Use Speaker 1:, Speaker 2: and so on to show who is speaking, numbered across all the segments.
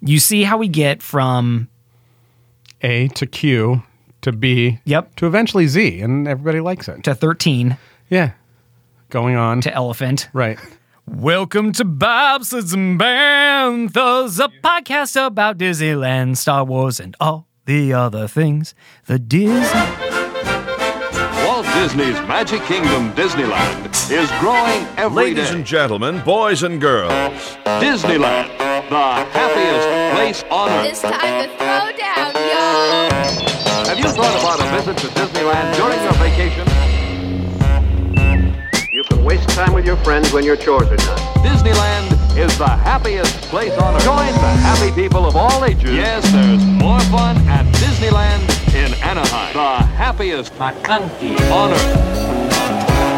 Speaker 1: You see how we get from
Speaker 2: A to Q to B
Speaker 1: Yep.
Speaker 2: to eventually Z, and everybody likes it.
Speaker 1: to 13
Speaker 2: Yeah. Going on.
Speaker 1: to elephant.
Speaker 2: right.
Speaker 1: Welcome to Bobsleds and Banthas, a podcast about Disneyland, Star Wars, and all the other things. The Disney.
Speaker 3: Walt Disney's Magic Kingdom Disneyland is growing every day.
Speaker 4: Ladies and gentlemen, boys and girls,
Speaker 3: Disneyland, the happiest place on earth.
Speaker 5: This time the throwdown, y'all.
Speaker 3: Have you thought about a visit to Disneyland during your vacation?
Speaker 6: You can waste time with your friends when your chores are done.
Speaker 3: Disneyland is the happiest place on earth. Join the happy people of all ages. Yes, there's more fun at Disneyland in Anaheim. The happiest on earth.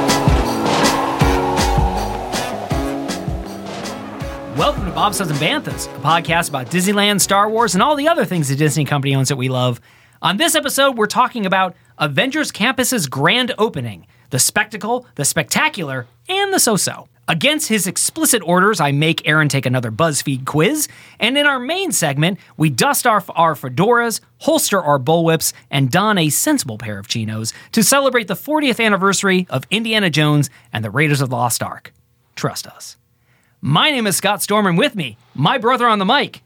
Speaker 1: Welcome to Bobsleds and Banthas, a podcast about Disneyland, Star Wars, and all the other things the Disney company owns that we love. On this episode, we're talking about Avengers Campus's grand opening, the spectacle, the spectacular, and the so-so. Against his explicit orders, I make Aaron take another BuzzFeed quiz, and in our main segment, we dust off our fedoras, holster our bullwhips, and don a sensible pair of chinos to celebrate the 40th anniversary of Indiana Jones and the Raiders of the Lost Ark. Trust us. My name is Scott Storm, and with me, my brother on the mic.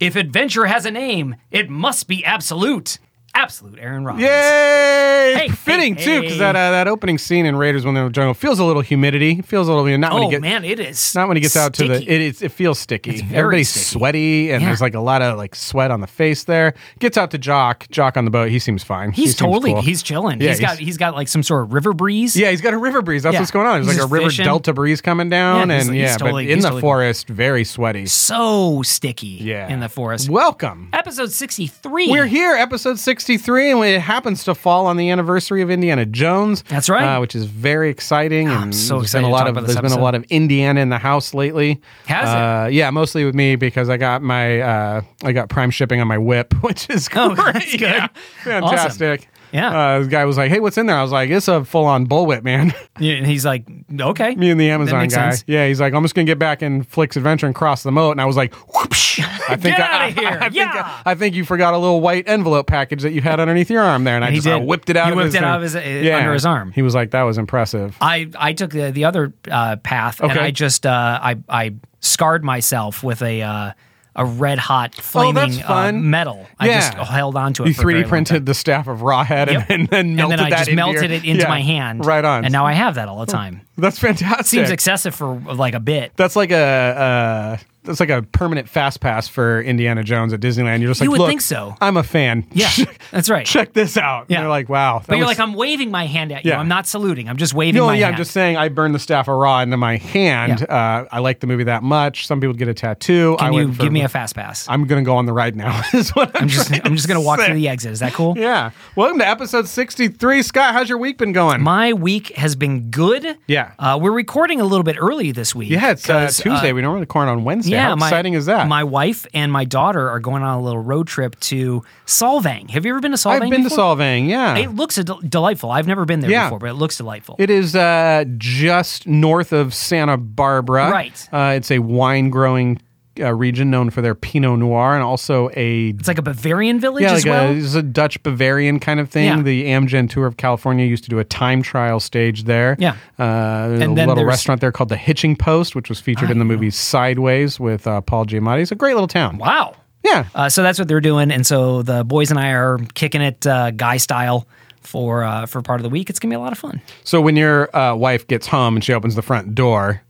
Speaker 1: If adventure has a name, it must be absolute. Absolute Aaron Robbins.
Speaker 2: Yay!
Speaker 1: Hey,
Speaker 2: Fitting
Speaker 1: hey,
Speaker 2: too, because
Speaker 1: hey.
Speaker 2: that uh, that opening scene in Raiders when they're in the jungle feels a little humidity. Feels a little not when
Speaker 1: Oh
Speaker 2: he gets
Speaker 1: man, it is
Speaker 2: not when he gets out to the
Speaker 1: sticky.
Speaker 2: it, it's, it feels sticky.
Speaker 1: very
Speaker 2: Everybody's
Speaker 1: sticky.
Speaker 2: sweaty and
Speaker 1: Yeah.
Speaker 2: there's like a lot of like sweat on the face there. Gets out to Jock, Jock on the boat. He seems fine. He
Speaker 1: he's
Speaker 2: seems
Speaker 1: totally
Speaker 2: cool.
Speaker 1: he's chilling.
Speaker 2: Yeah,
Speaker 1: he's got
Speaker 2: he's-
Speaker 1: he's got like some sort of river breeze.
Speaker 2: Yeah, he's got a river breeze. That's
Speaker 1: Yeah.
Speaker 2: what's going on. There's
Speaker 1: He's
Speaker 2: like a
Speaker 1: just
Speaker 2: river
Speaker 1: fishing.
Speaker 2: delta breeze coming down,
Speaker 1: Yeah, he's-
Speaker 2: and
Speaker 1: he's
Speaker 2: yeah,
Speaker 1: totally-
Speaker 2: but in
Speaker 1: he's
Speaker 2: the
Speaker 1: totally-
Speaker 2: forest, very sweaty.
Speaker 1: So sticky
Speaker 2: Yeah,
Speaker 1: in the forest.
Speaker 2: Welcome.
Speaker 1: Episode 63.
Speaker 2: We're here, episode 63, and it happens to fall on the anniversary of Indiana Jones.
Speaker 1: That's right.
Speaker 2: uh, which is very exciting.
Speaker 1: I'm
Speaker 2: and
Speaker 1: so
Speaker 2: there's
Speaker 1: excited
Speaker 2: been a
Speaker 1: to
Speaker 2: lot
Speaker 1: talk
Speaker 2: of,
Speaker 1: about this
Speaker 2: There's been
Speaker 1: episode.
Speaker 2: a lot of Indiana in the house lately.
Speaker 1: Has it?
Speaker 2: uh, Yeah, mostly with me because I got my uh, I got prime shipping on my whip, which is great.
Speaker 1: Oh, that's good.
Speaker 2: Yeah.
Speaker 1: Awesome.
Speaker 2: Fantastic.
Speaker 1: Yeah.
Speaker 2: Uh, the guy was like, "Hey, what's in there?" I was like, "It's a full-on bullwhip, man."
Speaker 1: Yeah, and he's like, okay.
Speaker 2: me and the Amazon
Speaker 1: makes
Speaker 2: guy.
Speaker 1: sense.
Speaker 2: Yeah, he's like, I'm just gonna get back in Flick's adventure and cross the moat. And I was like, whoosh. I think
Speaker 1: Get
Speaker 2: I,
Speaker 1: outta here.
Speaker 2: I, think
Speaker 1: Yeah.
Speaker 2: I, I think you forgot a little white envelope package that you had underneath your arm there, and, I
Speaker 1: he
Speaker 2: just I
Speaker 1: did.
Speaker 2: whipped it out.
Speaker 1: He
Speaker 2: of
Speaker 1: whipped
Speaker 2: his
Speaker 1: it
Speaker 2: thing.
Speaker 1: out of his- uh, under his arm.
Speaker 2: He was like, that was impressive.
Speaker 1: I, I took the, the other uh, path and
Speaker 2: Okay.
Speaker 1: I just uh, I I scarred myself with a uh, a red hot flaming
Speaker 2: Oh, that's
Speaker 1: Uh,
Speaker 2: fun.
Speaker 1: metal. I
Speaker 2: Yeah.
Speaker 1: just held on to it.
Speaker 2: You
Speaker 1: for a very
Speaker 2: 3D
Speaker 1: long
Speaker 2: printed the staff of Rawhead
Speaker 1: Yep.
Speaker 2: and, and then
Speaker 1: time. and
Speaker 2: melted
Speaker 1: then I
Speaker 2: that
Speaker 1: just
Speaker 2: into
Speaker 1: melted
Speaker 2: your-
Speaker 1: it into
Speaker 2: Yeah.
Speaker 1: my hand.
Speaker 2: Right on.
Speaker 1: And now I have that all the time.
Speaker 2: that's fantastic.
Speaker 1: Seems excessive for like a bit.
Speaker 2: that's like a uh, that's like a permanent fast pass for Indiana Jones at Disneyland. You're just like,
Speaker 1: You would
Speaker 2: look,
Speaker 1: think so.
Speaker 2: I'm a fan.
Speaker 1: Yeah, that's right.
Speaker 2: Check this out. And
Speaker 1: Yeah.
Speaker 2: you're like, wow. that
Speaker 1: But you're
Speaker 2: was-
Speaker 1: like, I'm waving my hand at you.
Speaker 2: Yeah.
Speaker 1: I'm not saluting. I'm just waving
Speaker 2: No,
Speaker 1: my
Speaker 2: yeah,
Speaker 1: hand.
Speaker 2: I'm just saying I burned the staff of raw into my hand. Uh, I like the movie that much. Some people get a tattoo. I
Speaker 1: Can you
Speaker 2: went for-
Speaker 1: give me a fast pass?
Speaker 2: I'm gonna go on the ride now. Is what I'm,
Speaker 1: I'm just
Speaker 2: trying
Speaker 1: I'm just gonna walk
Speaker 2: say.
Speaker 1: through the exit. Is that cool?
Speaker 2: Yeah. Welcome to episode 63. Scott, how's your week been going?
Speaker 1: My week has been good.
Speaker 2: Yeah.
Speaker 1: Uh, we're recording a little bit early this week.
Speaker 2: yeah, it's uh,
Speaker 1: 'cause,
Speaker 2: Tuesday. we normally record on Wednesday. How
Speaker 1: my-
Speaker 2: exciting is that?
Speaker 1: My wife and my daughter are going on a little road trip to Solvang. Have you ever been to Solvang?
Speaker 2: I've been to
Speaker 1: before?
Speaker 2: Solvang. Yeah.
Speaker 1: It looks del- delightful. I've never been there
Speaker 2: Yeah.
Speaker 1: before, but it looks delightful.
Speaker 2: It is uh, just north of Santa Barbara.
Speaker 1: Right.
Speaker 2: Uh, it's a wine growing uh, region known for their Pinot Noir and also a
Speaker 1: it's like a Bavarian village
Speaker 2: yeah,
Speaker 1: as
Speaker 2: like uh,
Speaker 1: well.
Speaker 2: a, it's a Dutch Bavarian kind of thing.
Speaker 1: Yeah.
Speaker 2: The Amgen Tour of California used to do a time trial stage there.
Speaker 1: Yeah.
Speaker 2: uh, there's
Speaker 1: And then
Speaker 2: a little
Speaker 1: there's-
Speaker 2: restaurant there called the Hitching Post, which was featured in the movie Sideways with uh, Paul Giamatti. It's a great little town.
Speaker 1: wow.
Speaker 2: Yeah,
Speaker 1: Uh, so that's what they're doing, and so the boys and I are kicking it uh, guy style for uh, for part of the week. It's gonna be a lot of fun.
Speaker 2: So when your uh, wife gets home and she opens the front door,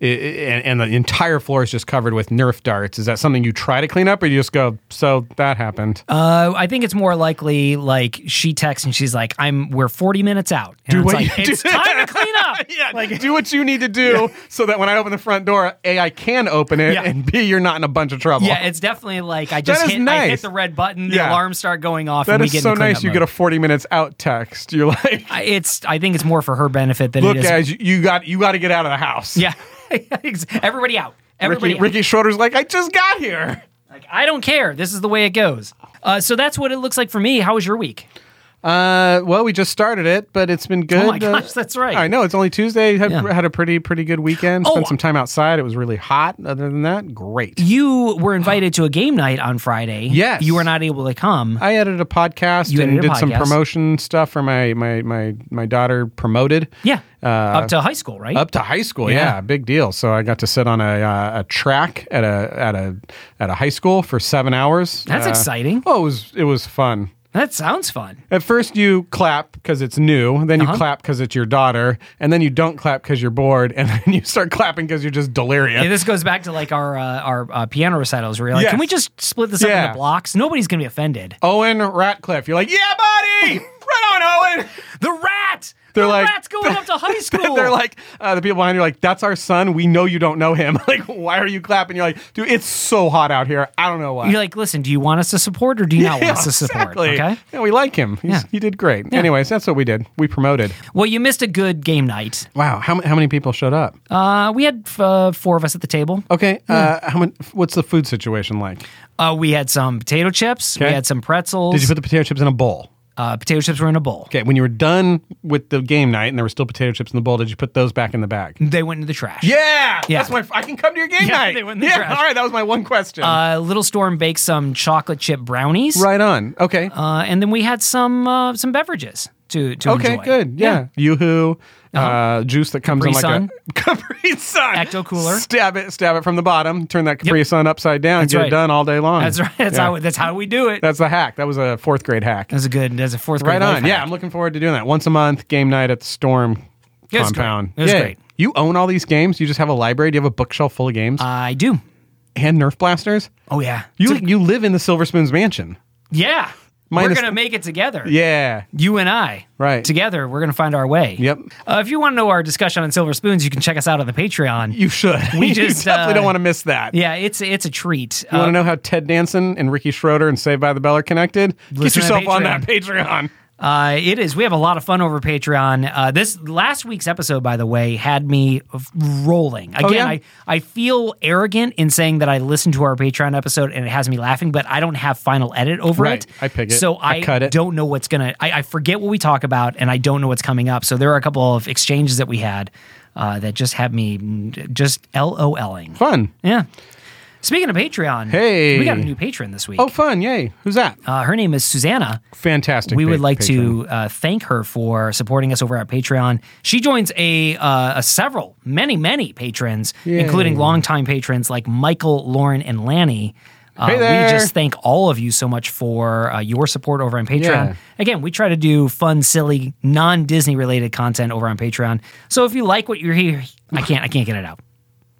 Speaker 2: i- i and, and the entire floor is just covered with Nerf darts, is that something you try to clean up, or you just go, "So that happened"?
Speaker 1: Uh, I think it's more likely like she texts and she's like, "I'm we're 40 minutes out." And
Speaker 2: Do
Speaker 1: it's
Speaker 2: what
Speaker 1: like,
Speaker 2: you
Speaker 1: It's
Speaker 2: do.
Speaker 1: time to clean up.
Speaker 2: yeah, like do what you need to do so that when I open the front door, a I can open it,
Speaker 1: Yeah.
Speaker 2: and b you're not in a bunch of trouble.
Speaker 1: Yeah, it's definitely like I just
Speaker 2: is
Speaker 1: hit, I hit
Speaker 2: nice.
Speaker 1: the red button, the
Speaker 2: Yeah.
Speaker 1: alarms start going off,
Speaker 2: that
Speaker 1: and we
Speaker 2: is
Speaker 1: get
Speaker 2: so
Speaker 1: into cleanup
Speaker 2: nice. You
Speaker 1: mode.
Speaker 2: get a 40 minutes out text. You're like,
Speaker 1: I- It's I think it's more for her benefit than
Speaker 2: look,
Speaker 1: it is.
Speaker 2: guys, you- you got you got to get out of the house.
Speaker 1: yeah, Ex- everybody out. Everybody.
Speaker 2: Ricky,
Speaker 1: out.
Speaker 2: Ricky Schroeder's like, I just got here.
Speaker 1: Like I don't care. This is the way it goes. Uh, so that's what it looks like for me. How was your week?
Speaker 2: Uh, well, we just started it, but it's been good.
Speaker 1: Oh my
Speaker 2: Uh,
Speaker 1: gosh, that's right.
Speaker 2: I know it's only Tuesday. Had,
Speaker 1: Yeah.
Speaker 2: had a pretty pretty good weekend.
Speaker 1: Oh,
Speaker 2: Spent some time outside. It was really hot. Other than that, great.
Speaker 1: You were invited to a game night on Friday.
Speaker 2: Yes.
Speaker 1: You were not able to come.
Speaker 2: I edited a podcast
Speaker 1: You
Speaker 2: and
Speaker 1: edited
Speaker 2: did
Speaker 1: a
Speaker 2: some
Speaker 1: podcast.
Speaker 2: promotion stuff for my my my my daughter promoted.
Speaker 1: yeah. up to high school, right?
Speaker 2: uh, Up to high school, yeah.
Speaker 1: Yeah.
Speaker 2: big deal. So I got to sit on a, uh, a track at a at a at a high school for seven hours.
Speaker 1: That's
Speaker 2: Uh,
Speaker 1: exciting.
Speaker 2: Oh, it was it was fun.
Speaker 1: That sounds fun.
Speaker 2: At first, you clap because it's new. Then you
Speaker 1: Uh-huh.
Speaker 2: clap because it's your daughter, and then you don't clap because you're bored, and then you start clapping because you're just delirious.
Speaker 1: Yeah, this goes back to like our uh, our uh, piano recitals. Where you're like,
Speaker 2: Yes.
Speaker 1: can we just split this up
Speaker 2: Yeah.
Speaker 1: into blocks? Nobody's gonna be offended.
Speaker 2: Owen Ratcliffe, you're like, yeah, buddy, right on, Owen.
Speaker 1: The rat.
Speaker 2: They're
Speaker 1: the
Speaker 2: like-
Speaker 1: rat's going up to high school.
Speaker 2: They're like, uh, the people behind you are like, that's our son. We know you don't know him. like, why are you clapping? You're like, dude, it's so hot out here. I don't know why.
Speaker 1: you're like, listen, do you want us to support or do you not
Speaker 2: Yeah,
Speaker 1: want us to support?
Speaker 2: exactly.
Speaker 1: Okay.
Speaker 2: Yeah, we like him. He's,
Speaker 1: Yeah.
Speaker 2: He did great. Anyways, that's what we did. We promoted.
Speaker 1: Well, you missed a good game night.
Speaker 2: Wow. How, m- how many people showed up?
Speaker 1: Uh, we had uh, four of us at the table.
Speaker 2: okay. Uh, how many, what's the food situation like?
Speaker 1: Uh, we had some potato chips. We
Speaker 2: Okay.
Speaker 1: had some pretzels.
Speaker 2: Did you put the potato chips in a bowl?
Speaker 1: uh, potato chips were in a bowl.
Speaker 2: Okay. When you were done with the game night and there were still potato chips in the bowl, did you put those back in the bag?
Speaker 1: They went into the trash.
Speaker 2: Yeah.
Speaker 1: Yeah.
Speaker 2: That's my, I can come to your game
Speaker 1: Yeah,
Speaker 2: night.
Speaker 1: they went in the
Speaker 2: yeah.
Speaker 1: trash.
Speaker 2: All right. That was my one question.
Speaker 1: Uh, Little Storm baked some chocolate chip brownies.
Speaker 2: right on. Okay.
Speaker 1: Uh, and then we had some uh, some beverages to to
Speaker 2: Okay,
Speaker 1: enjoy.
Speaker 2: good. Yeah. Yoo-hoo, uh, juice that comes
Speaker 1: Capri
Speaker 2: in like
Speaker 1: Sun.
Speaker 2: a Capri Sun.
Speaker 1: Ecto Cooler.
Speaker 2: Stab it, stab it from the bottom. Turn that Capri Sun upside down.
Speaker 1: That's
Speaker 2: get
Speaker 1: right.
Speaker 2: it done all day long.
Speaker 1: That's right. That's
Speaker 2: Yeah.
Speaker 1: how that's how we do it.
Speaker 2: That's the hack. That was a fourth grade hack.
Speaker 1: That's a good. That's a fourth grade.
Speaker 2: right on.
Speaker 1: life
Speaker 2: Yeah,
Speaker 1: hack.
Speaker 2: I'm looking forward to doing that once a month. Game night at the Storm
Speaker 1: It was great.
Speaker 2: compound.
Speaker 1: It was
Speaker 2: Yay.
Speaker 1: great.
Speaker 2: You own all these games. You just have a library. Do you have a bookshelf full of games
Speaker 1: Uh, I do.
Speaker 2: and Nerf blasters?
Speaker 1: Oh yeah.
Speaker 2: You
Speaker 1: So-
Speaker 2: you live in the Silver Spoons mansion.
Speaker 1: yeah. We're
Speaker 2: Minus-
Speaker 1: gonna make it together.
Speaker 2: Yeah.
Speaker 1: You and I.
Speaker 2: Right.
Speaker 1: Together, we're gonna find our way.
Speaker 2: Yep.
Speaker 1: Uh, if you want to know our discussion on silver spoons, you can check us out on the Patreon.
Speaker 2: You should.
Speaker 1: We
Speaker 2: you
Speaker 1: just,
Speaker 2: definitely
Speaker 1: uh,
Speaker 2: don't want to miss that.
Speaker 1: yeah, it's it's a treat.
Speaker 2: You want
Speaker 1: Uh,
Speaker 2: to know how Ted Danson and Ricky Schroeder and Saved by the Bell are connected? Get
Speaker 1: Listen to
Speaker 2: yourself on
Speaker 1: Patreon.
Speaker 2: that Patreon.
Speaker 1: Uh, it is. We have a lot of fun over Patreon. Uh, this last week's episode, by the way, had me f- rolling. Again,
Speaker 2: Oh, yeah?
Speaker 1: I, I feel arrogant in saying that I listened to our Patreon episode and it has me laughing, but I don't have final edit over
Speaker 2: Right.
Speaker 1: it.
Speaker 2: I pick it.
Speaker 1: So I,
Speaker 2: I cut it.
Speaker 1: don't know what's going to, I forget what we talk about and I don't know what's coming up. So there are a couple of exchanges that we had uh, that just had me mm, just LOLing.
Speaker 2: Fun.
Speaker 1: Yeah. Speaking of Patreon,
Speaker 2: Hey.
Speaker 1: we got a new patron this week.
Speaker 2: Oh, fun. Yay. Who's that?
Speaker 1: Uh, her name is Susanna.
Speaker 2: Fantastic.
Speaker 1: We would
Speaker 2: pa-
Speaker 1: like
Speaker 2: patron.
Speaker 1: to uh, thank her for supporting us over at Patreon. She joins a, uh, a several, many, many patrons, including longtime patrons like Michael, Lauren, and Lanny. Uh,
Speaker 2: Hey
Speaker 1: We
Speaker 2: there.
Speaker 1: just thank all of you so much for uh, your support over on Patreon.
Speaker 2: Yeah.
Speaker 1: Again, we try to do fun, silly, non Disney related content over on Patreon. So if you like what you're here, I can't, I can't get it out.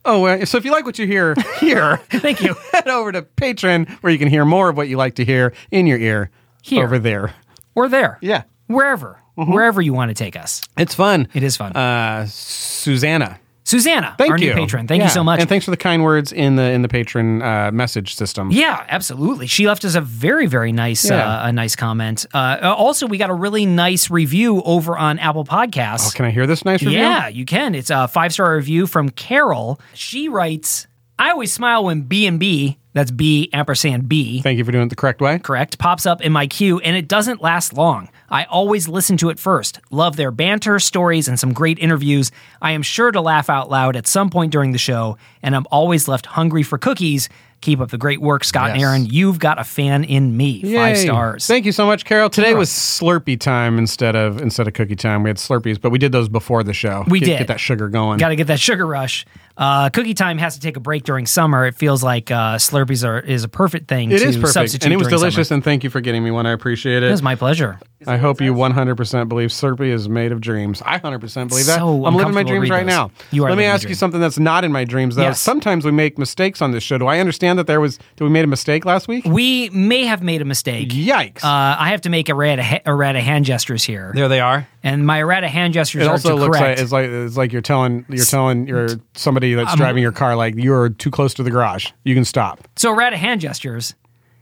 Speaker 2: Oh, uh, so if you like what you hear here,
Speaker 1: Thank you.
Speaker 2: head over to Patreon where you can hear more of what you like to hear in your ear
Speaker 1: Here.
Speaker 2: over there.
Speaker 1: We're there.
Speaker 2: Yeah.
Speaker 1: Wherever, wherever you want to take us.
Speaker 2: It's fun.
Speaker 1: It is fun.
Speaker 2: Uh, Susanna.
Speaker 1: Susanna,
Speaker 2: Thank
Speaker 1: our new
Speaker 2: you.
Speaker 1: patron. Thank
Speaker 2: Yeah.
Speaker 1: you so much.
Speaker 2: And thanks for the kind words in the in the patron uh, message system.
Speaker 1: Yeah, absolutely. She left us a very, very nice,
Speaker 2: Yeah.
Speaker 1: uh, a nice comment. Uh, also, we got a really nice review over on Apple Podcasts.
Speaker 2: Oh, Can I hear this nice review?
Speaker 1: yeah, you can. It's a five star review from Carol. She writes, "I always smile when B and B, that's B ampersand B,
Speaker 2: Thank you for doing it the correct way.
Speaker 1: correct, pops up in my queue, and it doesn't last long. I always listen to it first. Love their banter, stories, and some great interviews. I am sure to laugh out loud at some point during the show, and I'm always left hungry for cookies. Keep up the great work, Scott and
Speaker 2: Yes.
Speaker 1: Aaron. You've got a fan in me. Five
Speaker 2: Yay.
Speaker 1: stars.
Speaker 2: Thank you so much, Carol. Today was Slurpee time instead of instead of cookie time. We had Slurpees, but we did those before the show.
Speaker 1: We
Speaker 2: get,
Speaker 1: did.
Speaker 2: get that sugar going.
Speaker 1: Got to get that sugar rush. Uh, cookie time has to take a break during summer. It feels like uh, Slurpees are is a perfect thing.
Speaker 2: It
Speaker 1: to
Speaker 2: is perfect,
Speaker 1: substitute
Speaker 2: and it was
Speaker 1: during
Speaker 2: delicious.
Speaker 1: Summer.
Speaker 2: And thank you for getting me one. I appreciate
Speaker 1: It
Speaker 2: it.
Speaker 1: was my pleasure.
Speaker 2: I hope you 100% believe Slurpee is made of dreams. I 100% believe that.
Speaker 1: So
Speaker 2: I'm living my
Speaker 1: uncomfortable to read
Speaker 2: dreams right
Speaker 1: those.
Speaker 2: now.
Speaker 1: You are
Speaker 2: Let me
Speaker 1: living your
Speaker 2: ask you
Speaker 1: dreams.
Speaker 2: something that's not in my dreams, though.
Speaker 1: Yes.
Speaker 2: Sometimes we make mistakes on this show. Do I understand that there was? That we made a mistake last week?
Speaker 1: We may have made a mistake.
Speaker 2: Yikes!
Speaker 1: Uh, I have to make errata, errata hand gestures here.
Speaker 2: there they are.
Speaker 1: and my errata hand gestures
Speaker 2: It
Speaker 1: are
Speaker 2: also
Speaker 1: to
Speaker 2: looks like
Speaker 1: correct.
Speaker 2: it's like it's like you're telling you're telling your somebody that's driving your car like you're too close to the garage. You can stop.
Speaker 1: so errata hand gestures.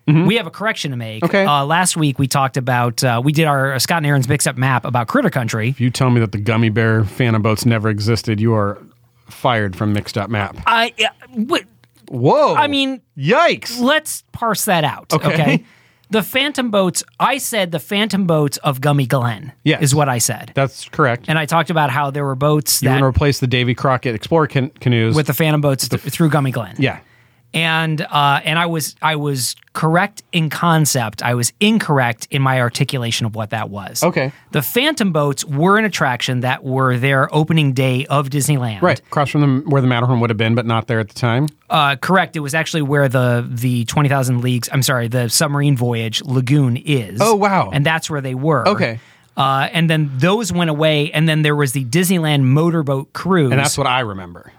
Speaker 1: We have a correction to make.
Speaker 2: Okay.
Speaker 1: Uh, last week we talked about uh, we did our Scott and Aaron's mix up map about Critter Country.
Speaker 2: If you tell me that the gummy bear phantom boats never existed, you are fired from mixed up map.
Speaker 1: I uh, what,
Speaker 2: Whoa!
Speaker 1: I mean,
Speaker 2: yikes!
Speaker 1: let's parse that out. Okay.
Speaker 2: Okay.
Speaker 1: The phantom boats, I said the phantom boats of Gummy Glen
Speaker 2: Yes.
Speaker 1: is what I said.
Speaker 2: That's correct.
Speaker 1: and I talked about how there were boats
Speaker 2: you want
Speaker 1: that
Speaker 2: to replace the Davy Crockett Explorer can- canoes
Speaker 1: with the phantom boats th- through Gummy Glen.
Speaker 2: yeah.
Speaker 1: and uh, and I was I was correct in concept. I was incorrect in my articulation of what that was.
Speaker 2: Okay.
Speaker 1: the Phantom boats were an attraction that were their opening day of Disneyland.
Speaker 2: Right, across from the, where the Matterhorn would have been, but not there at the time.
Speaker 1: uh, correct. It was actually where the the twenty thousand leagues. I'm sorry, the submarine voyage lagoon is.
Speaker 2: Oh, wow.
Speaker 1: And that's where they were.
Speaker 2: Okay.
Speaker 1: Uh, and then those went away, and then there was the Disneyland motorboat cruise,
Speaker 2: and that's what I remember.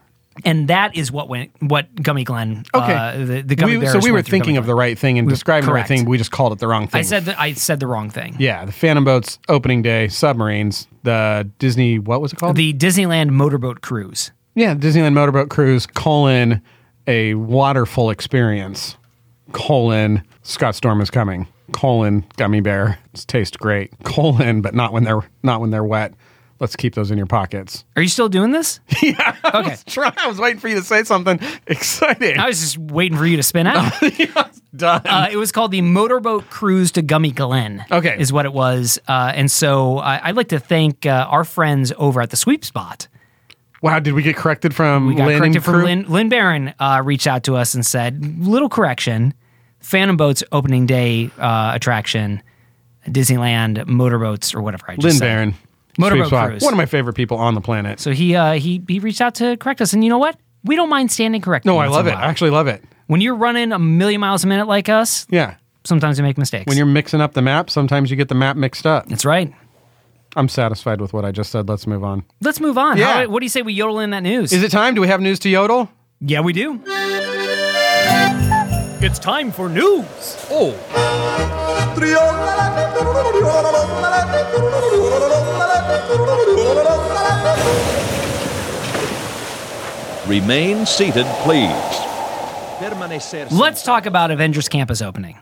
Speaker 1: and that is what went what Gummy Glen. uh, the, the Gummy
Speaker 2: We-
Speaker 1: Bears
Speaker 2: so we
Speaker 1: went
Speaker 2: were
Speaker 1: through
Speaker 2: thinking
Speaker 1: Gummy
Speaker 2: of
Speaker 1: Glen.
Speaker 2: the right thing and describing
Speaker 1: correct.
Speaker 2: the right thing. We just called it the wrong thing.
Speaker 1: I said that I said the wrong thing.
Speaker 2: yeah, the Phantom Boats opening day submarines, the Disney what was it called?
Speaker 1: The Disneyland motorboat cruise.
Speaker 2: yeah, Disneyland motorboat cruise colon a waterful experience colon Scott Storm is coming colon gummy bear It's taste great colon but not when they're not when they're wet. Let's keep those in your pockets.
Speaker 1: Are you still doing this? Yeah. Okay.
Speaker 2: Try, I was waiting for you to say something exciting.
Speaker 1: I was just waiting for you to spin out.
Speaker 2: Done.
Speaker 1: Uh, it was called the Motorboat Cruise to Gummy Glen.
Speaker 2: Okay.
Speaker 1: Is what it was. Uh, and so I, I'd like to thank uh, our friends over at the Sweep Spot.
Speaker 2: wow, did we get corrected from
Speaker 1: We got
Speaker 2: Lynn and
Speaker 1: corrected from
Speaker 2: crew?
Speaker 1: Lynn. Lynn Barron uh, reached out to us and said, little correction Phantom Boats opening day uh, attraction, Disneyland motorboats or whatever I just
Speaker 2: Lynn
Speaker 1: said.
Speaker 2: Barron.
Speaker 1: Motorboat
Speaker 2: Sweet Swag.
Speaker 1: Cruise.
Speaker 2: One of my favorite people on the planet.
Speaker 1: So he uh, he he reached out to correct us, and you know what? We don't mind standing corrected.
Speaker 2: no,
Speaker 1: once
Speaker 2: I
Speaker 1: in a
Speaker 2: love it.
Speaker 1: while.
Speaker 2: I actually love it.
Speaker 1: When you're running a million miles a minute like us,
Speaker 2: Yeah.
Speaker 1: sometimes you make mistakes.
Speaker 2: When you're mixing up the map, sometimes you get the map mixed up.
Speaker 1: that's right.
Speaker 2: I'm satisfied with what I just said. Let's move on.
Speaker 1: Let's move on.
Speaker 2: Yeah.
Speaker 1: How- what do you say we yodel in that news?
Speaker 2: Is it time? Do we have news to yodel?
Speaker 1: Yeah, we do. It's time for news.
Speaker 2: Oh.
Speaker 4: Remain seated, please.
Speaker 1: Let's talk about Avengers Campus opening.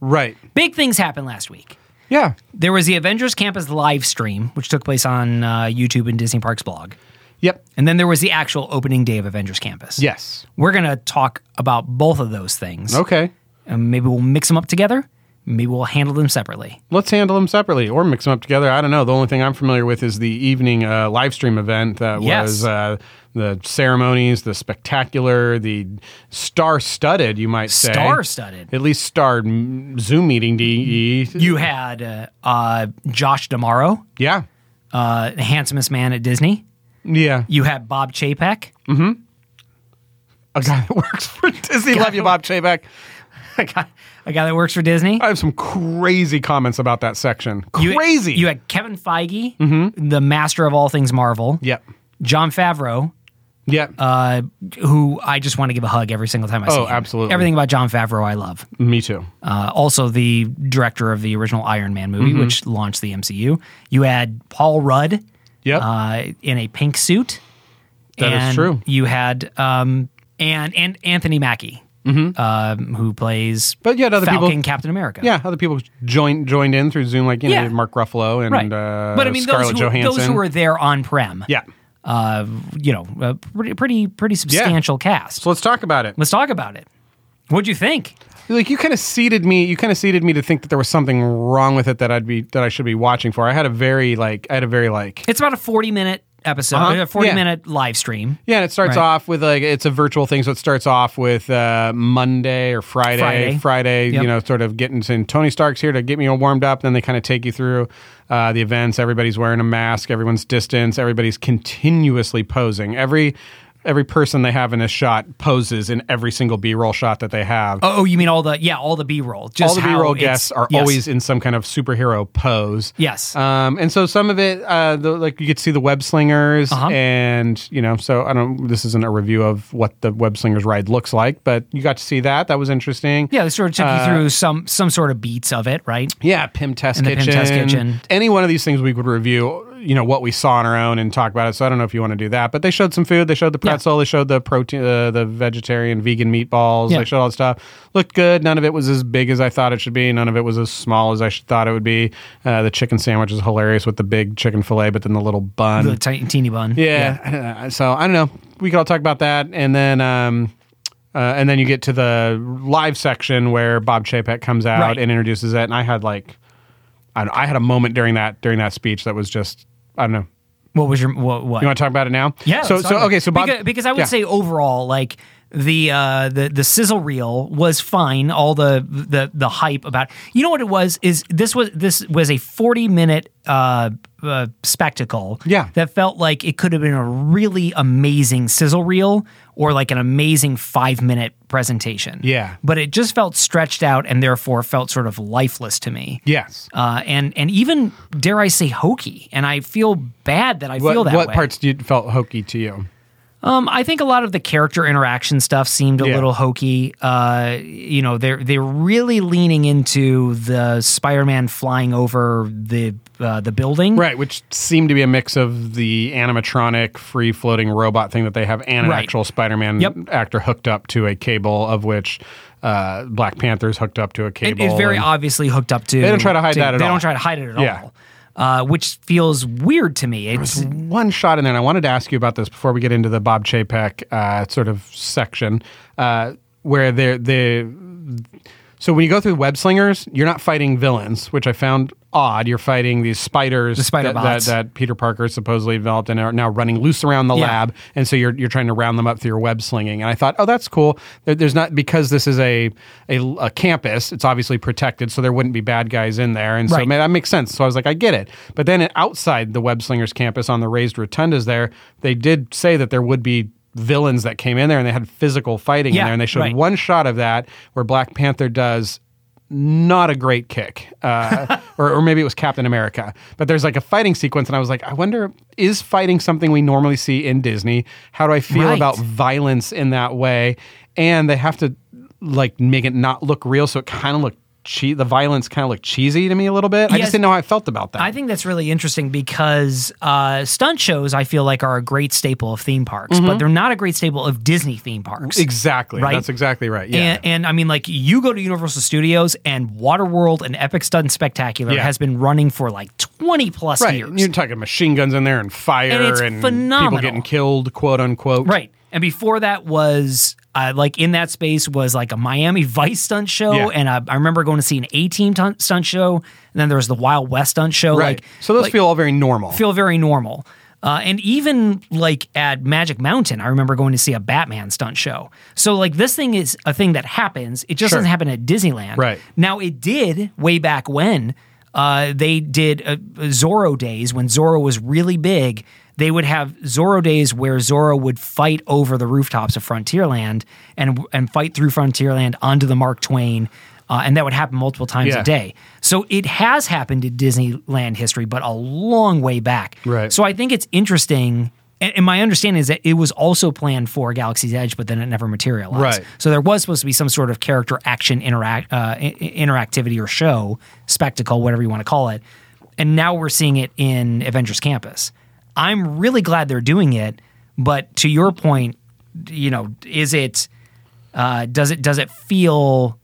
Speaker 2: Right.
Speaker 1: Big things happened last week.
Speaker 2: Yeah.
Speaker 1: There was the Avengers Campus live stream, which took place on uh, YouTube and Disney Parks blog.
Speaker 2: Yep.
Speaker 1: And then there was the actual opening day of Avengers Campus.
Speaker 2: Yes.
Speaker 1: We're going to talk about both of those things.
Speaker 2: Okay.
Speaker 1: And maybe we'll mix them up together. Maybe we'll handle them separately.
Speaker 2: Let's handle them separately or mix them up together. I don't know. The only thing I'm familiar with is the evening uh, live stream event that
Speaker 1: Yes.
Speaker 2: was uh, the ceremonies, the spectacular, the star studded, you might say.
Speaker 1: Star-studded.
Speaker 2: At least starred mm, Zoom meeting DE.
Speaker 1: You had uh, uh, Josh Damaro,
Speaker 2: Yeah.
Speaker 1: uh, the handsomest man at Disney.
Speaker 2: Yeah.
Speaker 1: You had Bob Chapek.
Speaker 2: A guy that works for Disney. Love you, Bob Chapek.
Speaker 1: a guy, a guy that works for Disney.
Speaker 2: I have some crazy comments about that section.
Speaker 1: You-
Speaker 2: Crazy. Mm-hmm.
Speaker 1: You, had Kevin Feige, the master of all things Marvel.
Speaker 2: yep.
Speaker 1: John Favreau,
Speaker 2: Yep.
Speaker 1: uh, who I just want to give a hug every single time I see
Speaker 2: Oh,
Speaker 1: him.
Speaker 2: absolutely.
Speaker 1: Everything about John Favreau I love.
Speaker 2: Me too.
Speaker 1: Uh, also, the director of the original Iron Man movie,
Speaker 2: Mm-hmm.
Speaker 1: which launched the MCU. You had Paul Rudd
Speaker 2: Yep.
Speaker 1: uh, in a pink suit.
Speaker 2: That is
Speaker 1: and
Speaker 2: true.
Speaker 1: You had um, and and Anthony Mackie, um, who plays
Speaker 2: Mm-hmm. But you had other
Speaker 1: Falcon
Speaker 2: people-
Speaker 1: Captain America.
Speaker 2: yeah, other people joined joined in through Zoom, like you
Speaker 1: Yeah.
Speaker 2: know Mark Ruffalo and
Speaker 1: right.
Speaker 2: uh,
Speaker 1: but I mean, those
Speaker 2: Scarlett
Speaker 1: who,
Speaker 2: Johansson.
Speaker 1: those who were there on prem,
Speaker 2: yeah.
Speaker 1: uh, you know, a pretty pretty, pretty substantial cast.
Speaker 2: So let's talk about it.
Speaker 1: Let's talk about it. What'd you think?
Speaker 2: Like you kind of seated me. You kind of seated me to think that there was something wrong with it that I'd be that I should be watching for. I had a very like I had a very like
Speaker 1: It's about a forty-minute episode,
Speaker 2: Uh-huh.
Speaker 1: a forty-minute
Speaker 2: Yeah.
Speaker 1: live stream.
Speaker 2: Yeah, and it starts
Speaker 1: Right.
Speaker 2: off with like it's a virtual thing, so it starts off with uh, Monday or Friday,
Speaker 1: Friday.
Speaker 2: Friday,
Speaker 1: Yep.
Speaker 2: you know, sort of getting to Tony Stark's here to get me all warmed up. Then they kind of take you through uh, the events. Everybody's wearing a mask, everyone's distance, everybody's continuously posing. Every every person they have in a shot poses in every single B roll shot that they have.
Speaker 1: Oh, you mean all the yeah, all the B-roll? Just
Speaker 2: all the B
Speaker 1: how
Speaker 2: roll
Speaker 1: it's-
Speaker 2: guests are
Speaker 1: yes.
Speaker 2: always in some kind of superhero pose.
Speaker 1: Yes.
Speaker 2: Um, and so some of it, uh, the, like you could see the web slingers,
Speaker 1: Uh-huh.
Speaker 2: and you know, so I don't. This isn't a review of what the web slingers ride looks like, but you got to see that. That was interesting. Uh,
Speaker 1: yeah. They sort of took you through some some sort of beats of it, right?
Speaker 2: Yeah, Pim Test
Speaker 1: And the Pim
Speaker 2: Kitchen.
Speaker 1: Test Kitchen.
Speaker 2: Any one of these things we could review, you know, what we saw on our own and talk about it. So I don't know if you want to do that, but they showed some food. They showed the pretzel. They showed the protein, uh, the vegetarian, vegan meatballs.
Speaker 1: Yeah.
Speaker 2: They showed all the stuff. Looked good. None of it was as big as I thought it should be. None of it was as small as I should, thought it would be. Uh, the chicken sandwich is hilarious with the big chicken fillet, but then the little bun.
Speaker 1: The ti- teeny bun.
Speaker 2: Uh, yeah. So I don't know. We could all talk about that. And then um, Uh, and then you get to the live section where Bob Chapek comes out
Speaker 1: Right.
Speaker 2: and introduces it. And I had like, I, don't know, I had a moment during that during that speech that was just I don't know.
Speaker 1: What was your what? what?
Speaker 2: You want to talk about it now?
Speaker 1: Yeah.
Speaker 2: So
Speaker 1: let's talk
Speaker 2: so
Speaker 1: about
Speaker 2: okay.
Speaker 1: it.
Speaker 2: So Bob
Speaker 1: because, because I would
Speaker 2: yeah.
Speaker 1: say overall, like the uh, the the sizzle reel was fine. All the the the hype about you know what it was is this was this was a forty minute uh, uh, spectacle.
Speaker 2: Yeah.
Speaker 1: That felt like it could have been a really amazing sizzle reel or like an amazing five minute presentation.
Speaker 2: Yeah.
Speaker 1: But it just felt stretched out and therefore felt sort of lifeless to me.
Speaker 2: yes.
Speaker 1: Uh, and and even dare I say hokey, and I feel bad that I
Speaker 2: What,
Speaker 1: feel that
Speaker 2: what
Speaker 1: way.
Speaker 2: parts do you felt hokey to you?
Speaker 1: Um, I think a lot of the character interaction stuff seemed a
Speaker 2: Yeah.
Speaker 1: little hokey. Uh, you know, they're they're really leaning into the Spider-Man flying over the uh, the building,
Speaker 2: Right, which seemed to be a mix of the animatronic free floating robot thing that they have and an
Speaker 1: Right.
Speaker 2: actual Spider Man
Speaker 1: Yep.
Speaker 2: actor hooked up to a cable, of which uh, Black Panther's hooked up to a
Speaker 1: It
Speaker 2: cable.
Speaker 1: is very
Speaker 2: and-
Speaker 1: obviously hooked up to. They
Speaker 2: don't try to hide that at
Speaker 1: they
Speaker 2: all.
Speaker 1: don't try to hide it at
Speaker 2: Yeah.
Speaker 1: all. Uh, which feels weird to me. It's
Speaker 2: one shot in there, and I wanted to ask you about this before we get into the Bob Chapek uh, sort of section, uh, where they're the. So when you go through web slingers, you're not fighting villains, which I found odd. You're fighting these spiders,
Speaker 1: spider
Speaker 2: that, that,
Speaker 1: bots.
Speaker 2: that Peter Parker supposedly developed and are now running loose around the
Speaker 1: Yeah.
Speaker 2: lab, and so you're you're trying to round them up through your web slinging. And I thought, oh, that's cool. There, there's not because this is a, a a campus. It's obviously protected, so there wouldn't be bad guys in there, and so
Speaker 1: Right.
Speaker 2: man, that makes sense. So I was like, I get it. But then outside the web slingers campus on the raised rotundas, there they did say that there would be villains that came in there and they had physical fighting in
Speaker 1: Yeah,
Speaker 2: there and they showed
Speaker 1: right.
Speaker 2: one shot of that where black panther does not a great kick, uh, or, or maybe it was Captain America. But there's like a fighting sequence, and I was like, I wonder, is fighting something we normally see in Disney? How do I feel
Speaker 1: Right.
Speaker 2: about violence in that way? And they have to like make it not look real, so it kind of looked che- the violence kind of looked cheesy to me a little bit. I
Speaker 1: Yes.
Speaker 2: just didn't know how I felt about that.
Speaker 1: I think that's really interesting because uh, stunt shows I feel like are a great staple of theme parks, but they're not a great staple of Disney theme parks.
Speaker 2: Mm-hmm. exactly.
Speaker 1: Right?
Speaker 2: That's exactly right. Yeah.
Speaker 1: And, and I mean, like, you go to Universal Studios and Waterworld and Epic Stunt Spectacular
Speaker 2: Yeah.
Speaker 1: has been running for like 20 plus
Speaker 2: Right,
Speaker 1: years.
Speaker 2: you're talking machine guns in there and fire
Speaker 1: And it's
Speaker 2: people
Speaker 1: phenomenal.
Speaker 2: getting killed, quote unquote.
Speaker 1: right. And before that was, uh, like, in that space was like a Miami Vice stunt show.
Speaker 2: Yeah.
Speaker 1: And I, I remember going to see an A Team tun- stunt show. And then there was the Wild West stunt show.
Speaker 2: Right.
Speaker 1: Like,
Speaker 2: so those
Speaker 1: like,
Speaker 2: feel all very normal.
Speaker 1: feel very normal. Uh, and even like at Magic Mountain, I remember going to see a Batman stunt show. So like this thing is a thing that happens. It just
Speaker 2: Sure.
Speaker 1: doesn't happen at Disneyland.
Speaker 2: Right.
Speaker 1: now, it did way back when. Uh, they did uh, Zorro days when Zorro was really big. They would have Zorro days where Zorro would fight over the rooftops of Frontierland and and fight through Frontierland onto the Mark Twain, uh, and that would happen multiple times
Speaker 2: Yeah.
Speaker 1: a day. So it has happened in Disneyland history, but a long way back.
Speaker 2: Right.
Speaker 1: So I think it's interesting. And, and my understanding is that it was also planned for Galaxy's Edge, but then it never materialized.
Speaker 2: Right.
Speaker 1: So there was supposed to be some sort of character action interact uh, i- i- interactivity or show spectacle, whatever you want to call it. And now we're seeing it in Avengers Campus. I'm really glad they're doing it, but to your point, you know, is it uh, does it does it feel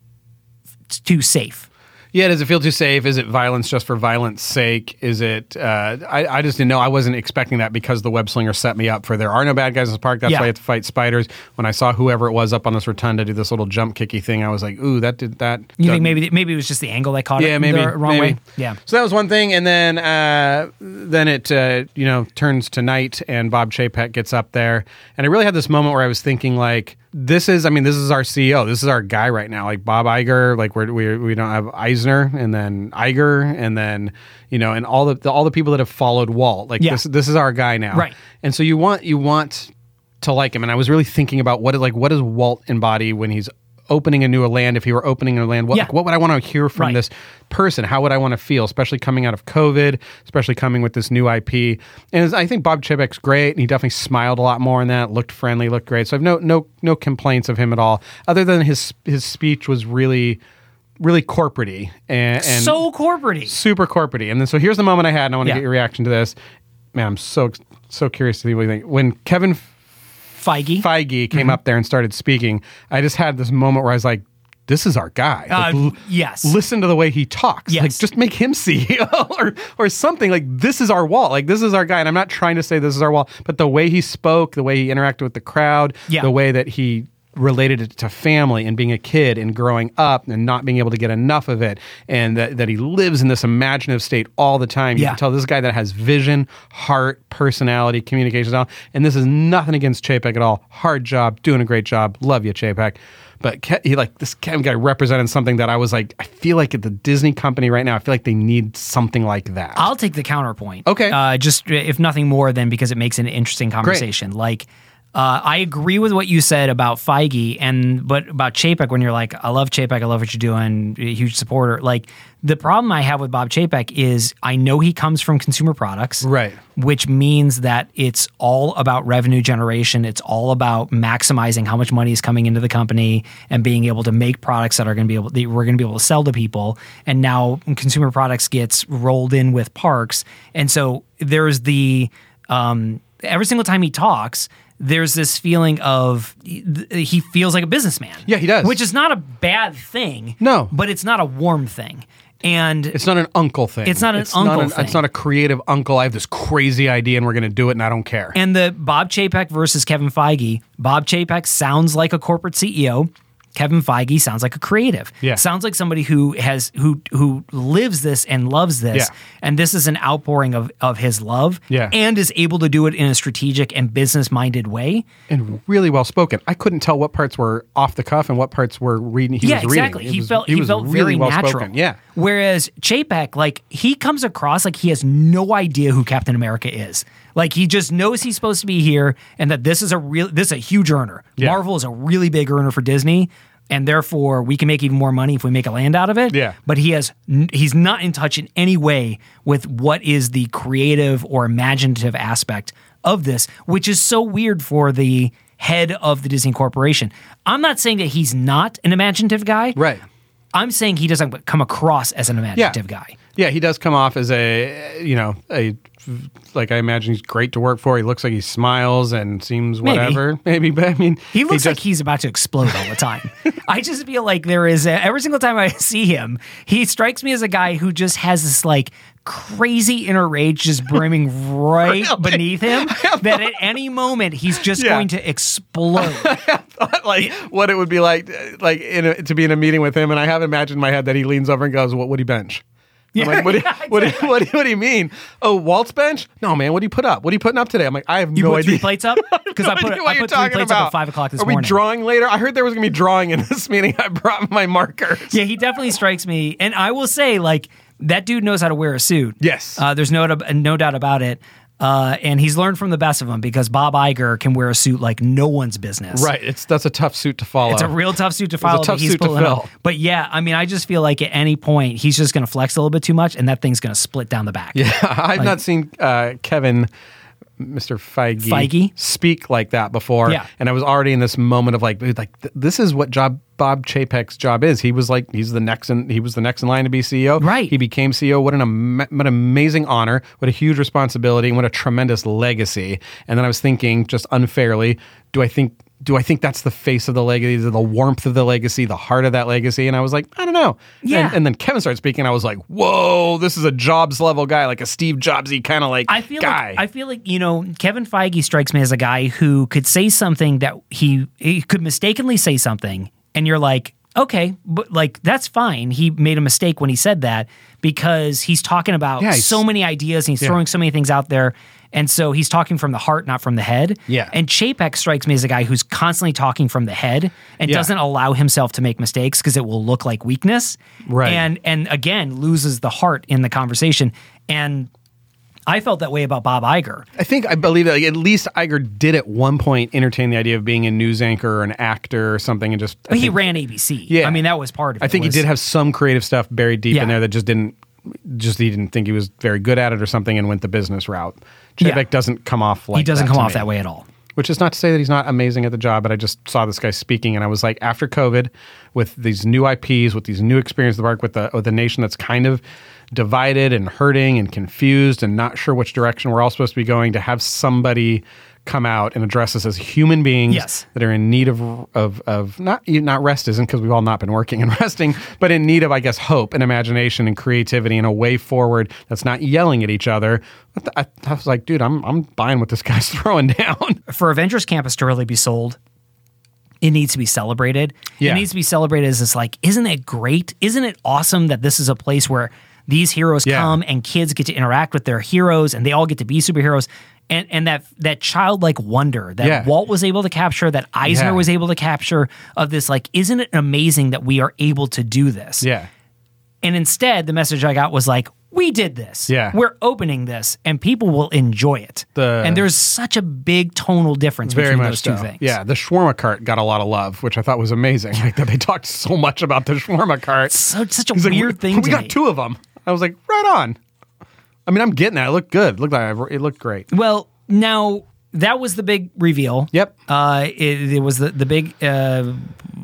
Speaker 1: too safe?
Speaker 2: Yeah, does it feel too safe? Is it violence just for violence sake? Is it? Uh, I, I just didn't know. I wasn't expecting that because the web slinger set me up for there are no bad guys in this park. That's
Speaker 1: Yeah.
Speaker 2: why you have to fight spiders. When I saw whoever it was up on this rotunda do this little jump kicky thing, I was like, ooh, that did that.
Speaker 1: You
Speaker 2: doesn't-
Speaker 1: think maybe maybe it was just the angle that caught it
Speaker 2: yeah, maybe
Speaker 1: the wrong
Speaker 2: maybe.
Speaker 1: way? Yeah.
Speaker 2: So that was one thing, and then uh, then it uh, you know turns to night, and Bob Chapek gets up there, and I really had this moment where I was thinking like, this is, I mean, this is our CEO, this is our guy right now, like Bob Iger, like we're, we we don't have Eisner, and then Iger, and then you know, and all the, the all the people that have followed Walt, like
Speaker 1: Yeah.
Speaker 2: this this is our guy now,
Speaker 1: Right.
Speaker 2: And so you want you want to like him, and I was really thinking about what like what does Walt embody when he's opening a new land if he were opening a land what
Speaker 1: Yeah.
Speaker 2: like, what would i want to hear from
Speaker 1: Right.
Speaker 2: this person? How would I want to feel, especially coming out of COVID, especially coming with this new IP? And I think Bob Chibek's great, and he definitely smiled a lot more in that. Looked friendly, looked great. So I've no no no complaints of him at all, other than his his speech was really really corporatey and, and
Speaker 1: so corporate
Speaker 2: super corporatey. And then so here's the moment I had, and I want to
Speaker 1: Yeah.
Speaker 2: get your reaction to this. Man, I'm so ex- so curious to see what you think when Kevin
Speaker 1: Feige. Mm-hmm.
Speaker 2: Feige came up there and started speaking, I just had this moment where I was like, this is our guy. Like,
Speaker 1: Uh,
Speaker 2: l-
Speaker 1: yes.
Speaker 2: Listen to the way he talks. Like,
Speaker 1: Yes.
Speaker 2: just make him CEO or, or something. Like, this is our wall. Like, this is our guy. And I'm not trying to say this is our wall, but the way he spoke, the way he interacted with the crowd,
Speaker 1: Yeah.
Speaker 2: the way that he related it to family and being a kid and growing up and not being able to get enough of it and that, that he lives in this imaginative state all the time. You
Speaker 1: Yeah.
Speaker 2: can tell this guy that has vision, heart, personality, communication style. And this is nothing against Chapek at all. Hard job, doing a great job. Love you, Chapek. But Ke- he like this Kevin guy represented something that I was like, I feel like at the Disney company right now, I feel like they need something like that.
Speaker 1: I'll take the counterpoint.
Speaker 2: Okay.
Speaker 1: Uh, just if nothing more than because it makes an interesting conversation. Like, uh, I agree with what you said about Feige and but about Chapek when you're like, I love Chapek, I love what you're doing, a huge supporter. Like, the problem I have with Bob Chapek is I know he comes from consumer products,
Speaker 2: Right.
Speaker 1: Which means that it's all about revenue generation. It's all about maximizing how much money is coming into the company and being able to make products that are going to be able that we're going to be able to sell to people. And now consumer products gets rolled in with parks, and so there's the um, every single time he talks. There's this feeling of he feels like a businessman.
Speaker 2: Yeah, he does.
Speaker 1: Which is not a bad thing.
Speaker 2: No.
Speaker 1: but it's not a warm thing. And
Speaker 2: It's not an uncle thing.
Speaker 1: It's not an uncle
Speaker 2: an-
Speaker 1: thing.
Speaker 2: It's not a creative uncle. I have this crazy idea and we're going to do it and I don't care.
Speaker 1: And the Bob Chapek versus Kevin Feige. Bob Chapek sounds like a corporate CEO. Kevin Feige sounds like a creative.
Speaker 2: Yeah.
Speaker 1: Sounds like somebody who has who who lives this and loves this.
Speaker 2: Yeah.
Speaker 1: And this is an outpouring of of his love.
Speaker 2: Yeah.
Speaker 1: And is able to do it in a strategic and business minded way.
Speaker 2: and really well spoken. I couldn't tell what parts were off the cuff and what parts were reading. He
Speaker 1: yeah,
Speaker 2: was reading.
Speaker 1: exactly.
Speaker 2: It
Speaker 1: He
Speaker 2: was-
Speaker 1: felt he,
Speaker 2: was
Speaker 1: felt very
Speaker 2: really well
Speaker 1: natural.
Speaker 2: spoken. Yeah,
Speaker 1: Whereas Chapek, like he comes across like he has no idea who Captain America is. Like he just knows he's supposed to be here and that this is a real this is a huge earner.
Speaker 2: Yeah.
Speaker 1: Marvel is a really big earner for Disney. And therefore, we can make even more money if we make a land out of it.
Speaker 2: Yeah.
Speaker 1: But he has, n- he's not in touch in any way with what is the creative or imaginative aspect of this, which is so weird for the head of the Disney Corporation. I'm not saying that he's not an imaginative guy.
Speaker 2: right.
Speaker 1: I'm saying he doesn't come across as an
Speaker 2: Yeah,
Speaker 1: imaginative guy.
Speaker 2: Yeah, he does come off as a you know a like I imagine he's great to work for. He looks like he smiles and seems
Speaker 1: Maybe.
Speaker 2: whatever. Maybe, but I mean,
Speaker 1: He looks like
Speaker 2: just-
Speaker 1: he's about to explode all the time. I just feel like there is a, every single time I see him, he strikes me as a guy who just has this like crazy inner rage just brimming right beneath him that at any moment he's just
Speaker 2: Yeah.
Speaker 1: going to explode.
Speaker 2: like what it would be like like in a, to be in a meeting with him. And I have imagined in my head that he leans over and goes, "What would he bench?" I'm like, what, do you- what, do you- what, do you- what do you mean? Oh, Walt's bench? No, man. What do you put up? What are you putting up today? I'm like, I have
Speaker 1: You
Speaker 2: no
Speaker 1: put
Speaker 2: idea.
Speaker 1: three plates up? Because I
Speaker 2: no
Speaker 1: put,
Speaker 2: idea what
Speaker 1: I
Speaker 2: you're
Speaker 1: put three
Speaker 2: talking
Speaker 1: plates
Speaker 2: about.
Speaker 1: up at 5 o'clock this
Speaker 2: Are we
Speaker 1: morning.
Speaker 2: drawing later? I heard there was going to be drawing in this meeting. I brought my markers.
Speaker 1: Yeah, he definitely strikes me. And I will say, like, that dude knows how to wear a suit.
Speaker 2: Yes.
Speaker 1: Uh, there's no, no doubt about it. Uh, and he's learned from the best of them because Bob Iger can wear a suit like no one's business.
Speaker 2: Right. It's that's a tough suit to follow.
Speaker 1: It's a real tough suit to follow.
Speaker 2: tough
Speaker 1: but he's
Speaker 2: suit to
Speaker 1: pulling up.
Speaker 2: fill.
Speaker 1: But yeah, I mean, I just feel like at any point he's just going to flex a little bit too much, and that thing's going to split down the back. Yeah,
Speaker 2: I've not seen uh, Kevin, Mr. Feige,
Speaker 1: Feige?
Speaker 2: speak like that before.
Speaker 1: Yeah.
Speaker 2: And I was already in this moment of like, dude, like th- this is what job Bob Chapek's job is. He was like, he's the next in he was the next in line to be CEO.
Speaker 1: Right.
Speaker 2: He became CEO. What an am- what an amazing honor. What a huge responsibility. and What a tremendous legacy. And then I was thinking, just unfairly, do I think? Do I think that's the face of the legacy, the warmth of the legacy, the heart of that legacy? And I was like, I don't know.
Speaker 1: Yeah.
Speaker 2: And, and then Kevin started speaking. I was like, whoa, this is a Jobs level guy, like a Steve Jobsy kind of like
Speaker 1: I feel
Speaker 2: guy.
Speaker 1: like I feel like you know Kevin Feige strikes me as a guy who could say something that he he could mistakenly say something, and you're like, okay, but like that's fine. He made a mistake when he said that because he's talking about
Speaker 2: Yeah, he's-
Speaker 1: so many ideas and he's throwing so many things out there. And so he's talking from the heart, not from the head.
Speaker 2: Yeah.
Speaker 1: And Chapek strikes me as a guy who's constantly talking from the head and
Speaker 2: Yeah.
Speaker 1: doesn't allow himself to make mistakes because it will look like weakness.
Speaker 2: Right.
Speaker 1: And and again loses the heart in the conversation. And I felt that way about Bob Iger.
Speaker 2: I think I believe that like, at least Iger did at one point entertain the idea of being a news anchor or an actor or something, and just I
Speaker 1: But he
Speaker 2: think,
Speaker 1: ran ABC.
Speaker 2: Yeah.
Speaker 1: I mean, that was part of it.
Speaker 2: I think he
Speaker 1: was-
Speaker 2: did have some creative stuff buried deep
Speaker 1: Yeah.
Speaker 2: in there that just didn't just he didn't think he was very good at it or something, and went the business route.
Speaker 1: Yeah.
Speaker 2: Chebek doesn't come off like
Speaker 1: He doesn't
Speaker 2: that
Speaker 1: come
Speaker 2: to
Speaker 1: off
Speaker 2: me.
Speaker 1: that way at all.
Speaker 2: Which is not to say that he's not amazing at the job, but I just saw this guy speaking, and I was like, after COVID, with these new IPs, with these new experiences of work with the with a nation that's kind of divided and hurting and confused and not sure which direction we're all supposed to be going, to have somebody come out and address us as human beings
Speaker 1: Yes.
Speaker 2: that are in need of of of not not rest isn't because we've all not been working and resting, but in need of I guess hope and imagination and creativity and a way forward that's not yelling at each other. I, I was like, dude, I'm I'm buying what this guy's throwing down.
Speaker 1: For Avengers Campus to really be sold, it needs to be celebrated.
Speaker 2: Yeah.
Speaker 1: It needs to be celebrated as this like, isn't it great? Isn't it awesome that this is a place where these heroes
Speaker 2: Yeah.
Speaker 1: come and kids get to interact with their heroes and they all get to be superheroes? And and that that childlike wonder that
Speaker 2: Yeah.
Speaker 1: Walt was able to capture, that Eisner
Speaker 2: Yeah.
Speaker 1: was able to capture of this, like, isn't it amazing that we are able to do this?
Speaker 2: Yeah.
Speaker 1: And instead, the message I got was like, we did this.
Speaker 2: Yeah.
Speaker 1: We're opening this and people will enjoy it.
Speaker 2: The-
Speaker 1: and there's such a big tonal difference
Speaker 2: Very
Speaker 1: between
Speaker 2: much
Speaker 1: those two
Speaker 2: so.
Speaker 1: things.
Speaker 2: Yeah, the shawarma cart got a lot of love, which I thought was amazing. Like that they talked so much about the shawarma cart.
Speaker 1: So such a
Speaker 2: He's like,
Speaker 1: weird
Speaker 2: we,
Speaker 1: thing
Speaker 2: We
Speaker 1: to
Speaker 2: got
Speaker 1: me.
Speaker 2: two of them. I was like, right on. I mean, I'm getting that. It looked good. It looked like I- it looked great.
Speaker 1: Well, now that was the big reveal.
Speaker 2: Yep.
Speaker 1: Uh, it, it was the, the big, uh,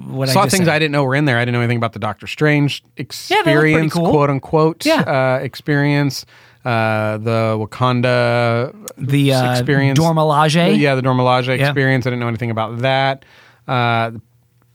Speaker 1: what I
Speaker 2: Saw
Speaker 1: just
Speaker 2: things
Speaker 1: said.
Speaker 2: I didn't know were in there. I didn't know anything about the Doctor Strange
Speaker 1: pretty
Speaker 2: experience,
Speaker 1: cool.
Speaker 2: quote unquote,
Speaker 1: Yeah.
Speaker 2: uh, experience. Uh, the Wakanda
Speaker 1: the uh,
Speaker 2: experience.
Speaker 1: Dormelage.
Speaker 2: Yeah, the Dormilaje
Speaker 1: Yeah.
Speaker 2: experience. I didn't know anything about that. Uh,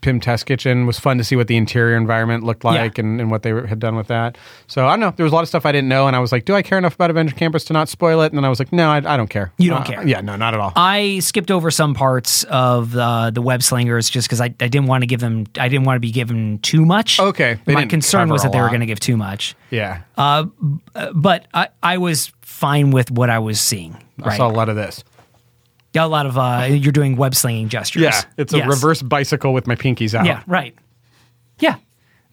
Speaker 2: Pim Test Kitchen was fun to see what the interior environment looked like and, and what they had done with that. So I don't know. There was a lot of stuff I didn't know, and I was like, "Do I care enough about Avenger Campus to not spoil it?" And then I was like, "No, I, I don't care.
Speaker 1: You don't
Speaker 2: Uh,
Speaker 1: care.
Speaker 2: Yeah, no, not at all.
Speaker 1: I skipped over some parts of uh, the web slingers just because I, I didn't want to give them. I didn't want to be given too much.
Speaker 2: Okay, they
Speaker 1: my
Speaker 2: didn't
Speaker 1: concern
Speaker 2: cover
Speaker 1: was
Speaker 2: a
Speaker 1: that they were
Speaker 2: lot.
Speaker 1: going to give too much.
Speaker 2: yeah,
Speaker 1: uh, but I, I was fine with what I was seeing. Right,
Speaker 2: I saw a lot of this.
Speaker 1: Got a lot of uh, you're doing web slinging gestures.
Speaker 2: Yeah, it's a
Speaker 1: Yes.
Speaker 2: reverse bicycle with my pinkies out.
Speaker 1: Yeah, right. Yeah,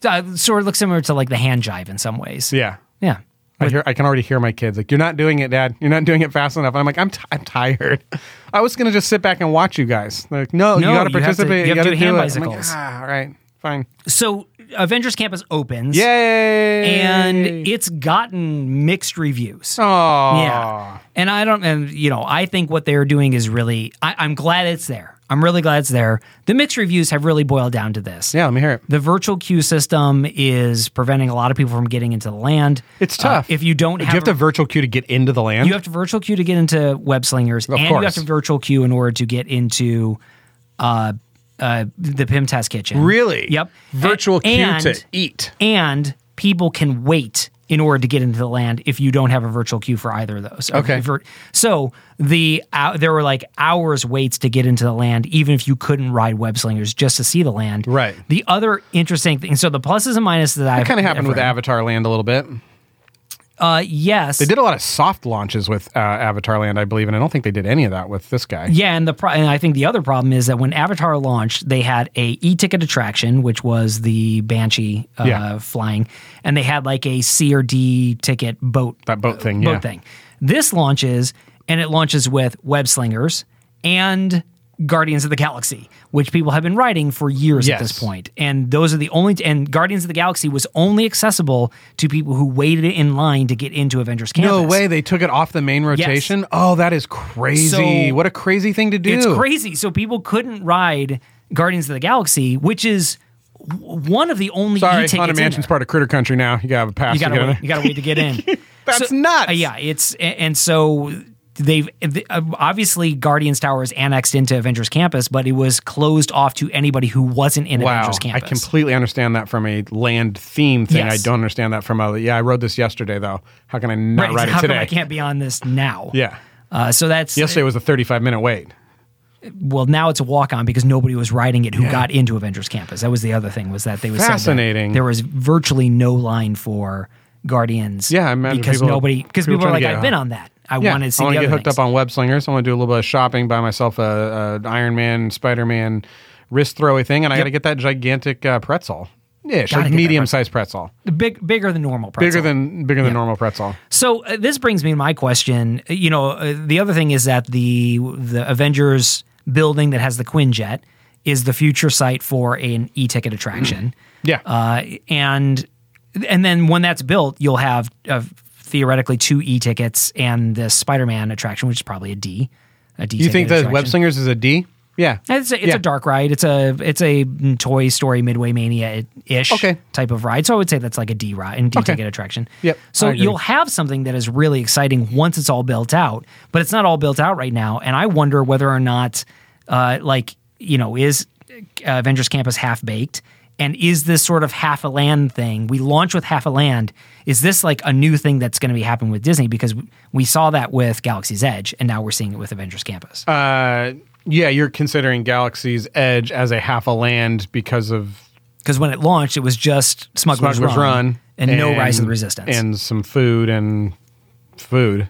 Speaker 1: uh, sort of looks similar to like the hand jive in some ways.
Speaker 2: yeah.
Speaker 1: yeah.
Speaker 2: I, hear, I can already hear my kids like, "You're not doing it, Dad. You're not doing it fast enough." I'm like, "I'm t- I'm tired. I was gonna just sit back and watch you guys." They're like, "No,
Speaker 1: No,
Speaker 2: you got to
Speaker 1: you have to-
Speaker 2: participate.
Speaker 1: you have to
Speaker 2: gotta
Speaker 1: do hand
Speaker 2: it." I'm
Speaker 1: bicycles.
Speaker 2: Like, ah, all right, fine.
Speaker 1: So Avengers Campus opens.
Speaker 2: Yay!
Speaker 1: And it's gotten mixed reviews.
Speaker 2: Aw.
Speaker 1: Yeah. And I don't, and you know, I think what they're doing is really, I, I'm glad it's there. I'm really glad it's there. The mixed reviews have really boiled down to this.
Speaker 2: Yeah, let me hear it.
Speaker 1: The virtual queue system is preventing a lot of people from getting into the land.
Speaker 2: It's
Speaker 1: Uh,
Speaker 2: tough.
Speaker 1: if you don't
Speaker 2: Do you
Speaker 1: have,
Speaker 2: have to virtual queue to get into the land?
Speaker 1: you have to virtual queue to get into web slingers, and you have
Speaker 2: course.
Speaker 1: to virtual queue in order to get into uh, uh, the Pim Test Kitchen.
Speaker 2: really?
Speaker 1: Yep.
Speaker 2: Virtual
Speaker 1: A-
Speaker 2: queue
Speaker 1: and-
Speaker 2: to eat.
Speaker 1: and people can wait in order to get into the land if you don't have a virtual queue for either of those.
Speaker 2: Okay.
Speaker 1: If you're- So the uh, there were like hours waits to get into the land, even if you couldn't ride web slingers just to see the land.
Speaker 2: Right.
Speaker 1: The other interesting thing. So the pluses and minuses that I
Speaker 2: That kind of happened with Avatar Land a little bit.
Speaker 1: Uh, yes.
Speaker 2: They did a lot of soft launches with uh, Avatar Land, I believe, and I don't think they did any of that with this guy.
Speaker 1: Yeah, and the pro- and I think the other problem is that when Avatar launched, they had a e-ticket attraction, which was the Banshee uh,
Speaker 2: Yeah.
Speaker 1: flying, and they had like a C or D ticket boat
Speaker 2: That boat thing,
Speaker 1: boat
Speaker 2: yeah.
Speaker 1: thing. This launches and it launches with Web Slingers and Guardians of the Galaxy, which people have been riding for years at this
Speaker 2: Yes.
Speaker 1: point. And those are the only and Guardians of the Galaxy was only accessible to people who waited in line to get into Avengers Campus.
Speaker 2: No way they took it off the main rotation. Oh, that is crazy.
Speaker 1: So-
Speaker 2: what a crazy thing to do.
Speaker 1: It's crazy. So people couldn't ride Guardians of the Galaxy, which is w- one of the only
Speaker 2: Sorry,
Speaker 1: e-tickets
Speaker 2: Haunted
Speaker 1: in
Speaker 2: Mansion's
Speaker 1: there.
Speaker 2: part of Critter Country now. You gotta have a pass.
Speaker 1: You
Speaker 2: to
Speaker 1: gotta
Speaker 2: get in
Speaker 1: wait,
Speaker 2: there.
Speaker 1: you gotta wait to get in.
Speaker 2: That's
Speaker 1: So-
Speaker 2: nuts.
Speaker 1: uh, yeah, it's a- and so they've the- uh, obviously Guardians Tower is annexed into Avengers Campus, but it was closed off to anybody who wasn't in
Speaker 2: Wow,
Speaker 1: Avengers
Speaker 2: I
Speaker 1: Campus.
Speaker 2: completely understand that from a land theme thing.
Speaker 1: Yes.
Speaker 2: I don't understand that from a. Yeah, I rode this yesterday though. How can I not
Speaker 1: Right,
Speaker 2: ride
Speaker 1: so how
Speaker 2: it today?
Speaker 1: come I can't be on this now?
Speaker 2: Yeah,
Speaker 1: Uh, so that's
Speaker 2: yesterday was a 35 minute wait.
Speaker 1: well. Now it's a walk on because nobody was riding it who got into Avengers Campus. That was the other thing was that they was said that
Speaker 2: Fascinating.
Speaker 1: there was virtually no line for Guardians.
Speaker 2: Yeah, I imagine
Speaker 1: because
Speaker 2: people-
Speaker 1: nobody because
Speaker 2: people
Speaker 1: people, are
Speaker 2: trying
Speaker 1: like
Speaker 2: to get
Speaker 1: I've
Speaker 2: a-
Speaker 1: been on that. I
Speaker 2: Yeah,
Speaker 1: wanted to see the
Speaker 2: I want to
Speaker 1: other
Speaker 2: get hooked
Speaker 1: things.
Speaker 2: up on web slingers. I want to do a little bit of shopping, buy myself a, a Iron Man, Spider Man wrist throwy thing, and I got to get that gigantic uh, pretzel. Yeah,
Speaker 1: Gotta get that
Speaker 2: medium sized pretzel.
Speaker 1: big bigger than normal. Pretzel.
Speaker 2: bigger than bigger than normal pretzel.
Speaker 1: So uh, this brings me to my question. You know, uh, the other thing is that the the Avengers building that has the Quinjet is the future site for an e-ticket attraction.
Speaker 2: Yeah,
Speaker 1: Uh, and and then when that's built, you'll have uh, theoretically two e tickets and the Spider Man attraction, which is probably a D. A D.
Speaker 2: you
Speaker 1: ticket
Speaker 2: think that web
Speaker 1: attraction.
Speaker 2: slingers is a D? Yeah,
Speaker 1: It's a, it's
Speaker 2: Yeah.
Speaker 1: a dark ride. It's a it's a Toy Story Midway Mania ish
Speaker 2: Okay.
Speaker 1: type of ride. So I would say that's like a D ride and D
Speaker 2: Okay.
Speaker 1: ticket attraction.
Speaker 2: Yep,
Speaker 1: So
Speaker 2: I agree.
Speaker 1: you'll have something that is really exciting once it's all built out, but it's not all built out right now. And I wonder whether or not, uh, like you know, is uh, Avengers Campus half baked? And is this sort of half a land thing? We launch with half a land. Is this like a new thing that's going to be happening with Disney? Because we saw that with Galaxy's Edge, and now we're seeing it with Avengers Campus.
Speaker 2: Uh, yeah, you're considering Galaxy's Edge as a half a land because of
Speaker 1: Because when it launched, it was just Smuggler's,
Speaker 2: Smuggler's Run,
Speaker 1: and, no Rise of the Resistance and,
Speaker 2: and some food and food,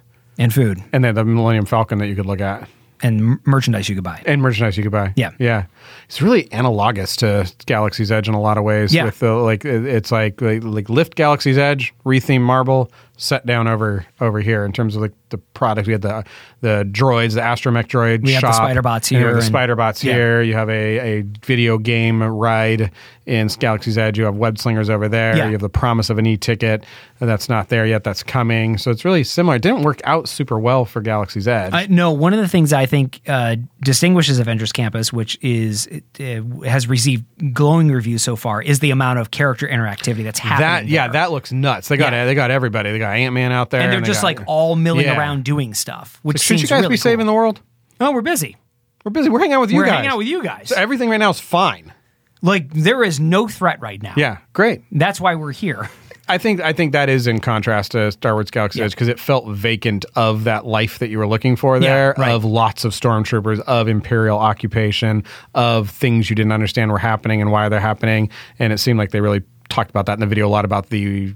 Speaker 1: food
Speaker 2: and then the Millennium Falcon that you could look at
Speaker 1: and m- merchandise you could buy.
Speaker 2: and merchandise you could buy.
Speaker 1: Yeah.
Speaker 2: yeah, it's really analogous to Galaxy's Edge in a lot of ways.
Speaker 1: Yeah.
Speaker 2: with the like, it- it's like like, like lift Galaxy's Edge, retheme Marble, set down over over here in terms of like the product. We had the the droids, the astromech droid.
Speaker 1: We have
Speaker 2: shop,
Speaker 1: the spider bots
Speaker 2: and we
Speaker 1: here
Speaker 2: have
Speaker 1: and-
Speaker 2: the spider bots
Speaker 1: yeah.
Speaker 2: here. You have a a video game ride in Galaxy's Edge. You have web slingers over there.
Speaker 1: Yeah.
Speaker 2: You have the promise of an e ticket that's not there yet. That's coming. So it's really similar. It didn't work out super well for Galaxy's Edge.
Speaker 1: I, no, one of the things I think uh, distinguishes Avengers Campus, which is it, uh, has received glowing reviews so far, is the amount of character interactivity that's
Speaker 2: That
Speaker 1: happening.
Speaker 2: yeah,
Speaker 1: there.
Speaker 2: that looks nuts. They got
Speaker 1: Yeah.
Speaker 2: they got everybody. They got Ant Man out there,
Speaker 1: and they're
Speaker 2: they
Speaker 1: just
Speaker 2: got-
Speaker 1: like all milling
Speaker 2: Yeah.
Speaker 1: around doing stuff, which
Speaker 2: Should
Speaker 1: seems
Speaker 2: you guys
Speaker 1: really
Speaker 2: be saving the world?
Speaker 1: the? No, we're busy.
Speaker 2: We're busy. We're hanging out with you
Speaker 1: we're
Speaker 2: guys.
Speaker 1: hanging out with you guys.
Speaker 2: So e- everything right now is fine.
Speaker 1: like there is no threat right now.
Speaker 2: Yeah, great.
Speaker 1: that's why we're here.
Speaker 2: I think I think that is in contrast to Star Wars Galaxy
Speaker 1: Yeah.
Speaker 2: Edge because it felt vacant of that life that you were looking for there,
Speaker 1: right.
Speaker 2: of lots of stormtroopers, of imperial occupation, of things you didn't understand were happening and why they're happening, and it seemed like they really talked about that in the video a lot about the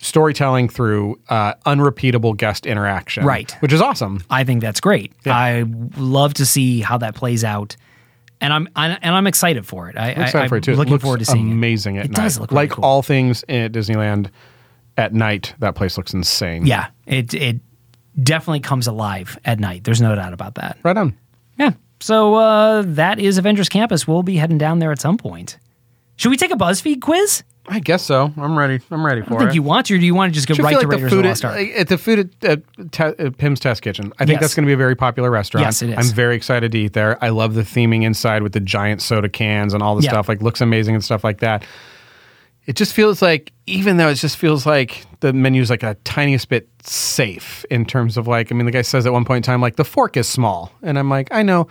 Speaker 2: storytelling through uh, unrepeatable guest interaction,
Speaker 1: Right.
Speaker 2: Which is awesome.
Speaker 1: I think that's great. I love to see how that plays out, and I'm, i and I'm excited for it. I,
Speaker 2: I'm
Speaker 1: I,
Speaker 2: excited
Speaker 1: am
Speaker 2: for it too. It
Speaker 1: Looking
Speaker 2: looks
Speaker 1: forward to seeing
Speaker 2: amazing
Speaker 1: it.
Speaker 2: at
Speaker 1: it
Speaker 2: night.
Speaker 1: does look really
Speaker 2: like
Speaker 1: cool.
Speaker 2: all things at Disneyland at night. That place looks insane.
Speaker 1: Yeah, it it definitely comes alive at night. There's no doubt about that.
Speaker 2: right on.
Speaker 1: Yeah. So uh, that is Avengers Campus. We'll be heading down there at some point. Should we take a BuzzFeed quiz?
Speaker 2: I guess so. I'm ready. I'm ready for
Speaker 1: I think
Speaker 2: it.
Speaker 1: you want to, or do you want to just go
Speaker 2: Should
Speaker 1: right
Speaker 2: feel
Speaker 1: to
Speaker 2: like
Speaker 1: Raiders
Speaker 2: the
Speaker 1: of
Speaker 2: food
Speaker 1: the
Speaker 2: at,
Speaker 1: Lost Ark?
Speaker 2: like, at the food at, at, Ta- at Pim's Test Kitchen. I think
Speaker 1: Yes.
Speaker 2: that's going to be a very popular restaurant.
Speaker 1: Yes, it is.
Speaker 2: I'm very excited to eat there. I love the theming inside with the giant soda cans and all the
Speaker 1: Yeah.
Speaker 2: stuff. Like looks amazing and stuff like that. It just feels like, even though it just feels like the menu's like a tiniest bit safe in terms of like, I mean, the guy says at one point in time, like the fork is small, and I'm like, I know.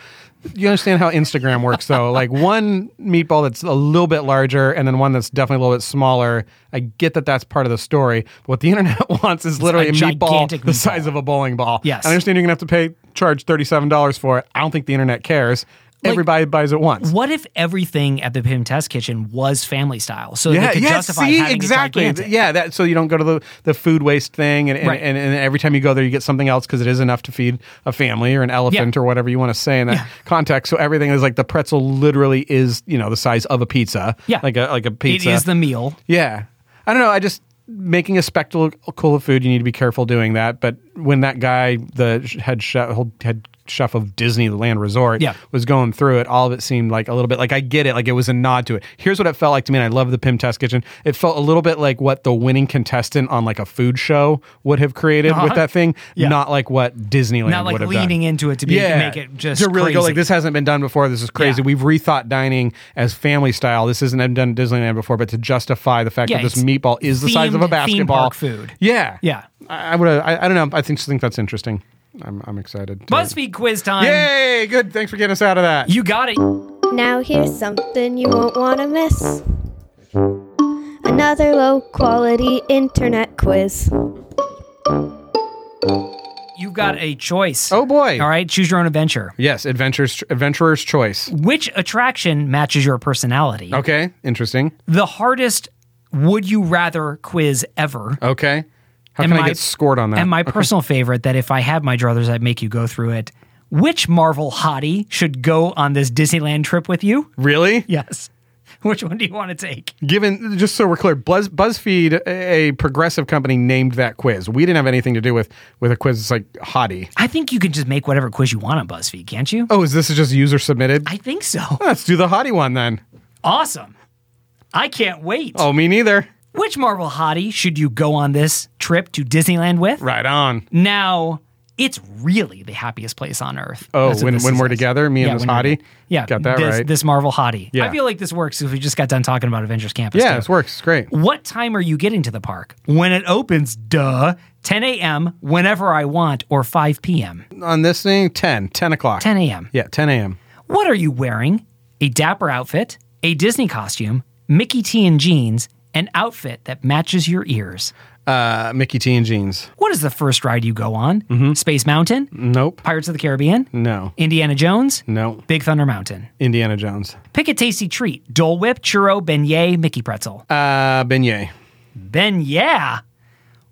Speaker 2: You understand how Instagram works, though. like one meatball that's a little bit larger, and then one that's definitely a little bit smaller. I get that that's part of the story. But what the internet wants is literally a, meatball
Speaker 1: gigantic
Speaker 2: the size
Speaker 1: meatball.
Speaker 2: of a bowling ball.
Speaker 1: Yes.
Speaker 2: I understand you're gonna have to pay charge thirty seven dollars for it. I don't think the internet cares.
Speaker 1: Like-
Speaker 2: Everybody buys it once.
Speaker 1: What if everything at the Pim Test Kitchen was family style, so they could justify
Speaker 2: see,
Speaker 1: having it
Speaker 2: exactly.
Speaker 1: gigantic?
Speaker 2: Yeah, that so you don't go to the, the food waste thing, and and,
Speaker 1: Right.
Speaker 2: and and every time you go there, you get something else because it is enough to feed a family or an elephant
Speaker 1: Yeah.
Speaker 2: or whatever you want to say in that context. So everything is like the pretzel literally is you know the size of a pizza.
Speaker 1: Yeah.
Speaker 2: like a like a pizza.
Speaker 1: It is the meal.
Speaker 2: Yeah. I don't know. I just making a spectacle of food. You need to be careful doing that. But when that guy, the sh- head chef, whole head chef of Disneyland Resort,
Speaker 1: Yeah.
Speaker 2: was going through it, all of it seemed like a little bit like I get it. Like it was a nod to it. Here's what it felt like to me. And I love the Pim Test Kitchen. It felt a little bit like what the winning contestant on like a food show would have created with that thing,
Speaker 1: Uh-huh. Yeah.
Speaker 2: not like what Disneyland
Speaker 1: Not like
Speaker 2: would have done
Speaker 1: leaning into it to be to make it just
Speaker 2: to really go
Speaker 1: crazy.
Speaker 2: like this hasn't been done before. This is crazy.
Speaker 1: Yeah.
Speaker 2: We've rethought dining as family style. This isn't been done at Disneyland before, but to justify the fact
Speaker 1: Yeah,
Speaker 2: that this
Speaker 1: it's
Speaker 2: meatball is the size of
Speaker 1: themed
Speaker 2: a
Speaker 1: theme
Speaker 2: basketball
Speaker 1: park food.
Speaker 2: Yeah,
Speaker 1: Yeah.
Speaker 2: I, I would. I, I don't know. I think just think that's interesting. I'm, I'm excited. to-
Speaker 1: BuzzFeed quiz time.
Speaker 2: Yay! Good. Thanks for getting us out of that.
Speaker 1: You got it.
Speaker 7: Now here's something you won't want to miss. Another low quality internet quiz.
Speaker 1: You've got a choice.
Speaker 2: oh boy.
Speaker 1: All right, choose your own adventure.
Speaker 2: Yes, adventures, adventurer's choice.
Speaker 1: Which attraction matches your personality?
Speaker 2: Okay, interesting.
Speaker 1: The hardest would you rather quiz ever.
Speaker 2: Okay, how
Speaker 1: And
Speaker 2: Oh, can I
Speaker 1: my-
Speaker 2: get scored on that?
Speaker 1: And my personal favorite that if I had my druthers, I'd make you go through it. Which Marvel hottie should go on this Disneyland trip with you?
Speaker 2: really?
Speaker 1: Yes. Which one do you want to take?
Speaker 2: given just so we're clear Buzz, buzzfeed a a progressive company named that quiz we didn't have anything to do with with a quiz it's like hottie
Speaker 1: I think you can just make whatever quiz you want on BuzzFeed, can't you?
Speaker 2: oh is this just user submitted
Speaker 1: I think so.
Speaker 2: let's do the hottie one then
Speaker 1: Awesome. I can't wait.
Speaker 2: oh me neither
Speaker 1: Which Marvel hottie should you go on this trip to Disneyland with?
Speaker 2: right on
Speaker 1: Mm, Now, it's really the happiest place on earth.
Speaker 2: Oh,
Speaker 1: That's what
Speaker 2: when-
Speaker 1: this
Speaker 2: when
Speaker 1: is
Speaker 2: we're
Speaker 1: like.
Speaker 2: together, me and this
Speaker 1: when we're
Speaker 2: hottie?
Speaker 1: together. Yeah,
Speaker 2: Got that
Speaker 1: this,
Speaker 2: right.
Speaker 1: This Marvel hottie. I
Speaker 2: Yeah.
Speaker 1: feel like this works if we just got done talking about Avengers Campus.
Speaker 2: yeah
Speaker 1: too.
Speaker 2: this works it's great
Speaker 1: What time are you getting to the park? When it opens, duh. 10 a.m. whenever I want, or 5 p.m.
Speaker 2: on this thing 10 10 o'clock
Speaker 1: 10 a.m.
Speaker 2: yeah 10 a.m
Speaker 1: What are you wearing? A dapper outfit, a Disney costume, Mickey T and jeans, an outfit that matches your ears.
Speaker 2: Uh, Mickey T and Jeans.
Speaker 1: What is the first ride you go on?
Speaker 2: Mm-hmm.
Speaker 1: Space Mountain,
Speaker 2: Nope.
Speaker 1: Pirates of the Caribbean,
Speaker 2: No.
Speaker 1: Indiana Jones,
Speaker 2: No.
Speaker 1: Big Thunder Mountain.
Speaker 2: Indiana Jones.
Speaker 1: Pick a tasty treat: Dole Whip, churro, beignet, Mickey pretzel.
Speaker 2: Uh, beignet.
Speaker 1: then yeah,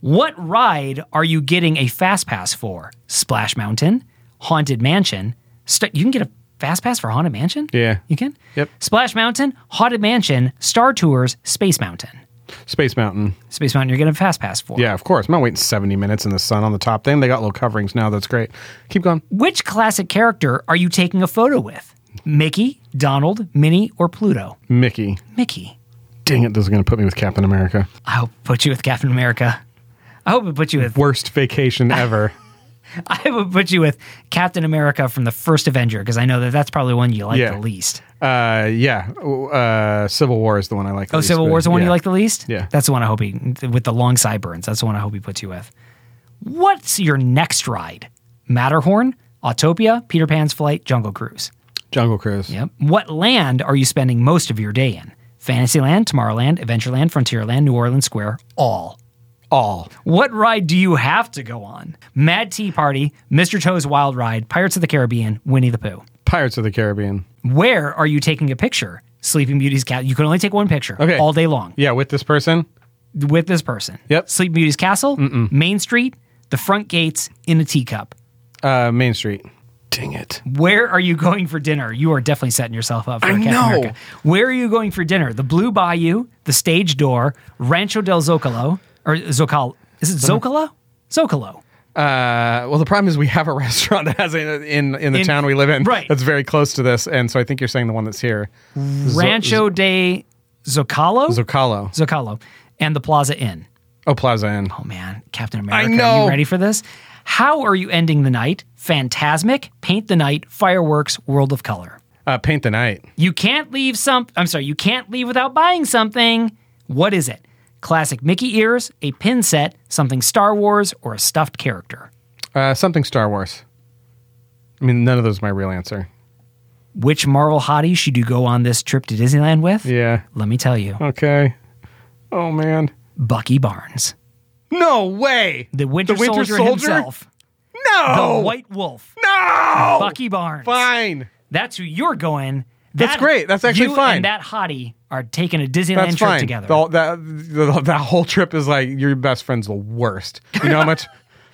Speaker 1: what ride are you getting a fast pass for? Splash Mountain, Haunted Mansion. St- you can get a fast pass for Haunted Mansion.
Speaker 2: Yeah.
Speaker 1: you can.
Speaker 2: Yep.
Speaker 1: Splash Mountain, Haunted Mansion, Star Tours, Space Mountain.
Speaker 2: Space Mountain.
Speaker 1: Space Mountain, you're getting a fast pass for.
Speaker 2: Yeah, of course. I'm not waiting 70 minutes in the sun on the top thing. They got little coverings now. That's great. Keep going.
Speaker 1: Which classic character are you taking a photo with? Mickey, Donald, Minnie, or Pluto?
Speaker 2: Mickey.
Speaker 1: Mickey.
Speaker 2: Dang it, this is going to put me with Captain America.
Speaker 1: I hope it puts you with Captain America. I hope it puts you with.
Speaker 2: Worst vacation ever.
Speaker 1: I hope it puts you with Captain America from the first Avenger because I know that that's probably one you like
Speaker 2: Yeah.
Speaker 1: the least.
Speaker 2: uh, yeah. Uh, Civil War is the one I like. the
Speaker 1: Oh,
Speaker 2: least,
Speaker 1: Civil
Speaker 2: but-
Speaker 1: War is the one
Speaker 2: yeah.
Speaker 1: you like the least.
Speaker 2: Yeah.
Speaker 1: that's the one I hope he with the long sideburns. That's the one I hope he puts you with. What's your next ride? Matterhorn, Autopia, Peter Pan's Flight, Jungle Cruise.
Speaker 2: Jungle Cruise.
Speaker 1: Yep. What land are you spending most of your day in? Fantasyland, Tomorrowland, Adventureland, Frontierland, New Orleans Square, all.
Speaker 2: All.
Speaker 1: What ride do you have to go on? Mad Tea Party, Mr. Toad's Wild Ride, Pirates of the Caribbean, Winnie the Pooh.
Speaker 2: Pirates of the Caribbean.
Speaker 1: Where are you taking a picture? Sleeping Beauty's cat. You can only take one picture
Speaker 2: Okay.
Speaker 1: all day long
Speaker 2: Yeah, with this person.
Speaker 1: with this person.
Speaker 2: Yep.
Speaker 1: Sleeping Beauty's castle, Main Street, the front gates in a teacup.
Speaker 2: Uh, Main Street. Uh, Dang it.
Speaker 1: Where are you going for dinner? You are definitely setting yourself up for a Captain
Speaker 2: know.
Speaker 1: America. Where are you going for dinner? The Blue Bayou, the Stage Door, Rancho del Zocalo, or Zocalo. Is it Zocalo? Zocalo.
Speaker 2: Uh, well, the problem is we have a restaurant that has in in, in the
Speaker 1: In-
Speaker 2: town we live in.
Speaker 1: right.
Speaker 2: That's very close to this, and so I think you're saying the one that's here.
Speaker 1: Rancho de Zocalo?
Speaker 2: Zocalo.
Speaker 1: Zocalo. And the Plaza Inn.
Speaker 2: Oh, Plaza Inn.
Speaker 1: Oh, man. Captain America. Are
Speaker 2: know.
Speaker 1: you ready for this? How are you ending the night? Phantasmic, Paint the Night, Fireworks, World of Color.
Speaker 2: Uh, Paint the Night.
Speaker 1: You can't leave some I'm sorry, you can't leave without buying something. What is it? Classic Mickey ears, a pin set, something Star Wars, or a stuffed character.
Speaker 2: Uh, something Star Wars. I mean, none of those are my real answer.
Speaker 1: Which Marvel hottie should you go on this trip to Disneyland with?
Speaker 2: Yeah.
Speaker 1: Let me tell you,
Speaker 2: Okay. Oh man.
Speaker 1: Bucky Barnes.
Speaker 2: No way.
Speaker 1: The Winter, Soldier, himself.
Speaker 2: No.
Speaker 1: The White Wolf.
Speaker 2: no.
Speaker 1: Bucky Barnes.
Speaker 2: Fine.
Speaker 1: That's who you're going.
Speaker 2: That's
Speaker 1: That-
Speaker 2: great. That's actually
Speaker 1: you
Speaker 2: fine.
Speaker 1: And that hottie are taking a Disneyland
Speaker 2: That's
Speaker 1: trip
Speaker 2: fine.
Speaker 1: together.
Speaker 2: The, whole- that, the, that whole trip is like your best friend's the worst. You know how much?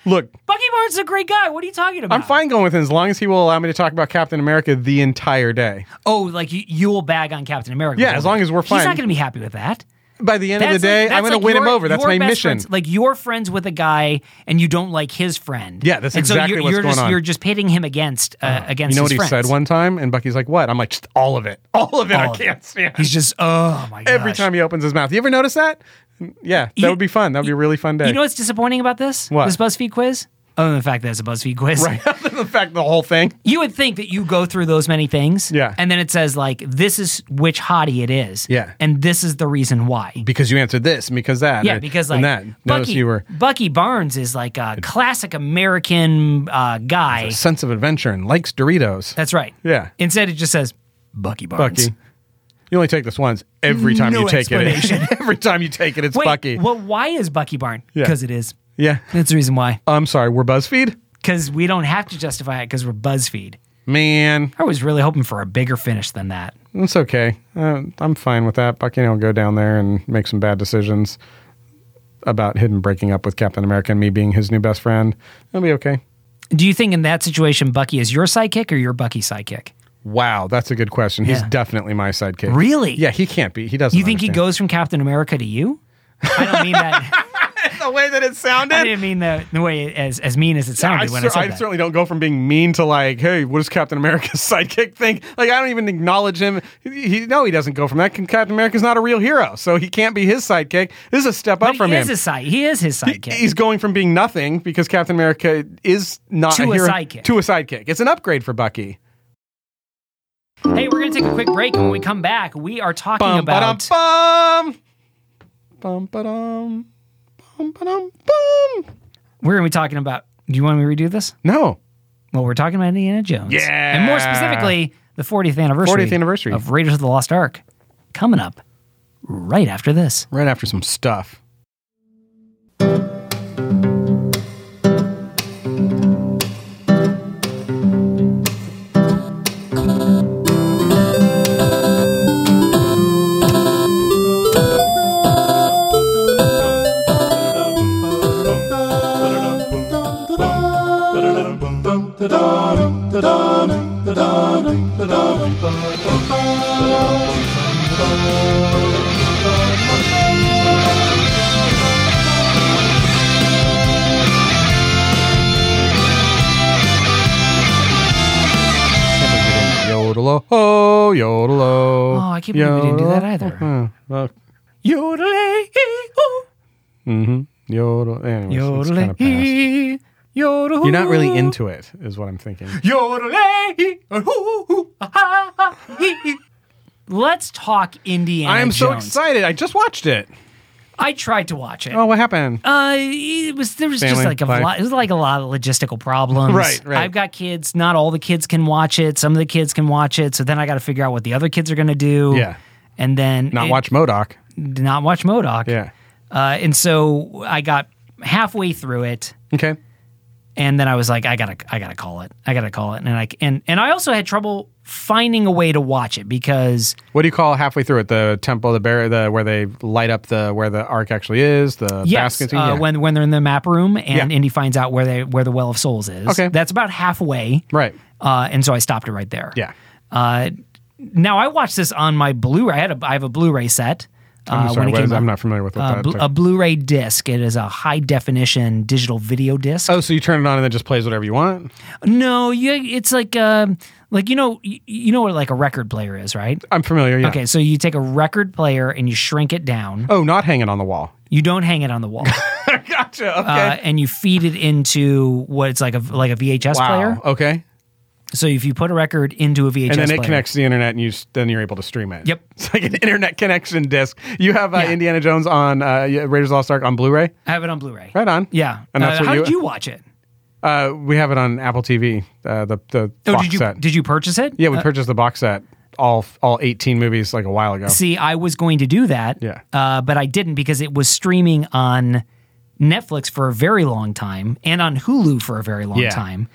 Speaker 2: Look,
Speaker 1: Bucky Barnes is a great guy. What are you talking about?
Speaker 2: I'm fine going with him as long as he will allow me to talk about Captain America the entire day.
Speaker 1: Oh, like you, you'll bag on Captain America.
Speaker 2: Yeah, as long as we're
Speaker 1: He's
Speaker 2: fine.
Speaker 1: not going to be happy with that.
Speaker 2: By the end of the
Speaker 1: That's
Speaker 2: day,
Speaker 1: like- that's
Speaker 2: I'm going
Speaker 1: like
Speaker 2: to win him
Speaker 1: your-
Speaker 2: over. That's
Speaker 1: your
Speaker 2: my
Speaker 1: best
Speaker 2: mission.
Speaker 1: friends- like you're friends with a guy and you don't like his friend.
Speaker 2: Yeah, that's
Speaker 1: and so
Speaker 2: exactly
Speaker 1: you're,
Speaker 2: what's
Speaker 1: you're
Speaker 2: going
Speaker 1: just,
Speaker 2: on.
Speaker 1: You're just pitting him against uh, against.
Speaker 2: you know what
Speaker 1: his
Speaker 2: he
Speaker 1: friends.
Speaker 2: said one time, and Bucky's like, "What?" I'm like, "Just all of it, all of it.
Speaker 1: All
Speaker 2: I
Speaker 1: of
Speaker 2: can't
Speaker 1: it.
Speaker 2: stand."
Speaker 1: He's just oh my gosh.
Speaker 2: Every time he opens his mouth, you ever notice that? Yeah, that
Speaker 1: You-
Speaker 2: would be fun. That would be a really fun day.
Speaker 1: you know what's disappointing about this?
Speaker 2: What?
Speaker 1: This BuzzFeed quiz. Other than the fact that it's a BuzzFeed quiz,
Speaker 2: right? the fact the whole thing.
Speaker 1: you would think that you go through those many things,
Speaker 2: Yeah.
Speaker 1: and then it says like this is which hottie it is,
Speaker 2: Yeah.
Speaker 1: and this is the reason why,
Speaker 2: because you answered this and because that.
Speaker 1: Yeah,
Speaker 2: and-
Speaker 1: because like
Speaker 2: and that. Notice
Speaker 1: Bucky,
Speaker 2: you were
Speaker 1: Bucky Barnes is like a classic American uh, guy.
Speaker 2: sense of adventure and likes Doritos.
Speaker 1: That's right.
Speaker 2: Yeah.
Speaker 1: Instead, it just says Bucky Barnes.
Speaker 2: Bucky. You only take this once every time
Speaker 1: No
Speaker 2: you take it.
Speaker 1: explanation.
Speaker 2: every time you take it, it's
Speaker 1: Wait,
Speaker 2: Bucky.
Speaker 1: Well, why is Bucky Barnes?
Speaker 2: Yeah.
Speaker 1: Because it is.
Speaker 2: yeah.
Speaker 1: That's the reason why.
Speaker 2: I'm sorry, we're BuzzFeed?
Speaker 1: Because we don't have to justify it because we're BuzzFeed.
Speaker 2: Man,
Speaker 1: I was really hoping for a bigger finish than that.
Speaker 2: it's okay. Uh, I'm fine with that. Bucky will go down there and make some bad decisions about him breaking up with Captain America and me being his new best friend. It'll be okay.
Speaker 1: Do you think in that situation, Bucky is your sidekick or your Bucky sidekick?
Speaker 2: Wow, that's a good question. He's
Speaker 1: Yeah.
Speaker 2: definitely my sidekick.
Speaker 1: Really?
Speaker 2: Yeah, he can't be. He doesn't.
Speaker 1: You think he
Speaker 2: understand.
Speaker 1: goes from Captain America to you? I don't mean that.
Speaker 2: the way that it sounded?
Speaker 1: I didn't mean that the way as as mean as it sounded when I
Speaker 2: cer-
Speaker 1: said that.
Speaker 2: certainly don't go from being mean to like, hey, what does Captain America's sidekick think? Like, I don't even acknowledge him. He, he- no, he doesn't go from that. Captain America's not a real hero, so he can't be his sidekick. This is a step up
Speaker 1: But
Speaker 2: from
Speaker 1: he
Speaker 2: him.
Speaker 1: is his side. He is his sidekick.
Speaker 2: He's going from being nothing because Captain America is not
Speaker 1: To a
Speaker 2: hero
Speaker 1: sidekick.
Speaker 2: to a sidekick. It's an upgrade for Bucky.
Speaker 1: Hey, we're gonna take a quick break. When we come back, we are talking
Speaker 2: Bum ba-dum
Speaker 1: about
Speaker 2: bum. Bum ba-dum. Bum ba-dum bum.
Speaker 1: we're gonna be talking about. Do you want me to redo this?
Speaker 2: No.
Speaker 1: Well, we're talking about Indiana Jones.
Speaker 2: Yeah.
Speaker 1: and more specifically, the 40th anniversary,
Speaker 2: 40th anniversary.
Speaker 1: of Raiders of the Lost Ark, coming up right after this.
Speaker 2: Right after some stuff. Yodel oh, yodel oh.
Speaker 1: Oh, I can't believe we didn't do that either.
Speaker 2: uh, Yodel Mm-hmm. Yodel. Anyways, it's kind of past.
Speaker 1: You're
Speaker 2: You're not really into it, is what I'm thinking.
Speaker 1: Let's talk Indiana.
Speaker 2: I am so
Speaker 1: Jones.
Speaker 2: excited. I just watched it.
Speaker 1: I tried to watch it.
Speaker 2: Oh, what happened?
Speaker 1: Uh, it was there was just
Speaker 2: Family
Speaker 1: like a
Speaker 2: life.
Speaker 1: lot. It was like a lot of logistical problems.
Speaker 2: Right, right.
Speaker 1: I've got kids. Not all the kids can watch it. Some of the kids can watch it. So then I got to figure out what the other kids are going to do.
Speaker 2: Yeah.
Speaker 1: And then
Speaker 2: Not
Speaker 1: and-
Speaker 2: watch Modoc.
Speaker 1: Not watch Modoc.
Speaker 2: Yeah.
Speaker 1: Uh, and so I got halfway through it,
Speaker 2: Okay.
Speaker 1: and then I was like, I gotta, I gotta call it. I gotta call it. And I and and I also had trouble finding a way to watch it because
Speaker 2: What do you call halfway through it? The temple, the bear, the where they light up the where the ark actually is. The
Speaker 1: yes, uh,
Speaker 2: basket. yeah.
Speaker 1: when when they're in the map room and
Speaker 2: Yeah.
Speaker 1: Indy finds out where they where the Well of Souls is.
Speaker 2: Okay.
Speaker 1: that's about halfway.
Speaker 2: right.
Speaker 1: Uh, and so I stopped it right there.
Speaker 2: Yeah.
Speaker 1: Uh, now I watched this on my Blu-ray. I had a I have a Blu-ray set.
Speaker 2: I'm
Speaker 1: uh,
Speaker 2: sorry.
Speaker 1: when it
Speaker 2: what is-
Speaker 1: came out.
Speaker 2: I'm not familiar with what
Speaker 1: Uh,
Speaker 2: that.
Speaker 1: bl- a Blu-ray disc. It is a high definition digital video disc.
Speaker 2: oh, so you turn it on and it just plays whatever you want.
Speaker 1: No, you, it's like um, like you know you, you know what like a record player is, right?
Speaker 2: I'm familiar. Yeah.
Speaker 1: Okay, so you take a record player and you shrink it down.
Speaker 2: Oh, not hanging on the wall.
Speaker 1: You don't hang it on the wall,
Speaker 2: Gotcha. Okay.
Speaker 1: uh, and you feed it into what it's like a like a VHS
Speaker 2: wow.
Speaker 1: player.
Speaker 2: Okay.
Speaker 1: So if you put a record into a VHS,
Speaker 2: And then it
Speaker 1: player-
Speaker 2: connects to the internet, and you s- then you're able to stream it.
Speaker 1: Yep.
Speaker 2: It's like an internet connection disc. You have uh,
Speaker 1: Yeah.
Speaker 2: Indiana Jones on uh, yeah, Raiders of the Lost Ark on Blu-ray.
Speaker 1: I have it on Blu-ray.
Speaker 2: Right on.
Speaker 1: Yeah.
Speaker 2: And that's
Speaker 1: Uh,
Speaker 2: what
Speaker 1: how
Speaker 2: you-
Speaker 1: did you watch it?
Speaker 2: Uh, we have it on Apple TV. Uh, the the
Speaker 1: Oh,
Speaker 2: box
Speaker 1: did you
Speaker 2: set.
Speaker 1: did you uh, purchase it?
Speaker 2: yeah, we purchased the box set. All all 18 movies like a while ago.
Speaker 1: See, I was going to do that.
Speaker 2: Oh. Yeah.
Speaker 1: Uh, but I didn't because it was streaming on Netflix for a very long time and on Hulu for a very long
Speaker 2: Yeah.
Speaker 1: time.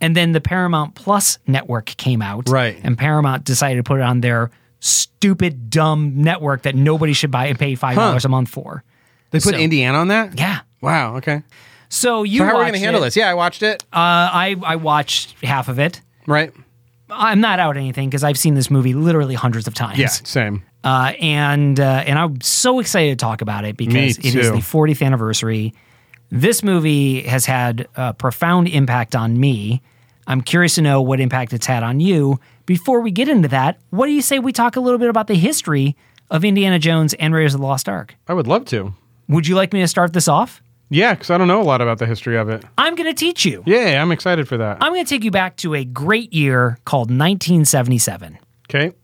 Speaker 1: And then the Paramount Plus network came out.
Speaker 2: Right.
Speaker 1: And Paramount decided to put it on their stupid, dumb network that nobody should buy and pay $5 a month for.
Speaker 2: They put Indiana on that.
Speaker 1: Yeah.
Speaker 2: Wow. Okay.
Speaker 1: So you
Speaker 2: So how are we
Speaker 1: watched
Speaker 2: going to handle
Speaker 1: it.
Speaker 2: this? Yeah, I watched it.
Speaker 1: Uh, I, I watched half of it.
Speaker 2: right.
Speaker 1: I'm not out anything because I've seen this movie literally hundreds of times.
Speaker 2: Yeah. Same.
Speaker 1: uh, and uh, and I'm so excited to talk about it because it is
Speaker 2: too.
Speaker 1: the 40th anniversary. This movie has had a profound impact on me. I'm curious to know what impact it's had on you. Before we get into that, what do you say we talk a little bit about the history of Indiana Jones and Raiders of the Lost Ark?
Speaker 2: I would love to.
Speaker 1: Would you like me to start this off?
Speaker 2: Yeah, because I don't know a lot about the history of it.
Speaker 1: I'm going to teach you.
Speaker 2: Yeah, I'm excited for that.
Speaker 1: I'm going to take you back to a great year called 1977.
Speaker 2: Okay.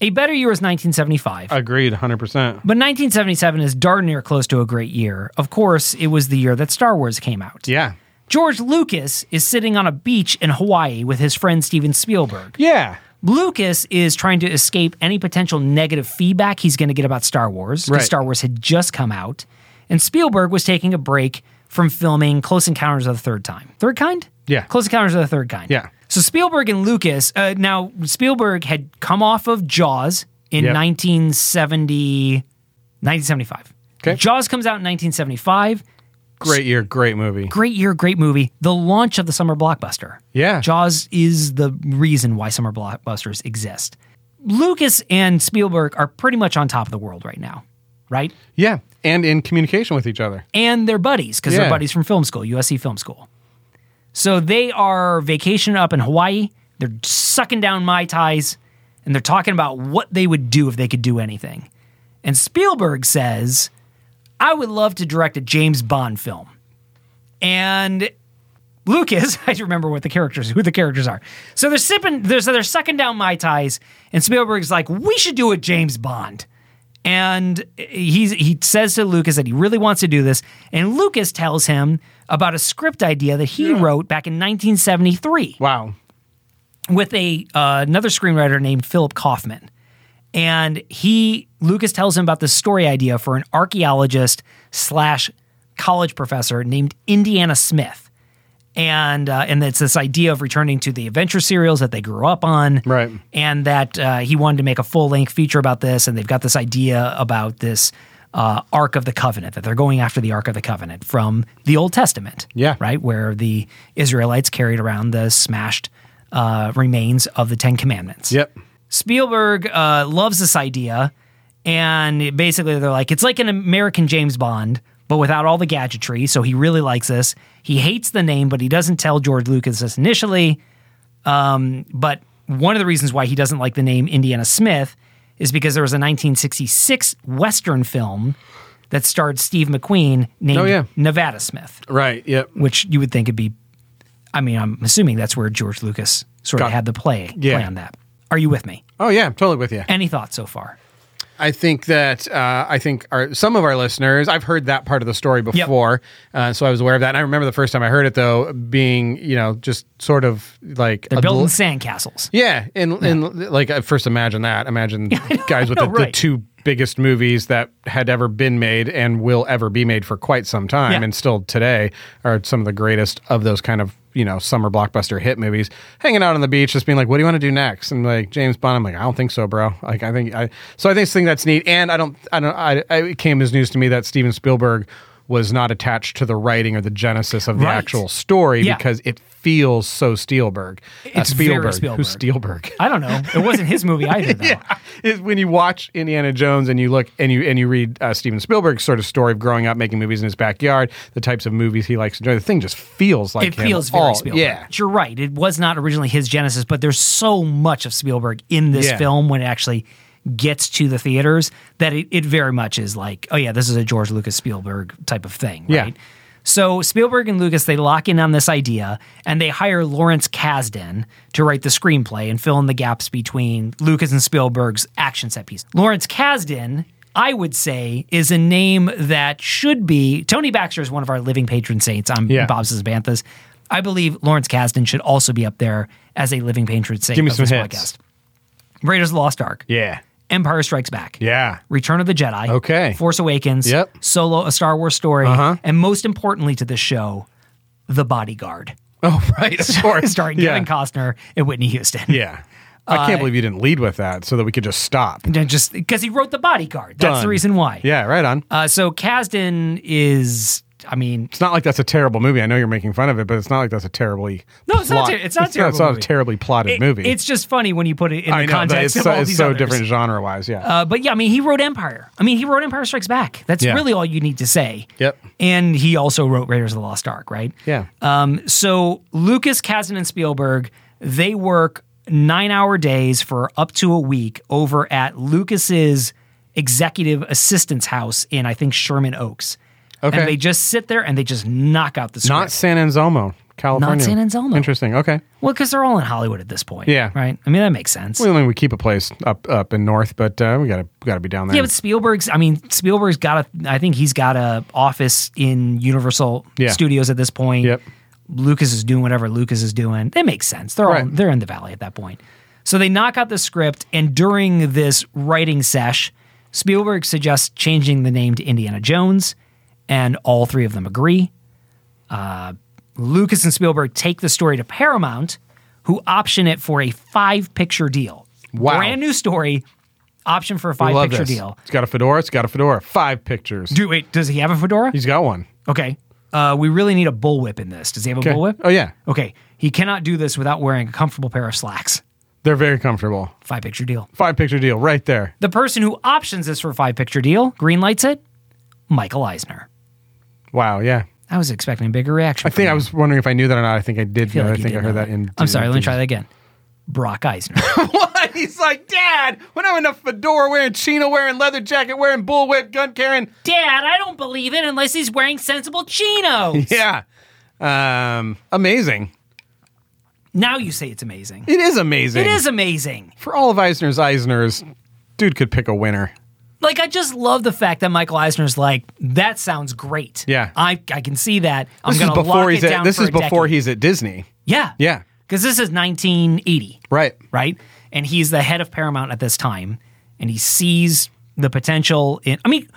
Speaker 1: A better year was 1975.
Speaker 2: Agreed, 100%.
Speaker 1: But 1977 is darn near close to a great year. Of course, it was the year that Star Wars came out.
Speaker 2: Yeah.
Speaker 1: George Lucas is sitting on a beach in Hawaii with his friend Steven Spielberg.
Speaker 2: Yeah.
Speaker 1: Lucas is trying to escape any potential negative feedback he's going to get about Star Wars. 'cause
Speaker 2: Right.
Speaker 1: Star Wars had just come out, and Spielberg was taking a break from filming Close Encounters of the Third Time. Third Kind?
Speaker 2: Yeah.
Speaker 1: Close Encounters of the Third Kind.
Speaker 2: Yeah.
Speaker 1: So Spielberg and Lucas, uh, now Spielberg had come off of Jaws in
Speaker 2: Yep.
Speaker 1: 1970, 1975.
Speaker 2: Okay.
Speaker 1: Jaws comes out in 1975.
Speaker 2: Great year, great movie.
Speaker 1: Great year, great movie. The launch of the summer blockbuster.
Speaker 2: Yeah.
Speaker 1: Jaws is the reason why summer blockbusters exist. Lucas and Spielberg are pretty much on top of the world right now, right?
Speaker 2: Yeah. And in communication with each other.
Speaker 1: And they're buddies because
Speaker 2: Yeah.
Speaker 1: they're buddies from film school, USC Film School. So they are vacationing up in Hawaii. They're sucking down Mai Tais and they're talking about what they would do if they could do anything. And Spielberg says, I would love to direct a James Bond film. And Lucas, I remember what the characters, who the characters are. So they're sipping, they're, so they're sucking down Mai Tais, and Spielberg's like, we should do a James Bond. And he, he says to Lucas that he really wants to do this. And Lucas tells him about a script idea that he wrote back in 1973
Speaker 2: Wow.
Speaker 1: with a uh, another screenwriter named Philip Kaufman. And he, Lucas tells him about this story idea for an archaeologist slash college professor named Indiana Smith. And uh, and it's this idea of returning to the adventure serials that they grew up on,
Speaker 2: Right.
Speaker 1: And that uh, he wanted to make a full length feature about this, and they've got this idea about this uh, Ark of the Covenant that they're going after the Ark of the Covenant from the Old Testament,
Speaker 2: Yeah.
Speaker 1: right, where the Israelites carried around the smashed uh, remains of the Ten Commandments.
Speaker 2: Yep.
Speaker 1: Spielberg uh, loves this idea, and it- basically they're like, it's like an American James Bond, but without all the gadgetry. So he really likes this. He hates the name, but he doesn't tell George Lucas this initially. Um, but one of the reasons why he doesn't like the name Indiana Smith is because there was a 1966 Western film that starred Steve McQueen named
Speaker 2: Oh, yeah.
Speaker 1: Nevada Smith
Speaker 2: Right. Yep.
Speaker 1: which you would think would be. I mean, I'm assuming that's where George Lucas sort
Speaker 2: Got-
Speaker 1: of had the play,
Speaker 2: Yeah.
Speaker 1: play on that. Are you with me?
Speaker 2: Oh yeah, I'm totally with you.
Speaker 1: Any thoughts so far?
Speaker 2: I think that uh, I think our, some of our listeners, I've heard that part of the story before, uh, so I was aware of that. And I remember the first time I heard it though, being you know just sort of like
Speaker 1: They're
Speaker 2: a
Speaker 1: building
Speaker 2: del-
Speaker 1: sandcastles.
Speaker 2: Yeah, and and like I first imagine that. Imagine guys with
Speaker 1: I
Speaker 2: the,
Speaker 1: know,
Speaker 2: the
Speaker 1: right.
Speaker 2: two biggest movies that had ever been made and will ever be made for quite some time,
Speaker 1: Yeah.
Speaker 2: and still today are some of the greatest of those kind of you know summer blockbuster hit movies. Hanging out on the beach, just being like, "What do you want to do next?" And like James Bond, I'm like, "I don't think so, bro." Like I think I so I think think that's neat, and I don't I don't I, I it came as news to me that Steven Spielberg. Was not attached to the writing or the genesis of the
Speaker 1: Right.
Speaker 2: actual story
Speaker 1: Yeah.
Speaker 2: because it feels so Spielberg.
Speaker 1: It's very Spielberg.
Speaker 2: Who's Uh, Spielberg?
Speaker 1: I don't know. It wasn't his movie either, though.
Speaker 2: It- when you watch Indiana Jones and you look and you and you read uh, Steven Spielberg's sort of story of growing up, making movies in his backyard, the types of movies he likes to enjoy, the thing just feels like
Speaker 1: It
Speaker 2: him
Speaker 1: feels very
Speaker 2: all-
Speaker 1: Spielberg.
Speaker 2: Yeah,
Speaker 1: But You're right. It was not originally his genesis, but there's so much of Spielberg in this
Speaker 2: Yeah.
Speaker 1: film when it actually gets to the theaters that it, it very much is like, oh yeah, this is a George Lucas Spielberg type of thing,
Speaker 2: Yeah.
Speaker 1: right? So Spielberg and Lucas they lock in on this idea and they hire Lawrence Kasdan to write the screenplay and fill in the gaps between Lucas and Spielberg's action set piece. Lawrence Kasdan, I would say, is a name that should be Tony Baxter is one of our living patron saints. I'm
Speaker 2: Yeah.
Speaker 1: Bob's and Banthas. I believe Lawrence Kasdan should also be up there as a living patron saint
Speaker 2: Give me
Speaker 1: of
Speaker 2: some
Speaker 1: this
Speaker 2: hits.
Speaker 1: podcast. Raiders of the Lost Ark,
Speaker 2: yeah,
Speaker 1: Empire Strikes Back,
Speaker 2: yeah.
Speaker 1: Return of the Jedi,
Speaker 2: Okay.
Speaker 1: Force Awakens,
Speaker 2: Yep. Uh-huh.
Speaker 1: Solo, A Star Wars Story, and most importantly to this show, The Bodyguard,
Speaker 2: Oh right, of course.
Speaker 1: starring
Speaker 2: yeah.
Speaker 1: Kevin Uh, Costner and Whitney Houston.
Speaker 2: Yeah, I can't believe you didn't lead with that so that we could just stop.
Speaker 1: And just because he wrote The Bodyguard, that's
Speaker 2: Done.
Speaker 1: the reason why.
Speaker 2: Yeah, right on.
Speaker 1: Uh, so Kasdan is, I mean,
Speaker 2: it's not like that's a terrible movie. I know you're making fun of it, but it's not like that's a terribly
Speaker 1: No, it's not
Speaker 2: plot-
Speaker 1: ter- it's not a terrible
Speaker 2: It's not a
Speaker 1: movie.
Speaker 2: terribly plotted
Speaker 1: it-
Speaker 2: movie.
Speaker 1: it's just funny when you put it in
Speaker 2: I
Speaker 1: the
Speaker 2: know but
Speaker 1: context
Speaker 2: it's
Speaker 1: of
Speaker 2: so,
Speaker 1: all
Speaker 2: it's
Speaker 1: these
Speaker 2: so
Speaker 1: others.
Speaker 2: different genre wise. Yeah,
Speaker 1: Uh, but yeah, I mean, he wrote Empire. I mean, he wrote Empire Strikes Back. That's
Speaker 2: Yeah.
Speaker 1: really all you need to say.
Speaker 2: Yep.
Speaker 1: And he also wrote Raiders of the Lost Ark, right?
Speaker 2: yeah.
Speaker 1: Um, so Lucas, Kazan, and Spielberg, they work nine hour days for up to a week over at Lucas's executive assistant's house in, I think, Sherman Oaks.
Speaker 2: Okay.
Speaker 1: And they just sit there and they just knock out the script.
Speaker 2: Not San Anselmo, California.
Speaker 1: San Anselmo.
Speaker 2: Interesting. Okay.
Speaker 1: well, because they're all in Hollywood at this point.
Speaker 2: Yeah.
Speaker 1: Right? I mean, that makes sense.
Speaker 2: Well, I mean, we keep a place up up in north, but uh, we gotta we gotta be down there.
Speaker 1: Yeah, but Spielberg's. I mean, Spielberg's got a. I think he's got a office in Universal
Speaker 2: Yeah.
Speaker 1: Studios at this point.
Speaker 2: Yep.
Speaker 1: Lucas is doing whatever Lucas is doing. That makes sense. They're all
Speaker 2: Right.
Speaker 1: they're in the valley at that point. So they knock out the script, and during this writing sesh, Spielberg suggests changing the name to Indiana Jones, and all three of them agree. Uh, Lucas and Spielberg take the story to Paramount, who option it for a five picture deal.
Speaker 2: Wow.
Speaker 1: Brand new story, option for a five
Speaker 2: Love
Speaker 1: picture
Speaker 2: this.
Speaker 1: deal.
Speaker 2: It's got a fedora. It's got a fedora. Five pictures.
Speaker 1: Do wait, does he have a fedora?
Speaker 2: He's got one.
Speaker 1: Okay. Uh, we really need a bullwhip in this. Does he have a
Speaker 2: Okay.
Speaker 1: bullwhip?
Speaker 2: Oh yeah,
Speaker 1: Okay. He cannot do this without wearing a comfortable pair of slacks.
Speaker 2: they're very comfortable.
Speaker 1: Five picture deal.
Speaker 2: Five picture deal right there.
Speaker 1: The person who options this for a five picture deal, green lights it, Michael Eisner.
Speaker 2: Wow. Yeah.
Speaker 1: I was expecting a bigger reaction.
Speaker 2: I think I was wondering if I knew that or not. I think I did. know. I think I heard that in.
Speaker 1: I'm sorry, let me try that again. Brock Eisner.
Speaker 2: What? He's like, Dad. When I'm in a fedora, wearing chino, wearing leather jacket, wearing bullwhip, gun carrying.
Speaker 1: Dad, I don't believe it unless he's wearing sensible chinos.
Speaker 2: Yeah. Um. Amazing.
Speaker 1: Now you say it's amazing.
Speaker 2: It is amazing.
Speaker 1: It is amazing.
Speaker 2: for all of Eisner's Eisner's, dude could pick a winner.
Speaker 1: Like I just love the fact that Michael Eisner's like that sounds great.
Speaker 2: Yeah.
Speaker 1: I I can see that. I'm
Speaker 2: This
Speaker 1: gonna
Speaker 2: is before
Speaker 1: lock
Speaker 2: he's
Speaker 1: it
Speaker 2: at.
Speaker 1: down
Speaker 2: This
Speaker 1: for
Speaker 2: is
Speaker 1: a
Speaker 2: before
Speaker 1: decade.
Speaker 2: he's at Disney.
Speaker 1: yeah
Speaker 2: Yeah.
Speaker 1: because this is 1980
Speaker 2: Right.
Speaker 1: right and he's the head of Paramount at this time and he sees the potential in I mean,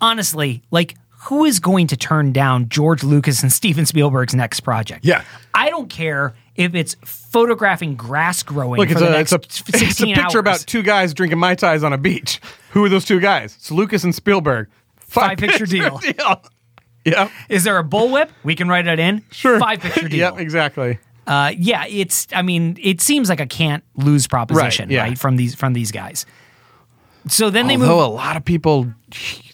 Speaker 1: honestly, like who is going to turn down George Lucas and Steven Spielberg's next project?
Speaker 8: Yeah.
Speaker 1: I don't care if it's photographing grass growing
Speaker 2: Look,
Speaker 1: for
Speaker 2: it's
Speaker 1: the
Speaker 2: a, it's
Speaker 1: next
Speaker 2: a,
Speaker 1: f- 16
Speaker 2: it's a picture
Speaker 1: hours.
Speaker 2: about two guys drinking Mai Tais on a beach. Who are those two guys? It's Lucas and Spielberg.
Speaker 1: Five picture deal.
Speaker 2: deal. Yep.
Speaker 1: Is there a bullwhip? We can write it in.
Speaker 2: Sure.
Speaker 1: Five picture deal.
Speaker 2: Yep, exactly.
Speaker 1: Uh, yeah, it's. I mean, it seems like a can't lose proposition, right?
Speaker 2: Right, yeah.
Speaker 1: from these from these guys. So then they
Speaker 2: Although
Speaker 1: move.
Speaker 2: a lot of people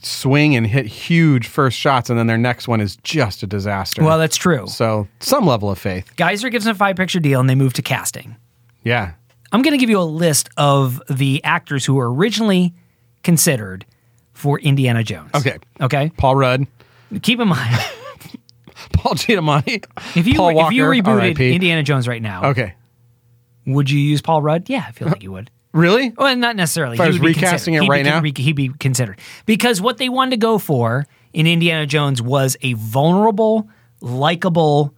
Speaker 2: swing and hit huge first shots, and then their next one is just a disaster.
Speaker 1: Well, that's true.
Speaker 2: so some level of faith.
Speaker 1: Geyser gives them a five picture deal, and they move to casting.
Speaker 2: Yeah.
Speaker 1: I'm going to give you a list of the actors who were originally considered for Indiana Jones.
Speaker 2: Okay.
Speaker 1: Okay.
Speaker 2: Paul Rudd,
Speaker 1: Keep in mind
Speaker 2: Paul Giamatti,
Speaker 1: if you
Speaker 2: Paul
Speaker 1: if you
Speaker 2: Walker,
Speaker 1: rebooted
Speaker 2: R.I.P..
Speaker 1: Indiana Jones right now,
Speaker 2: Okay.
Speaker 1: would you use Paul Rudd? Yeah, I feel like you would.
Speaker 2: Really?
Speaker 1: Well, not necessarily. If
Speaker 2: I was recasting it right now?
Speaker 1: he'd be considered because what they wanted to go for in Indiana Jones was a vulnerable, likable,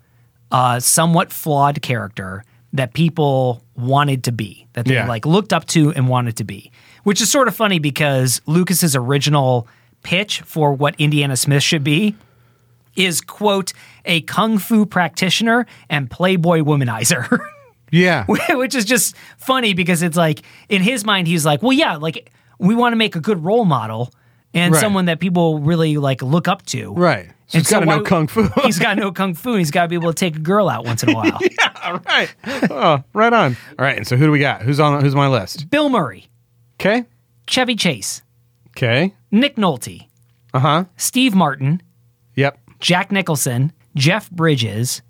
Speaker 1: uh, somewhat flawed character that people wanted to be, that they
Speaker 2: Yeah.
Speaker 1: like looked up to and wanted to be. Which is sort of funny because Lucas's original pitch for what Indiana Smith should be is quote a kung fu practitioner and playboy womanizer.
Speaker 2: Yeah.
Speaker 1: which is just funny because it's like in his mind he's like well yeah like we want to make a good role model and
Speaker 2: Right.
Speaker 1: someone that people really like look up to
Speaker 2: Right. So
Speaker 1: And
Speaker 2: he's got to
Speaker 1: why-
Speaker 2: know kung fu.
Speaker 1: he's got no kung fu and he's got to be able to take a girl out once in a while
Speaker 2: All right. Oh, right on. All right. And so who do we got? Who's on? Who's on my list?
Speaker 1: bill murray
Speaker 2: Okay.
Speaker 1: chevy chase
Speaker 2: Okay.
Speaker 1: nick nolte
Speaker 2: Uh huh.
Speaker 1: steve martin
Speaker 2: Yep.
Speaker 1: jack nicholson jeff bridges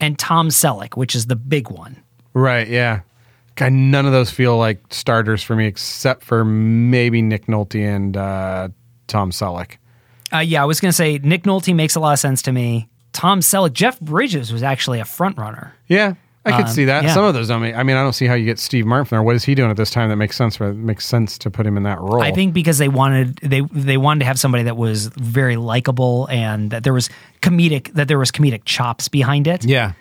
Speaker 1: and tom selleck which is the big one
Speaker 2: Right. Yeah. God, none of those feel like starters for me, except for maybe Nick Nolte and uh, Tom Selleck.
Speaker 1: uh, yeah i was going to say nick nolte makes a lot of sense to me tom selleck jeff bridges was actually a front runner
Speaker 2: Yeah, I could see that.
Speaker 1: Uh, yeah.
Speaker 2: Some of those don't make. I mean, I don't see how you get Steve Martin from there. What is he doing at this time that makes sense for makes sense to put him in that role?
Speaker 1: I think because they wanted they they wanted to have somebody that was very likable and that there was comedic that there was comedic chops behind it.
Speaker 2: Yeah.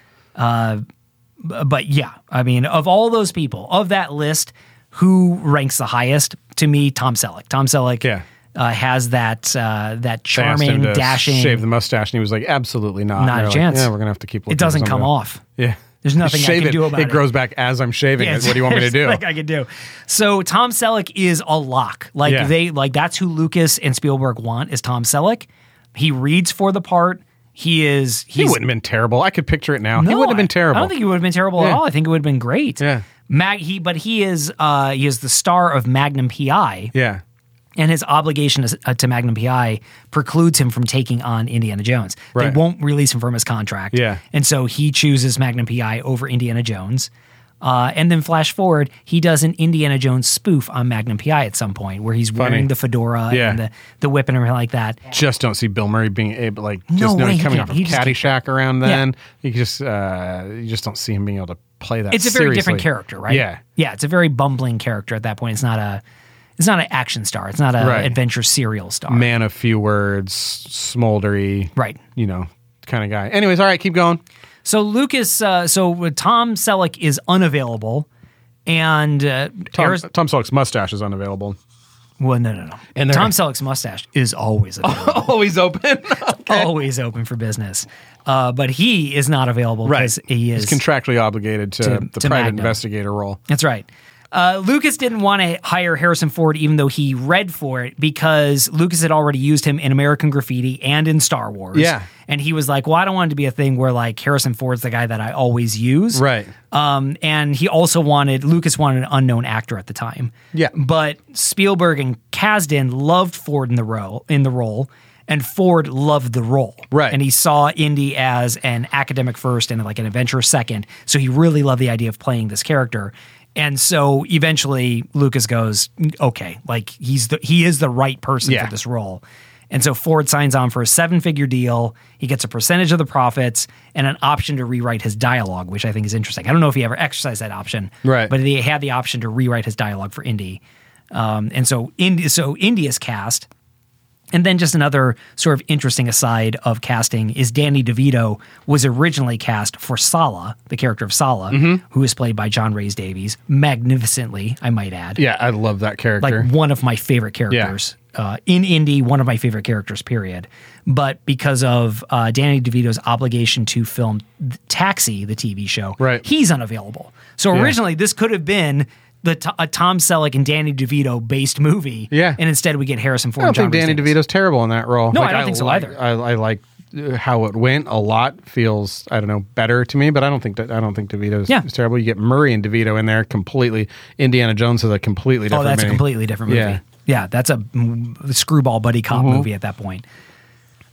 Speaker 1: But yeah, I mean, of all those people of that list, who ranks the highest? To me, Tom Selleck. Tom Selleck.
Speaker 2: Yeah.
Speaker 1: Uh, has that uh, that
Speaker 2: They asked
Speaker 1: charming,
Speaker 2: him to
Speaker 1: dashing.
Speaker 2: shave the mustache, and he was like, "Absolutely
Speaker 1: Not
Speaker 2: not. And
Speaker 1: a
Speaker 2: they're like,
Speaker 1: chance.
Speaker 2: yeah, we're gonna have to keep. looking
Speaker 1: it
Speaker 2: for
Speaker 1: doesn't
Speaker 2: somebody
Speaker 1: come
Speaker 2: else."
Speaker 1: off.
Speaker 2: Yeah.
Speaker 1: There's nothing I
Speaker 2: Shave
Speaker 1: can do about it.
Speaker 2: It grows back as I'm shaving. it. what do you want me to do?
Speaker 1: Like I could do. So Tom Selleck is a lock. Like
Speaker 2: Yeah.
Speaker 1: they like that's who Lucas and Spielberg want is Tom Selleck. He reads for the part. He is
Speaker 2: he
Speaker 1: he's-
Speaker 2: wouldn't have been terrible. I could picture it now. he
Speaker 1: No,
Speaker 2: wouldn't have
Speaker 1: I-
Speaker 2: been terrible.
Speaker 1: I don't think he would have been terrible at
Speaker 2: Yeah.
Speaker 1: all. I think it would have been great.
Speaker 2: Yeah.
Speaker 1: Mag he but he is uh he is the star of Magnum PI
Speaker 2: yeah.
Speaker 1: and his obligation is, uh, to Magnum PI precludes him from taking on Indiana Jones.
Speaker 2: Right.
Speaker 1: They won't release him from his contract.
Speaker 2: Yeah.
Speaker 1: And so he chooses Magnum PI over Indiana Jones. Uh, and then flash forward, he does an Indiana Jones spoof on Magnum PI at some point where he's wearing the fedora
Speaker 2: Yeah.
Speaker 1: and the, the whip and everything like that.
Speaker 2: Just don't see Bill Murray being able, like,
Speaker 1: No
Speaker 2: just
Speaker 1: way
Speaker 2: knowing
Speaker 1: he
Speaker 2: coming
Speaker 1: can.
Speaker 2: off of
Speaker 1: He just
Speaker 2: Caddyshack around then. You just, uh, you just don't see him being able to play that.
Speaker 1: It's a very different
Speaker 2: seriously.
Speaker 1: character, right?
Speaker 2: Yeah.
Speaker 1: Yeah, it's a very bumbling character at that point. It's not a it's not an action star. It's not an
Speaker 2: Right.
Speaker 1: adventure serial star.
Speaker 2: Man of few words, smoldery,
Speaker 1: Right.
Speaker 2: You know, kind of guy. Anyways, all right, keep going.
Speaker 1: So Lucas, uh, so Tom Selleck is unavailable, and uh,
Speaker 2: Tom,
Speaker 1: Aris-
Speaker 2: Tom Selleck's mustache is unavailable.
Speaker 1: well, no, no, no.
Speaker 2: And they're-
Speaker 1: Tom Selleck's mustache is always available,
Speaker 2: Always open.
Speaker 1: always open for business, uh, but he is not available because he is.
Speaker 2: He's contractually obligated to, the
Speaker 1: to
Speaker 2: private
Speaker 1: Magnum.
Speaker 2: investigator role.
Speaker 1: That's right. Uh, Lucas didn't want to hire Harrison Ford, even though he read for it, because Lucas had already used him in American Graffiti and in Star Wars.
Speaker 2: Yeah.
Speaker 1: and he was like, "Well, I don't want it to be a thing where like Harrison Ford's the guy that I always use."
Speaker 2: Right.
Speaker 1: Um, and he also wanted Lucas wanted an unknown actor at the time.
Speaker 2: Yeah.
Speaker 1: But Spielberg and Kasdan loved Ford in the role in the role, and Ford loved the role.
Speaker 2: Right.
Speaker 1: And he saw Indy as an academic first and like an adventurer second. So he really loved the idea of playing this character. And so eventually Lucas goes, okay, like he's the he is the right person
Speaker 2: Yeah.
Speaker 1: for this role. And so Ford signs on for a seven figure deal. He gets a percentage of the profits and an option to rewrite his dialogue, which I think is interesting. I don't know if he ever exercised that option,
Speaker 2: Right.
Speaker 1: But he had the option to rewrite his dialogue for Indy. Um, and so Indy, so Indy is cast And then just another sort of interesting aside of casting is Danny DeVito was originally cast for Sala, the character of Sala,
Speaker 2: Mm-hmm.
Speaker 1: who is played by John Rhys Davies, magnificently, I might add.
Speaker 2: Yeah, I love that
Speaker 1: Like
Speaker 2: character.
Speaker 1: one of my favorite characters. Uh, in indie, one of my favorite characters, period. But because of uh, Danny DeVito's obligation to film th- Taxi, the TV show,
Speaker 2: Right.
Speaker 1: he's unavailable. So originally, this could have been the t- a Tom Selleck and Danny DeVito based movie.
Speaker 2: Yeah.
Speaker 1: And instead, we get Harrison Ford.
Speaker 2: I don't
Speaker 1: and John
Speaker 2: think Danny
Speaker 1: Rhys Davies.
Speaker 2: DeVito's terrible in that role.
Speaker 1: No, I don't think so
Speaker 2: like-
Speaker 1: either.
Speaker 2: I, I like uh, how it went a lot. Feels I don't know better to me, but I don't think that I don't think DeVito's
Speaker 1: Yeah.
Speaker 2: is terrible. You get Murray and DeVito in there completely. Indiana Jones is a completely
Speaker 1: Oh,
Speaker 2: different.
Speaker 1: that's a
Speaker 2: movie.
Speaker 1: completely different movie.
Speaker 2: Yeah. Mm-hmm.
Speaker 1: Yeah, that's a mm, screwball buddy cop movie at that point.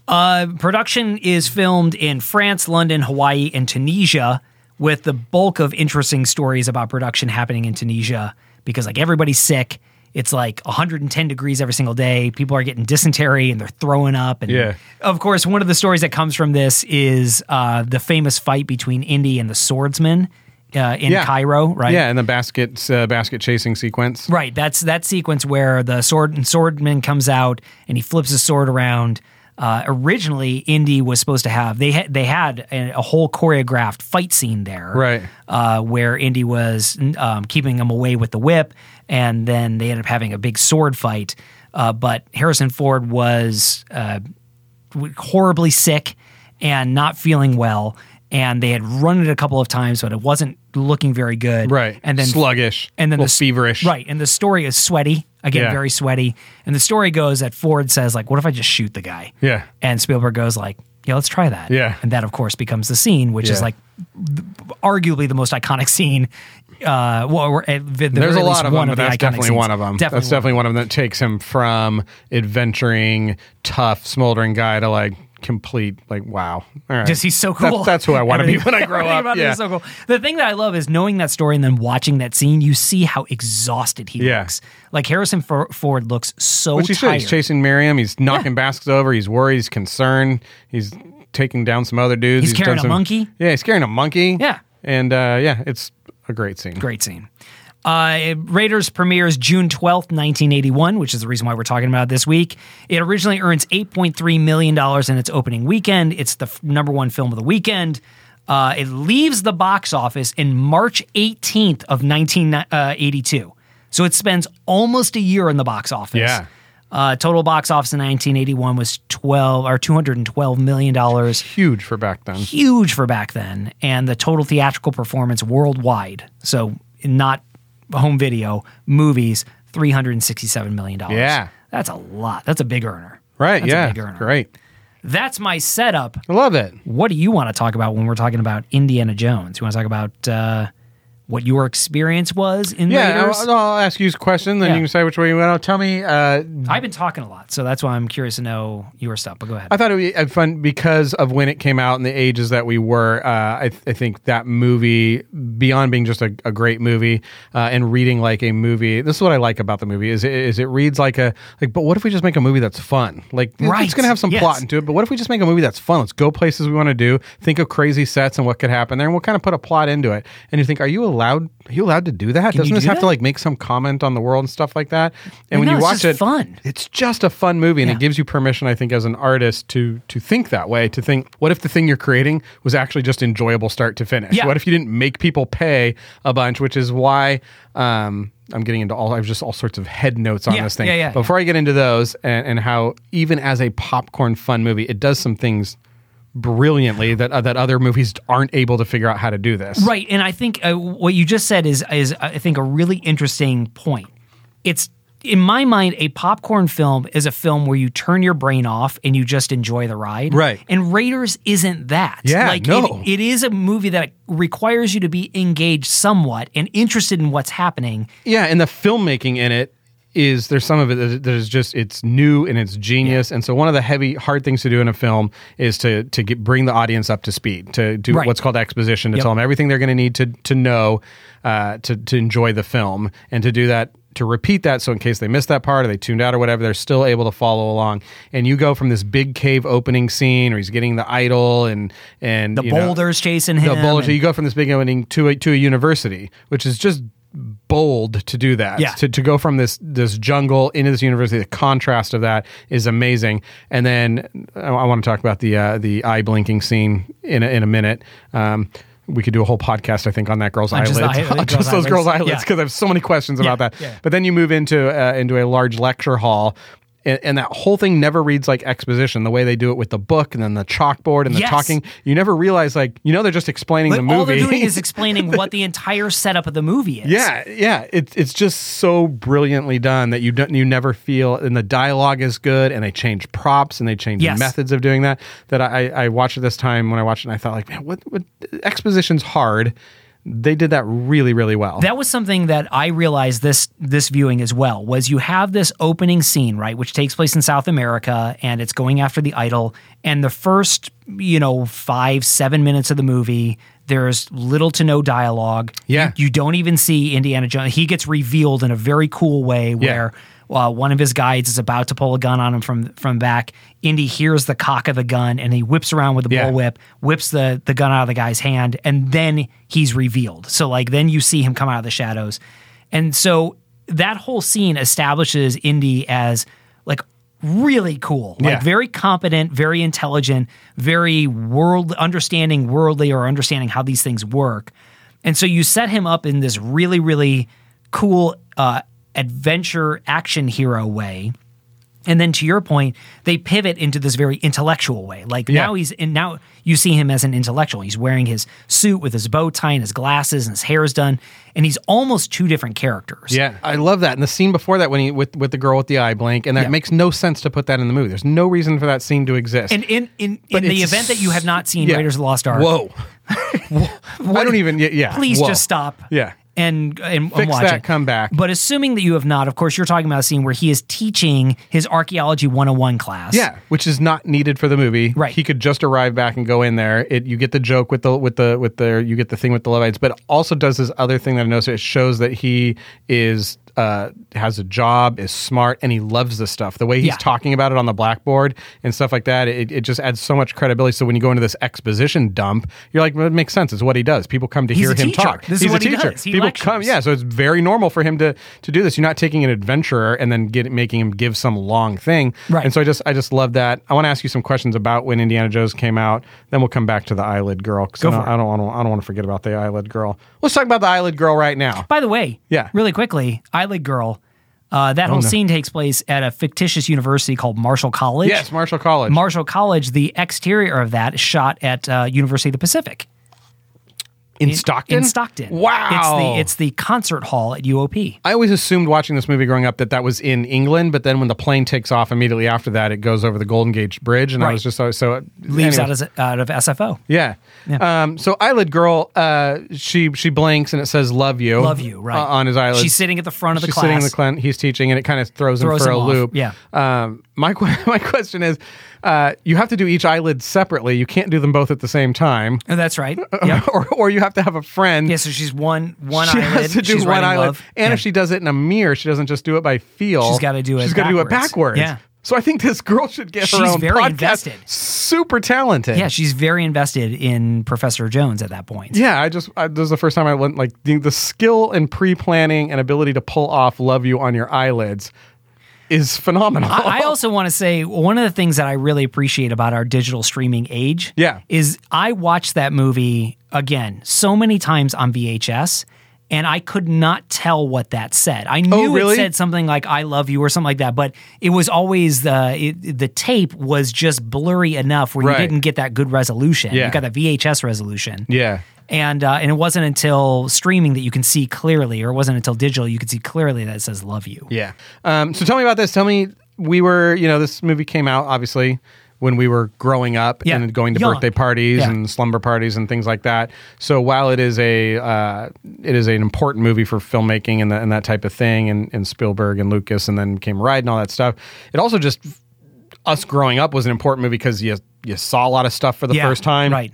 Speaker 1: Uh, production is filmed in France, London, Hawaii, and Tunisia, with the bulk of interesting stories about production happening in Tunisia because, like, everybody's sick. It's like 110 degrees every single day. People are getting dysentery and they're throwing up. And
Speaker 2: Yeah.
Speaker 1: of course, one of the stories that comes from this is uh, the famous fight between Indy and the swordsman uh, in
Speaker 2: Yeah.
Speaker 1: Cairo, right?
Speaker 2: Yeah, and the basket uh, basket chasing sequence.
Speaker 1: Right. That's that sequence where the sword and swordman comes out and he flips his sword around. Uh, originally, Indy was supposed to have they had they had a, a whole choreographed fight scene there,
Speaker 2: Right.
Speaker 1: Uh, where Indy was um, keeping him away with the whip, and then they ended up having a big sword fight. Uh, but Harrison Ford was uh, w- horribly sick and not feeling well, and they had run it a couple of times, but it wasn't looking very good.
Speaker 2: Right.
Speaker 1: and then
Speaker 2: sluggish
Speaker 1: and then
Speaker 2: a
Speaker 1: the
Speaker 2: little feverish.
Speaker 1: right and the story is sweaty again
Speaker 2: Yeah.
Speaker 1: very sweaty and the story goes that ford says like what if i just shoot the guy
Speaker 2: Yeah.
Speaker 1: and spielberg goes like yeah let's try that
Speaker 2: Yeah.
Speaker 1: and that of course becomes the scene which is
Speaker 2: Yeah.
Speaker 1: like th- arguably the most iconic scene uh well or at the
Speaker 2: There's
Speaker 1: very
Speaker 2: a
Speaker 1: least
Speaker 2: lot of
Speaker 1: one
Speaker 2: them, but
Speaker 1: the
Speaker 2: that's
Speaker 1: iconic
Speaker 2: definitely
Speaker 1: scenes.
Speaker 2: one of them. that's definitely one of them that takes him from adventuring, tough, smoldering guy to like complete, like wow. All right,
Speaker 1: Just he's so cool.
Speaker 2: That's, that's who I want to be
Speaker 1: Everything-
Speaker 2: when I grow
Speaker 1: everything
Speaker 2: up.
Speaker 1: about him
Speaker 2: Yeah.
Speaker 1: is so cool. The thing that I love is knowing that story and then watching that scene. You see how exhausted he
Speaker 2: Yeah.
Speaker 1: looks. Like Harrison For- Ford looks so
Speaker 2: Which he should.
Speaker 1: tired.
Speaker 2: He's chasing Miriam. He's knocking baskets over. He's worried. He's concerned. He's taking down some other dudes.
Speaker 1: He's
Speaker 2: done
Speaker 1: carrying a
Speaker 2: some-
Speaker 1: monkey?
Speaker 2: Yeah, he's carrying a monkey.
Speaker 1: Yeah.
Speaker 2: and uh, yeah, it's a great scene.
Speaker 1: Great scene. Uh, Raiders premieres June 12th, 1981, which is the reason why we're talking about it this week. It originally earns $8.3 million in its opening weekend. It's the f- number one film of the weekend. Uh, it leaves the box office in March 18th of 1982. So it spends almost a year in the box office.
Speaker 2: Yeah.
Speaker 1: Uh, total box office in 1981 was 12 or 212 million dollars
Speaker 2: Huge for back then.
Speaker 1: huge for back then and the total theatrical performance worldwide so not home video movies 367 million dollars
Speaker 2: Yeah.
Speaker 1: that's a lot that's a big earner
Speaker 2: Right?
Speaker 1: That's a big
Speaker 2: yeah,
Speaker 1: earner.
Speaker 2: great.
Speaker 1: that's my setup
Speaker 2: I love it.
Speaker 1: what do you want to talk about when we're talking about indiana jones you want to talk about uh, what your experience was in
Speaker 2: Yeah,
Speaker 1: Raiders?
Speaker 2: I'll, I'll ask you a question, then
Speaker 1: Yeah.
Speaker 2: you can decide which way you want. Tell me, uh,
Speaker 1: I've been talking a lot, so that's why I'm curious to know your stuff. But go ahead.
Speaker 2: I thought it would be uh, fun because of when it came out and the ages that we were. Uh, I, th- I think that movie, beyond being just a, a great movie uh, and reading like a movie, this is what I like about the movie is it, is it reads like a like. But what if we just make a movie that's fun? Like it-
Speaker 1: Right,
Speaker 2: it's going to have some
Speaker 1: yes.
Speaker 2: plot into it. But what if we just make a movie that's fun? Let's go places we want to do. Think of crazy sets and what could happen there, and we'll kind of put a plot into it. And you think, are you allowed? Are you allowed to do that? Doesn't
Speaker 1: you
Speaker 2: this
Speaker 1: do
Speaker 2: have to
Speaker 1: that?
Speaker 2: like make some comment on the world and stuff like that? And when
Speaker 1: No,
Speaker 2: you
Speaker 1: it's
Speaker 2: watch
Speaker 1: just
Speaker 2: it,
Speaker 1: fun.
Speaker 2: it's just a fun movie and
Speaker 1: Yeah.
Speaker 2: it gives you permission i think as an artist to to think that way to think what if the thing you're creating was actually just enjoyable start to finish
Speaker 1: Yeah.
Speaker 2: what if you didn't make people pay a bunch which is why um I'm getting into all. I have just all sorts of head notes on
Speaker 1: Yeah,
Speaker 2: this thing.
Speaker 1: yeah, yeah,
Speaker 2: But Before I get into those and, and how even as a popcorn fun movie, it does some things brilliantly that uh, that other movies aren't able to figure out how to do this.
Speaker 1: Right, and I think uh, what you just said is is uh, I think a really interesting point. It's in my mind a popcorn film is a film where you turn your brain off and you just enjoy the ride.
Speaker 2: Right.
Speaker 1: And Raiders isn't that.
Speaker 2: Yeah,
Speaker 1: like
Speaker 2: no.
Speaker 1: it, it is a movie that requires you to be engaged somewhat and interested in what's happening.
Speaker 2: Yeah, and the filmmaking in it is there's some of it that that is just it's new and it's genius. And so one of the heavy hard things to do in a film is to to get, bring the audience up to speed, to do
Speaker 1: Right.
Speaker 2: what's called exposition, to
Speaker 1: Yep.
Speaker 2: tell them everything they're going to need to to know uh, to to enjoy the film, and to do that to repeat that so in case they missed that part or they tuned out or whatever they're still able to follow along and you go from this big cave opening scene or he's getting the idol and and
Speaker 1: The
Speaker 2: you know-
Speaker 1: boulders chasing him.
Speaker 2: the bullshit.
Speaker 1: and-
Speaker 2: You go from this big opening to a to a university, which is just bold to do that.
Speaker 1: Yeah.
Speaker 2: To, to go from this this jungle into this university, the contrast of that is amazing. And then I, want to talk about the uh, the eye blinking scene in a, in a minute. Um, we could do a whole podcast, I think, on that girl's
Speaker 1: On just
Speaker 2: eyelids,
Speaker 1: the eye-
Speaker 2: on
Speaker 1: girl's
Speaker 2: just those girls'
Speaker 1: eyelids.
Speaker 2: eyelids,
Speaker 1: Yeah.
Speaker 2: because I have so many questions about that.
Speaker 1: yeah.
Speaker 2: But then you move into uh, into a large lecture hall. And, and that whole thing never reads like exposition. The way they do it with the book and then the chalkboard and the
Speaker 1: Yes.
Speaker 2: talking, you never realize like you know they're just explaining the
Speaker 1: But
Speaker 2: movie.
Speaker 1: all they're doing is explaining what the entire setup of the movie is.
Speaker 2: Yeah, yeah. It's it's just so brilliantly done that you don't you never feel and the dialogue is good and they change props and they change
Speaker 1: Yes.
Speaker 2: methods of doing that. That I, I watched it this time when I watched it and I thought like, man, what what exposition's hard. They did that really, really well.
Speaker 1: That was something that I realized this this viewing as well was you have this opening scene, right, which takes place in South America and it's going after the idol and the first, you know, 5 7 minutes of the movie there's little to no dialogue.
Speaker 2: Yeah.
Speaker 1: You, you don't even see Indiana Jones. He gets revealed in a very cool way where uh, one of his guides is about to pull a gun on him from from back. Indy hears the cock of the gun and he whips around with the
Speaker 2: Yeah.
Speaker 1: bullwhip, whips the the gun out of the guy's hand, and then he's revealed. So like then you see him come out of the shadows, and so that whole scene establishes Indy as like really cool, like
Speaker 2: Yeah.
Speaker 1: very competent, very intelligent, very world understanding, worldly or understanding how these things work. And so you set him up in this really really cool uh, adventure action hero way. And then to your point, they pivot into this very intellectual way. Like
Speaker 2: Yeah.
Speaker 1: now he's and now you see him as an intellectual. He's wearing his suit with his bow tie and his glasses and his hair's done, and he's almost two different characters.
Speaker 2: Yeah, I love that. And the scene before that, when he with with the girl with the eye blank, and that
Speaker 1: Yeah.
Speaker 2: makes no sense to put that in the movie. There's no reason for that scene to exist.
Speaker 1: And in in, in
Speaker 2: But
Speaker 1: the
Speaker 2: it's-
Speaker 1: event that you have not seen
Speaker 2: Yeah.
Speaker 1: Raiders of the Lost Ark,
Speaker 2: Whoa, I don't even. Yeah, yeah.
Speaker 1: please
Speaker 2: Whoa.
Speaker 1: just stop.
Speaker 2: Yeah.
Speaker 1: And, and, and
Speaker 2: Fix
Speaker 1: watch
Speaker 2: that,
Speaker 1: it.
Speaker 2: come back.
Speaker 1: But assuming that you have not, of course, you're talking about a scene where he is teaching his archaeology 101 class.
Speaker 2: Yeah, which is not needed for the movie.
Speaker 1: Right.
Speaker 2: He could just arrive back and go in there. It you get the joke with the with the with the you get the thing with the Levites, but also does this other thing that I noticed. It shows that he is uh, has a job, is smart, and he loves this stuff. The way he's
Speaker 1: Yeah.
Speaker 2: talking about it on the blackboard and stuff like that, it, it just adds so much credibility. So when you go into this exposition dump, you're like, well, it makes sense. It's what he does. People come to
Speaker 1: He's
Speaker 2: hear
Speaker 1: a
Speaker 2: him
Speaker 1: teacher.
Speaker 2: talk.
Speaker 1: This is
Speaker 2: he's
Speaker 1: what
Speaker 2: a
Speaker 1: he
Speaker 2: teacher.
Speaker 1: does. He
Speaker 2: People
Speaker 1: lectures.
Speaker 2: come, yeah. So it's very normal for him to to do this. You're not taking an adventurer and then get making him give some long thing.
Speaker 1: Right.
Speaker 2: And so I just I just love that. I want to ask you some questions about when Indiana Jones came out. Then we'll come back to the eyelid girl because I
Speaker 1: for
Speaker 2: don't I don't, want to, I don't want to forget about the eyelid girl. Let's talk about the eyelid girl right now.
Speaker 1: By the way,
Speaker 2: Yeah. Oh,
Speaker 1: really quickly, Eyelid Girl. Uh, that whole scene takes place at a fictitious university called Marshall College.
Speaker 2: Yes, Marshall College.
Speaker 1: Marshall College. The exterior of that is shot at uh, University of the Pacific
Speaker 2: in Stockton.
Speaker 1: in Stockton.
Speaker 2: Wow.
Speaker 1: It's the it's the concert hall at UOP.
Speaker 2: I always assumed watching this movie growing up that that was in England, but then when the plane takes off immediately after that, it goes over the Golden Gate Bridge, and I
Speaker 1: Right.
Speaker 2: was just so. so
Speaker 1: Leaves
Speaker 2: anyway.
Speaker 1: out of, out of SFO.
Speaker 2: Yeah. Um, so eyelid girl, uh, she she blinks and it says "love you."
Speaker 1: Love you, right?
Speaker 2: uh, on his eyelid.
Speaker 1: She's sitting at the front of the
Speaker 2: She's
Speaker 1: class.
Speaker 2: sitting in the class. He's teaching, and it kind of throws,
Speaker 1: Throws
Speaker 2: him for
Speaker 1: him
Speaker 2: a
Speaker 1: off,
Speaker 2: loop.
Speaker 1: yeah.
Speaker 2: Um, my que- my question is, uh, you have to do each eyelid separately. You can't do them both at the same time,
Speaker 1: Oh, that's right. Yep.
Speaker 2: or or you have to have a friend.
Speaker 1: Yeah, so she's one one
Speaker 2: she
Speaker 1: eyelid.
Speaker 2: has to do
Speaker 1: she's
Speaker 2: one
Speaker 1: writing
Speaker 2: eyelid,
Speaker 1: love.
Speaker 2: and
Speaker 1: Yeah.
Speaker 2: if she does it in a mirror, she doesn't just do it by feel.
Speaker 1: She's gotta do it
Speaker 2: She's got to do it
Speaker 1: backwards.
Speaker 2: backwards.
Speaker 1: Yeah.
Speaker 2: So I think this girl should get her
Speaker 1: She's
Speaker 2: own
Speaker 1: very
Speaker 2: podcast.
Speaker 1: invested.
Speaker 2: Super talented.
Speaker 1: yeah, she's very invested in Professor Jones at that point.
Speaker 2: Yeah, I just I, this is the first time I went like the, the skill and pre planning and ability to pull off "Love You" on your eyelids is phenomenal.
Speaker 1: I I also want to say one of the things that I really appreciate about our digital streaming age
Speaker 2: Yeah.
Speaker 1: is I watched that movie again so many times on VHS and I could not tell what that said. I knew it
Speaker 2: Oh, really?
Speaker 1: said something like I love you or something like that, but it was always the it, the tape was just blurry enough where
Speaker 2: Right.
Speaker 1: you didn't get that good resolution.
Speaker 2: Yeah.
Speaker 1: You got the VHS resolution.
Speaker 2: yeah,
Speaker 1: And uh, and it wasn't until streaming that you can see clearly or it wasn't until digital you could see clearly that it says love you.
Speaker 2: yeah. Um, so tell me about this. Tell me we were you know this movie came out obviously when we were growing up
Speaker 1: Yeah.
Speaker 2: and going to
Speaker 1: Young.
Speaker 2: birthday parties
Speaker 1: Yeah.
Speaker 2: and slumber parties and things like that. So while it is a uh, it is an important movie for filmmaking and, that and that type of thing and, and Spielberg and Lucas and then came Ride and all that stuff. It also just us growing up was an important movie because you you saw a lot of stuff for the
Speaker 1: Yeah,
Speaker 2: first time.
Speaker 1: Right.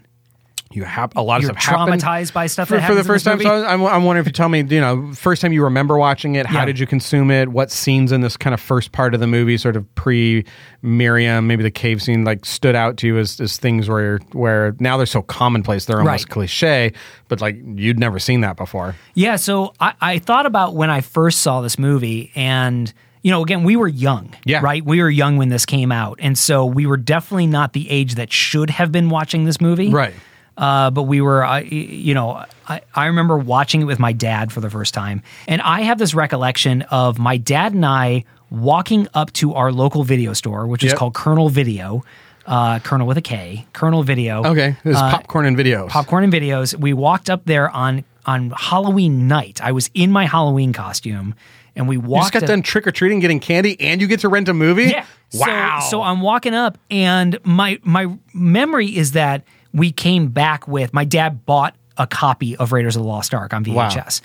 Speaker 2: you have a lot
Speaker 1: You're
Speaker 2: of stuff happened.
Speaker 1: traumatized by stuff
Speaker 2: for,
Speaker 1: that
Speaker 2: for the
Speaker 1: happens in
Speaker 2: first
Speaker 1: this
Speaker 2: time. So
Speaker 1: movie?
Speaker 2: I'm, I'm wondering if you tell me, you know, first time you remember watching it, how
Speaker 1: Yeah.
Speaker 2: did you consume it? What scenes in this kind of first part of the movie, sort of pre Miriam, maybe the cave scene, like stood out to you as, as things where where now they're so commonplace, they're almost
Speaker 1: Right.
Speaker 2: cliche, but like you'd never seen that before.
Speaker 1: Yeah, so I, I thought about when I first saw this movie, and you know, again, we were young,
Speaker 2: Yeah.
Speaker 1: right? We were young when this came out, and so we were definitely not the age that should have been watching this movie,
Speaker 2: Right.
Speaker 1: Uh, but we were, I you know, I, I remember watching it with my dad for the first time, and I have this recollection of my dad and I walking up to our local video store, which is
Speaker 2: Yep.
Speaker 1: called Colonel Video, uh, Colonel with a K, Colonel Video.
Speaker 2: Okay, there's
Speaker 1: Uh,
Speaker 2: popcorn and videos.
Speaker 1: popcorn and videos. We walked up there on on Halloween night. I was in my Halloween costume, and we
Speaker 2: You
Speaker 1: walked.
Speaker 2: just got
Speaker 1: up-
Speaker 2: done trick or treating, getting candy, and you get to rent a movie.
Speaker 1: Yeah.
Speaker 2: Wow.
Speaker 1: So, um, so I'm walking up, and my my memory is that we came back with my dad bought a copy of Raiders of the Lost Ark on VHS.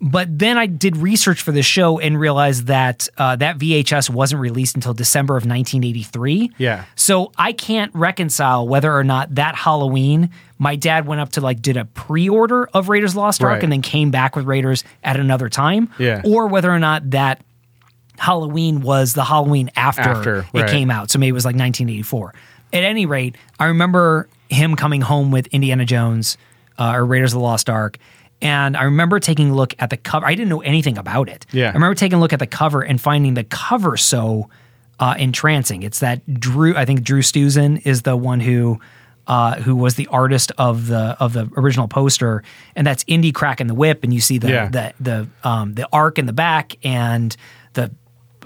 Speaker 1: But then I did research for the show and realized that uh, that VHS wasn't released until December of 1983.
Speaker 2: Yeah.
Speaker 1: So I can't reconcile whether or not that Halloween my dad went up to like did a pre-order of Raiders of the Lost Ark
Speaker 2: Right.
Speaker 1: and then came back with Raiders at another time.
Speaker 2: Yeah.
Speaker 1: Or whether or not that Halloween was the Halloween after,
Speaker 2: After,
Speaker 1: it
Speaker 2: right.
Speaker 1: came out. So maybe it was like 1984. At any rate, I remember him coming home with Indiana Jones uh, or Raiders of the Lost Ark. And I remember taking a look at the cover. I didn't know anything about it.
Speaker 2: Yeah.
Speaker 1: I remember taking a look at the cover and finding the cover so uh, entrancing. It's that Drew, I think Drew Stuzen is the one who. Uh, who was the artist of the of the original poster? And that's Indy cracking the whip, and you see the
Speaker 2: Yeah.
Speaker 1: the the um, the arc in the back and the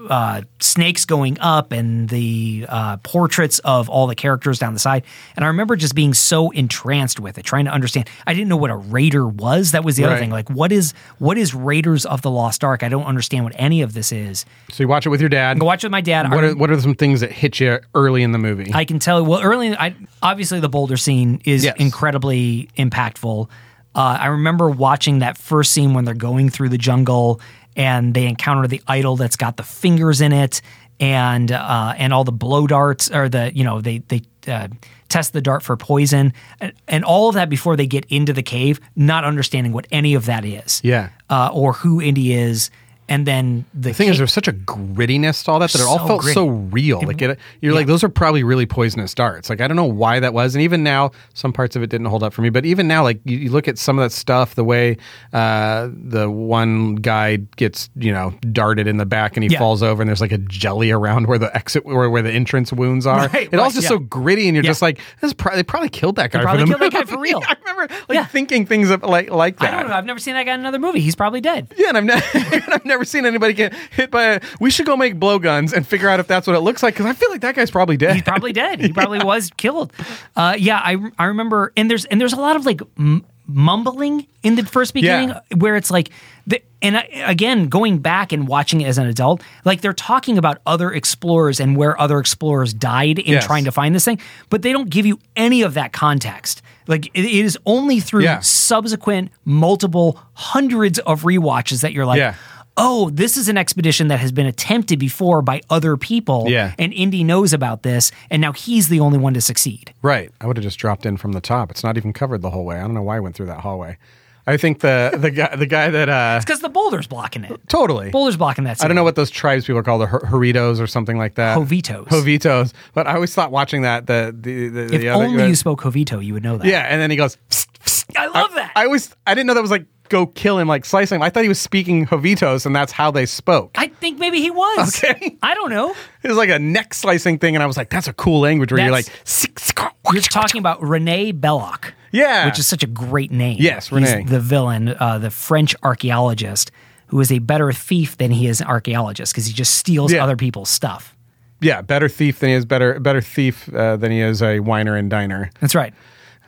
Speaker 1: uh, snakes going up and the uh, portraits of all the characters down the side. And I remember just being so entranced with it, trying to understand. I didn't know what a raider was. That was the other
Speaker 2: Right.
Speaker 1: thing. Like, what is what is Raiders of the Lost Ark? I don't understand what any of this is.
Speaker 2: So you watch it with your dad.
Speaker 1: I watched it with my dad.
Speaker 2: what
Speaker 1: I,
Speaker 2: are what are some things that hit you early in the movie?
Speaker 1: I can tell. Well, early, I obviously the boulder scene is
Speaker 2: Yes.
Speaker 1: incredibly impactful. Uh, I remember watching that first scene when they're going through the jungle and they encounter the idol that's got the fingers in it, and uh, and all the blow darts or the you know they they uh, test the dart for poison and, and all of that before they get into the cave, not understanding what any of that is,
Speaker 2: Yeah.
Speaker 1: uh, or who Indy is, and then the,
Speaker 2: The thing is,
Speaker 1: ca-
Speaker 2: there's such a grittiness to all that that it all
Speaker 1: So
Speaker 2: felt
Speaker 1: gritty.
Speaker 2: so real. Like it, you're like, those are probably really poisonous darts. Like I don't know why that was, and even now, some parts of it didn't hold up for me. But even now, like you, you look at some of that stuff, the way uh, the one guy gets, you know, darted in the back and he
Speaker 1: Yeah.
Speaker 2: falls over, and there's like a jelly around where the exit or where the entrance wounds are.
Speaker 1: Right,
Speaker 2: it all's
Speaker 1: right,
Speaker 2: just
Speaker 1: yeah.
Speaker 2: so gritty, and you're
Speaker 1: Yeah.
Speaker 2: just like, this is pro- they probably killed that guy. for
Speaker 1: probably
Speaker 2: the
Speaker 1: killed that guy
Speaker 2: movie.
Speaker 1: for real.
Speaker 2: I remember like
Speaker 1: Yeah.
Speaker 2: thinking things of, like like
Speaker 1: I
Speaker 2: that.
Speaker 1: don't know. I've never seen that guy in another movie. He's probably dead.
Speaker 2: Yeah, and I've, ne- I've never seen anybody get hit by a. We should go make blowguns and figure out if that's what it looks like because I feel like that guy's probably dead.
Speaker 1: He's probably dead. He probably was killed. Uh, yeah, I I remember, and there's and there's a lot of like m- mumbling in the first beginning
Speaker 2: Yeah.
Speaker 1: where it's like, the, and I, again going back and watching it as an adult, like they're talking about other explorers and where other explorers died in
Speaker 2: Yes.
Speaker 1: trying to find this thing, but they don't give you any of that context. Like it, it is only through
Speaker 2: Yeah.
Speaker 1: subsequent multiple hundreds of rewatches that you're like.
Speaker 2: Yeah.
Speaker 1: Oh, this is an expedition that has been attempted before by other people
Speaker 2: Yeah.
Speaker 1: and Indy knows about this, and now he's the only one to succeed.
Speaker 2: Right. I would have just dropped in from the top. It's not even covered the whole way. I don't know why I went through that hallway. I think the the guy the guy that uh
Speaker 1: Because the boulder's blocking it.
Speaker 2: totally
Speaker 1: Boulder's blocking that.
Speaker 2: I don't know
Speaker 1: signal.
Speaker 2: what those tribes people are called, the Her- Heritos or something like that.
Speaker 1: Jovitos.
Speaker 2: Jovitos. But I always thought watching that the the the,
Speaker 1: If
Speaker 2: the other
Speaker 1: only you spoke Jovito, you would know that.
Speaker 2: yeah, and then he goes. Psst, psst.
Speaker 1: I love that.
Speaker 2: I always I didn't know that was like go kill him like slice him. I thought he was speaking Jovitos and that's how they spoke.
Speaker 1: I think maybe he was.
Speaker 2: Okay.
Speaker 1: I don't know.
Speaker 2: It was like a neck slicing thing, and I was like, "That's a cool language." Where
Speaker 1: That's-
Speaker 2: you're like, "Sick, sick, oh,
Speaker 1: You're talking about Rene Belloc.
Speaker 2: Yeah.
Speaker 1: Which is such a great name.
Speaker 2: Yes,
Speaker 1: He's
Speaker 2: Rene.
Speaker 1: the villain, uh, the French archaeologist, who is a better thief than he is an archaeologist because he just steals
Speaker 2: Yeah.
Speaker 1: other people's stuff.
Speaker 2: yeah, better thief than he is better better thief uh, than he is a whiner and diner."
Speaker 1: That's right.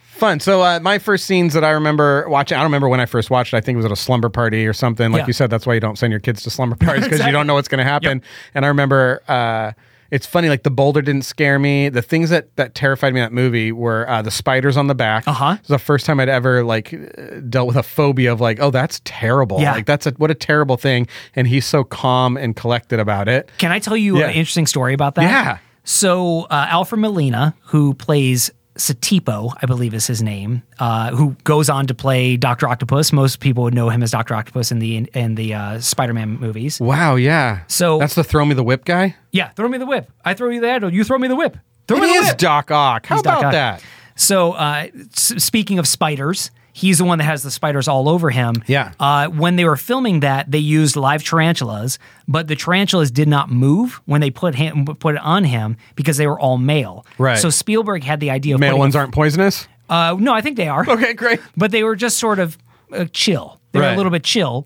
Speaker 2: Fun. So uh, my first scenes that I remember watching, I don't remember when I first watched. it. I think it was at a slumber party or something. Like
Speaker 1: Yeah.
Speaker 2: you said, that's why you don't send your kids to slumber parties because you don't know what's going to happen. And I remember. Uh, it's funny, like the boulder didn't scare me. The things that, that terrified me in that movie were uh, the spiders on the back.
Speaker 1: Uh-huh.
Speaker 2: It was the first time I'd ever like uh, dealt with a phobia of like, oh, that's terrible.
Speaker 1: Yeah.
Speaker 2: Like that's a, what a terrible thing. And he's so calm and collected about it.
Speaker 1: Can I tell you
Speaker 2: Yeah.
Speaker 1: an interesting story about that?
Speaker 2: Yeah.
Speaker 1: So uh, Alfred Molina, who plays Satipo, I believe is his name, uh, who goes on to play Doctor Octopus. Most people would know him as Doctor Octopus in the in the uh, Spider-Man movies.
Speaker 2: Wow, yeah.
Speaker 1: So-
Speaker 2: that's the throw me the whip guy.
Speaker 1: Yeah, throw me the whip. I throw you the idol. You throw me the whip. Throw
Speaker 2: It
Speaker 1: me the
Speaker 2: is
Speaker 1: whip.
Speaker 2: Doc Ock. How
Speaker 1: He's Doc
Speaker 2: about
Speaker 1: Ock.
Speaker 2: that?
Speaker 1: So, uh, s- speaking of spiders, he's the one that has the spiders all over him.
Speaker 2: Yeah.
Speaker 1: Uh, when they were filming that, they used live tarantulas, but the tarantulas did not move when they put him put it on him because they were all male.
Speaker 2: Right.
Speaker 1: So Spielberg had the idea of
Speaker 2: Male
Speaker 1: putting-
Speaker 2: ones aren't poisonous.
Speaker 1: Uh, no, I think they are.
Speaker 2: Okay, great.
Speaker 1: But they were just sort of uh, chill. They were a
Speaker 2: Right.
Speaker 1: little bit chill.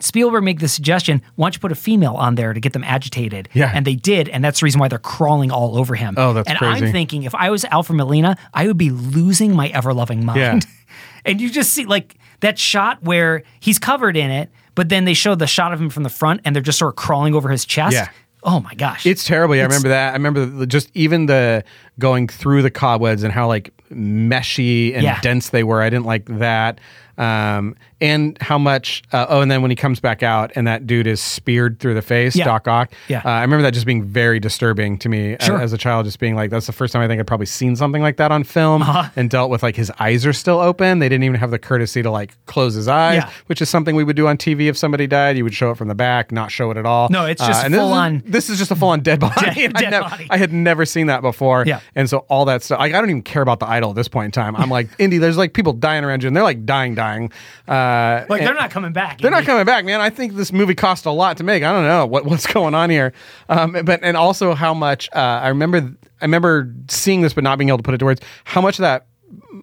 Speaker 1: Spielberg made the suggestion, why don't you put a female on there to get them agitated?
Speaker 2: Yeah.
Speaker 1: And they did, and that's the reason why they're crawling all over him.
Speaker 2: Oh, that's
Speaker 1: And
Speaker 2: crazy.
Speaker 1: I'm thinking, if I was Alfred Molina, I would be losing my ever loving mind.
Speaker 2: Yeah.
Speaker 1: and you just see, like, that shot where he's covered in it, but then they show the shot of him from the front, and they're just sort of crawling over his chest.
Speaker 2: Yeah.
Speaker 1: Oh, my gosh.
Speaker 2: It's terrible. Yeah, I remember that. I remember the, just even the going through the cobwebs and how like meshy and
Speaker 1: Yeah.
Speaker 2: dense they were. I didn't like that. Um, and how much? Uh, oh, and then when he comes back out and that dude is speared through the face,
Speaker 1: Yeah.
Speaker 2: Doc Ock.
Speaker 1: Yeah.
Speaker 2: uh, I remember that just being very disturbing to me a-
Speaker 1: Sure.
Speaker 2: as a child. Just being like, that's the first time I think I'd probably seen something like that on film
Speaker 1: Uh-huh.
Speaker 2: and dealt with like his eyes are still open. They didn't even have the courtesy to like close his eyes,
Speaker 1: Yeah.
Speaker 2: which is something we would do on TV if somebody died. You would show it from the back, not show it at all. Uh,
Speaker 1: No, it's just
Speaker 2: and this is-
Speaker 1: full-on-
Speaker 2: This is just a full on dead body.
Speaker 1: Dead-
Speaker 2: I,
Speaker 1: dead
Speaker 2: nev-
Speaker 1: body.
Speaker 2: I had never seen that before.
Speaker 1: Yeah.
Speaker 2: And so all that stuff, like, I don't even care about the idol at this point in time. I'm like, Indy, there's like people dying around you and they're like dying, dying. Uh,
Speaker 1: like,
Speaker 2: and-
Speaker 1: they're not coming back.
Speaker 2: they're not coming back, man. I think this movie cost a lot to make. I don't know what, what's going on here, um, but and also how much uh, I remember. I remember seeing this, but not being able to put it to words. How much of that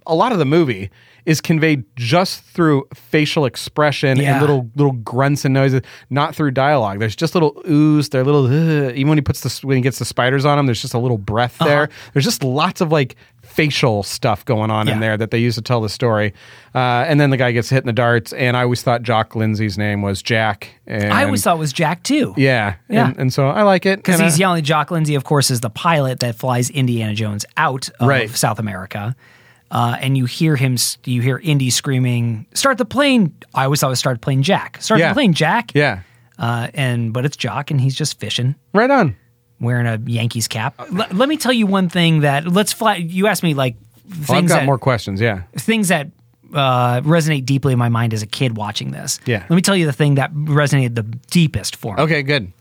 Speaker 2: a lot of the movie is conveyed just through facial expression
Speaker 1: Yeah.
Speaker 2: and little little grunts and noises, not through dialogue. There's just little oohs. They're little "Ugh." even when he puts the when he gets the spiders on him. There's just a little breath
Speaker 1: Uh-huh.
Speaker 2: there. There's just lots of like facial stuff going on
Speaker 1: Yeah.
Speaker 2: in there that they use to tell the story. Uh, and then the guy gets hit in the darts. And I always thought Jock Lindsay's name was Jack. And
Speaker 1: I always thought it was Jack, too.
Speaker 2: yeah,
Speaker 1: Yeah.
Speaker 2: And, and so I like it
Speaker 1: Because
Speaker 2: And
Speaker 1: he's
Speaker 2: I-
Speaker 1: yelling. Jock Lindsay, of course, is the pilot that flies Indiana Jones out of
Speaker 2: Right.
Speaker 1: South America. Uh, and you hear him, s- you hear Indy screaming, "Start the plane!" I always thought it was "Start the plane, Jack." Start
Speaker 2: Yeah.
Speaker 1: the plane, Jack.
Speaker 2: Yeah,
Speaker 1: Uh, and but it's Jock, and he's just fishing,
Speaker 2: right on.
Speaker 1: wearing a Yankees cap. L- let me tell you one thing that let's fly. You asked me like things
Speaker 2: Well, I've got
Speaker 1: that
Speaker 2: more questions. Yeah,
Speaker 1: things that uh, resonate deeply in my mind as a kid watching this.
Speaker 2: Yeah.
Speaker 1: Let me tell you the thing that resonated the deepest for me.
Speaker 2: okay, good.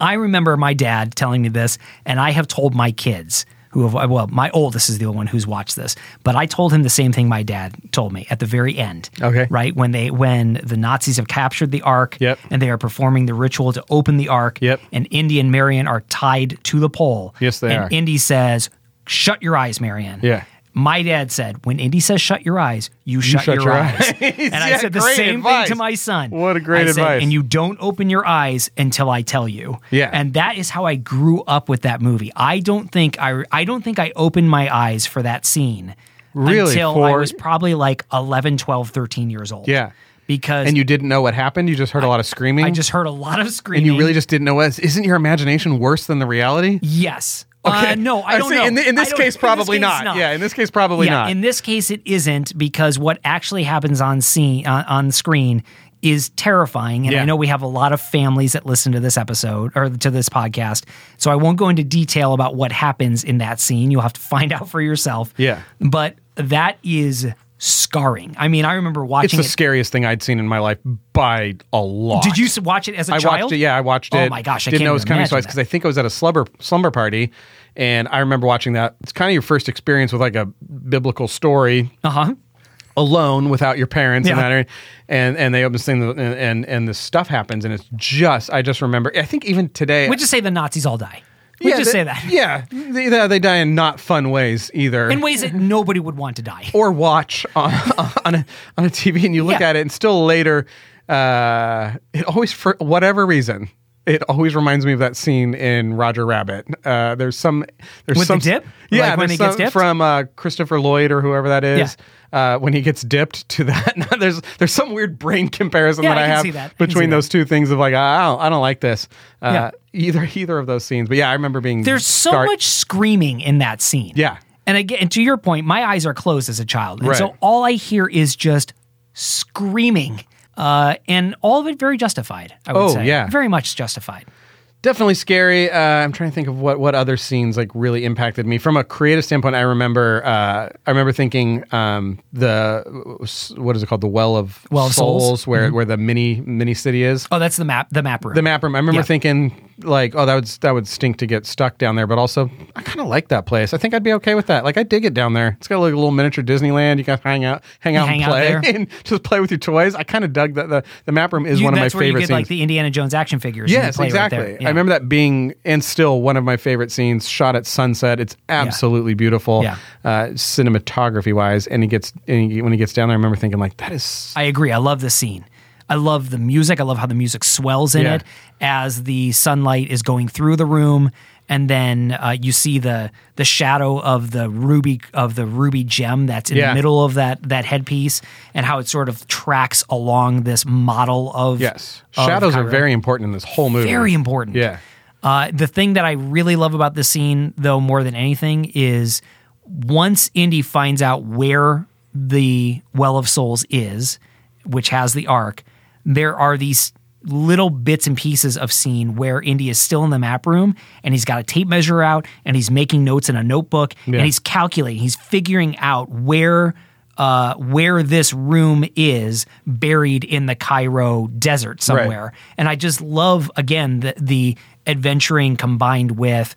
Speaker 1: I remember my dad telling me this, and I have told my kids who have well, my oldest is the only one who's watched this, but I told him the same thing my dad told me at the very end.
Speaker 2: Okay.
Speaker 1: Right? When they when the Nazis have captured the Ark
Speaker 2: Yep.
Speaker 1: and they are performing the ritual to open the Ark,
Speaker 2: Yep.
Speaker 1: and Indy and Marion are tied to the pole.
Speaker 2: Yes, they
Speaker 1: and
Speaker 2: are.
Speaker 1: Indy says, Shut your eyes, Marion.
Speaker 2: Yeah.
Speaker 1: My dad said, when Indy says shut your eyes, you, shut,
Speaker 2: shut
Speaker 1: your,
Speaker 2: your
Speaker 1: eyes.
Speaker 2: eyes.
Speaker 1: And I
Speaker 2: Yeah,
Speaker 1: said the
Speaker 2: great
Speaker 1: same
Speaker 2: advice.
Speaker 1: thing to my son.
Speaker 2: What a great
Speaker 1: I said,
Speaker 2: advice.
Speaker 1: And you don't open your eyes until I tell you.
Speaker 2: Yeah.
Speaker 1: And that is how I grew up with that movie. I don't think I I don't think I opened my eyes for that scene
Speaker 2: Really?
Speaker 1: until I
Speaker 2: For-
Speaker 1: was probably like 11, 12, 13 years old.
Speaker 2: Yeah.
Speaker 1: Because
Speaker 2: And you didn't know what happened. You just heard a lot of screaming.
Speaker 1: I just heard a lot of
Speaker 2: and
Speaker 1: screaming.
Speaker 2: you really just didn't know what. Isn't your imagination worse than the reality?
Speaker 1: Yes.
Speaker 2: Okay.
Speaker 1: Uh, no, I,
Speaker 2: I
Speaker 1: don't
Speaker 2: see.
Speaker 1: know.
Speaker 2: In thi- in
Speaker 1: I
Speaker 2: this
Speaker 1: don't-
Speaker 2: case, probably
Speaker 1: case,
Speaker 2: not. Yeah, in this case, probably
Speaker 1: Yeah,
Speaker 2: not.
Speaker 1: In this case, it isn't because what actually happens on scene uh, on screen is terrifying. And
Speaker 2: Yeah.
Speaker 1: I know we have a lot of families that listen to this episode or to this podcast, so I won't go into detail about what happens in that scene. You'll have to find out for yourself.
Speaker 2: Yeah.
Speaker 1: but that is scarring. I mean, I remember watching
Speaker 2: It's the
Speaker 1: it.
Speaker 2: scariest thing I'd seen in my life by a lot.
Speaker 1: Did you s- watch it as a
Speaker 2: I
Speaker 1: child?
Speaker 2: watched it. Yeah, I watched
Speaker 1: Oh
Speaker 2: it.
Speaker 1: my gosh, I
Speaker 2: didn't
Speaker 1: can't
Speaker 2: know it
Speaker 1: even
Speaker 2: was coming
Speaker 1: imagine
Speaker 2: twice
Speaker 1: that.
Speaker 2: because I think I was at a slumber slumber party, and I remember watching that. It's kind of your first experience with like a biblical story
Speaker 1: Uh huh.
Speaker 2: alone without your parents and
Speaker 1: Yeah.
Speaker 2: that and and they open this thing and and and this stuff happens and it's just I just remember I think even today
Speaker 1: We just say the Nazis all die. We just
Speaker 2: they-
Speaker 1: say that
Speaker 2: yeah they, they- they die in not fun ways either
Speaker 1: in ways that nobody would want to die.
Speaker 2: or watch on on a, on a TV and you look
Speaker 1: Yeah.
Speaker 2: at it and still later uh, it always for whatever reason it always reminds me of that scene in Roger Rabbit. Uh, there's some there's
Speaker 1: With the
Speaker 2: some
Speaker 1: dip? Like
Speaker 2: yeah
Speaker 1: when
Speaker 2: there's
Speaker 1: he gets
Speaker 2: some
Speaker 1: dipped?
Speaker 2: from uh, Christopher Lloyd or whoever that is.
Speaker 1: Yeah.
Speaker 2: Uh, when he gets dipped to that, Now, there's there's some weird brain comparison
Speaker 1: Yeah,
Speaker 2: that
Speaker 1: I
Speaker 2: I,
Speaker 1: can
Speaker 2: have
Speaker 1: see that. I can see
Speaker 2: between
Speaker 1: that.
Speaker 2: those two things of like I don't, I don't like this uh, either either of those scenes. But yeah, I remember being
Speaker 1: There's so
Speaker 2: scar-
Speaker 1: much screaming in that scene.
Speaker 2: Yeah.
Speaker 1: And again, and to your point, my eyes are closed as a child. And so
Speaker 2: Right.
Speaker 1: all I hear is just screaming. Uh, and all of it very justified, I would
Speaker 2: Oh,
Speaker 1: say.
Speaker 2: yeah.
Speaker 1: Very much justified.
Speaker 2: definitely scary. Uh, I'm trying to think of what what other scenes like really impacted me from a creative standpoint. I remember uh, I remember thinking um, the what is it called the Well of
Speaker 1: Well of Souls. Mm-hmm.
Speaker 2: where where the mini mini city is.
Speaker 1: Oh, that's the map. The map room.
Speaker 2: The map room. I remember
Speaker 1: Yeah.
Speaker 2: thinking like, oh, that would that would stink to get stuck down there. But also, I kind of like that place. I think I'd be okay with that. Like, I dig it down there. It's got like a little miniature Disneyland. You can hang out, hang out,
Speaker 1: hang out
Speaker 2: and play,
Speaker 1: there.
Speaker 2: and just play with your toys. I kind of dug that. The, the map room is
Speaker 1: You-
Speaker 2: one of my
Speaker 1: that's where you
Speaker 2: favorite
Speaker 1: get
Speaker 2: scenes.
Speaker 1: like the Indiana Jones action figures. and you
Speaker 2: Yes,
Speaker 1: play right
Speaker 2: exactly.
Speaker 1: there. Yeah.
Speaker 2: I remember that being and still one of my favorite scenes. Shot at sunset, it's absolutely beautiful,
Speaker 1: Yeah.
Speaker 2: uh, cinematography wise. And he gets and he, when he gets down there, I remember thinking like that is
Speaker 1: I agree. I love this scene. I love the music. I love how the music swells in
Speaker 2: Yeah.
Speaker 1: it as the sunlight is going through the room, and then uh, you see the the shadow of the ruby of the ruby gem that's in
Speaker 2: Yeah.
Speaker 1: the middle of that that headpiece, and how it sort of tracks along this model of
Speaker 2: yes.
Speaker 1: of
Speaker 2: Shadows are
Speaker 1: Kyra.
Speaker 2: very important in this whole movie.
Speaker 1: very important.
Speaker 2: Yeah.
Speaker 1: Uh, the thing that I really love about this scene, though, more than anything, is once Indy finds out where the Well of Souls is, which has the Ark, there are these little bits and pieces of scene where Indy is still in the map room and he's got a tape measure out and he's making notes in a notebook
Speaker 2: Yeah.
Speaker 1: and he's calculating, he's figuring out where. Uh, where this room is buried in the Cairo desert somewhere, and I just love again the, the adventuring combined with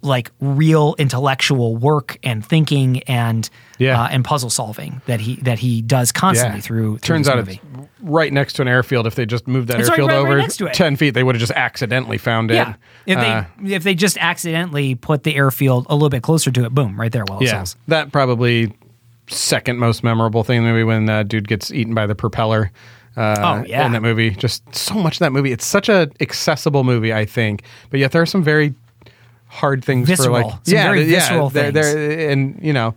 Speaker 1: like real intellectual work and thinking and
Speaker 2: Yeah.
Speaker 1: uh, and puzzle solving that he that he does constantly through, through
Speaker 2: Turns
Speaker 1: this
Speaker 2: out
Speaker 1: movie.
Speaker 2: it's right next to an airfield. If they just moved that
Speaker 1: It's right-
Speaker 2: airfield
Speaker 1: right- right
Speaker 2: over
Speaker 1: next to it.
Speaker 2: ten feet, they would have just accidentally found
Speaker 1: yeah.
Speaker 2: it.
Speaker 1: If they
Speaker 2: Uh,
Speaker 1: if they just accidentally put the airfield a little bit closer to it, boom, right there, well
Speaker 2: yeah, that probably second most memorable thing in the movie when uh, dude gets eaten by the propeller. Uh,
Speaker 1: Oh, yeah.
Speaker 2: in that movie, just so much of that movie. It's such a accessible movie, I think. But yet there are some very hard things
Speaker 1: Visceral.
Speaker 2: for like
Speaker 1: Some very
Speaker 2: th- yeah,
Speaker 1: visceral
Speaker 2: they're- they're- and you know,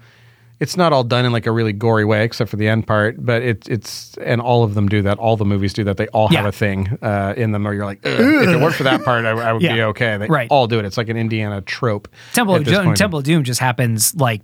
Speaker 2: it's not all done in like a really gory way, except for the end part. But it's it's and all of them do that. All the movies do that. They all have
Speaker 1: Yeah.
Speaker 2: a thing uh, in them where you're like, "Ugh, if it weren't for that part, I, I would be
Speaker 1: Yeah.
Speaker 2: okay. They
Speaker 1: Right.
Speaker 2: all do it. It's like an Indiana trope.
Speaker 1: Temple
Speaker 2: at
Speaker 1: of
Speaker 2: this
Speaker 1: Doom,
Speaker 2: point.
Speaker 1: Temple of Doom just happens like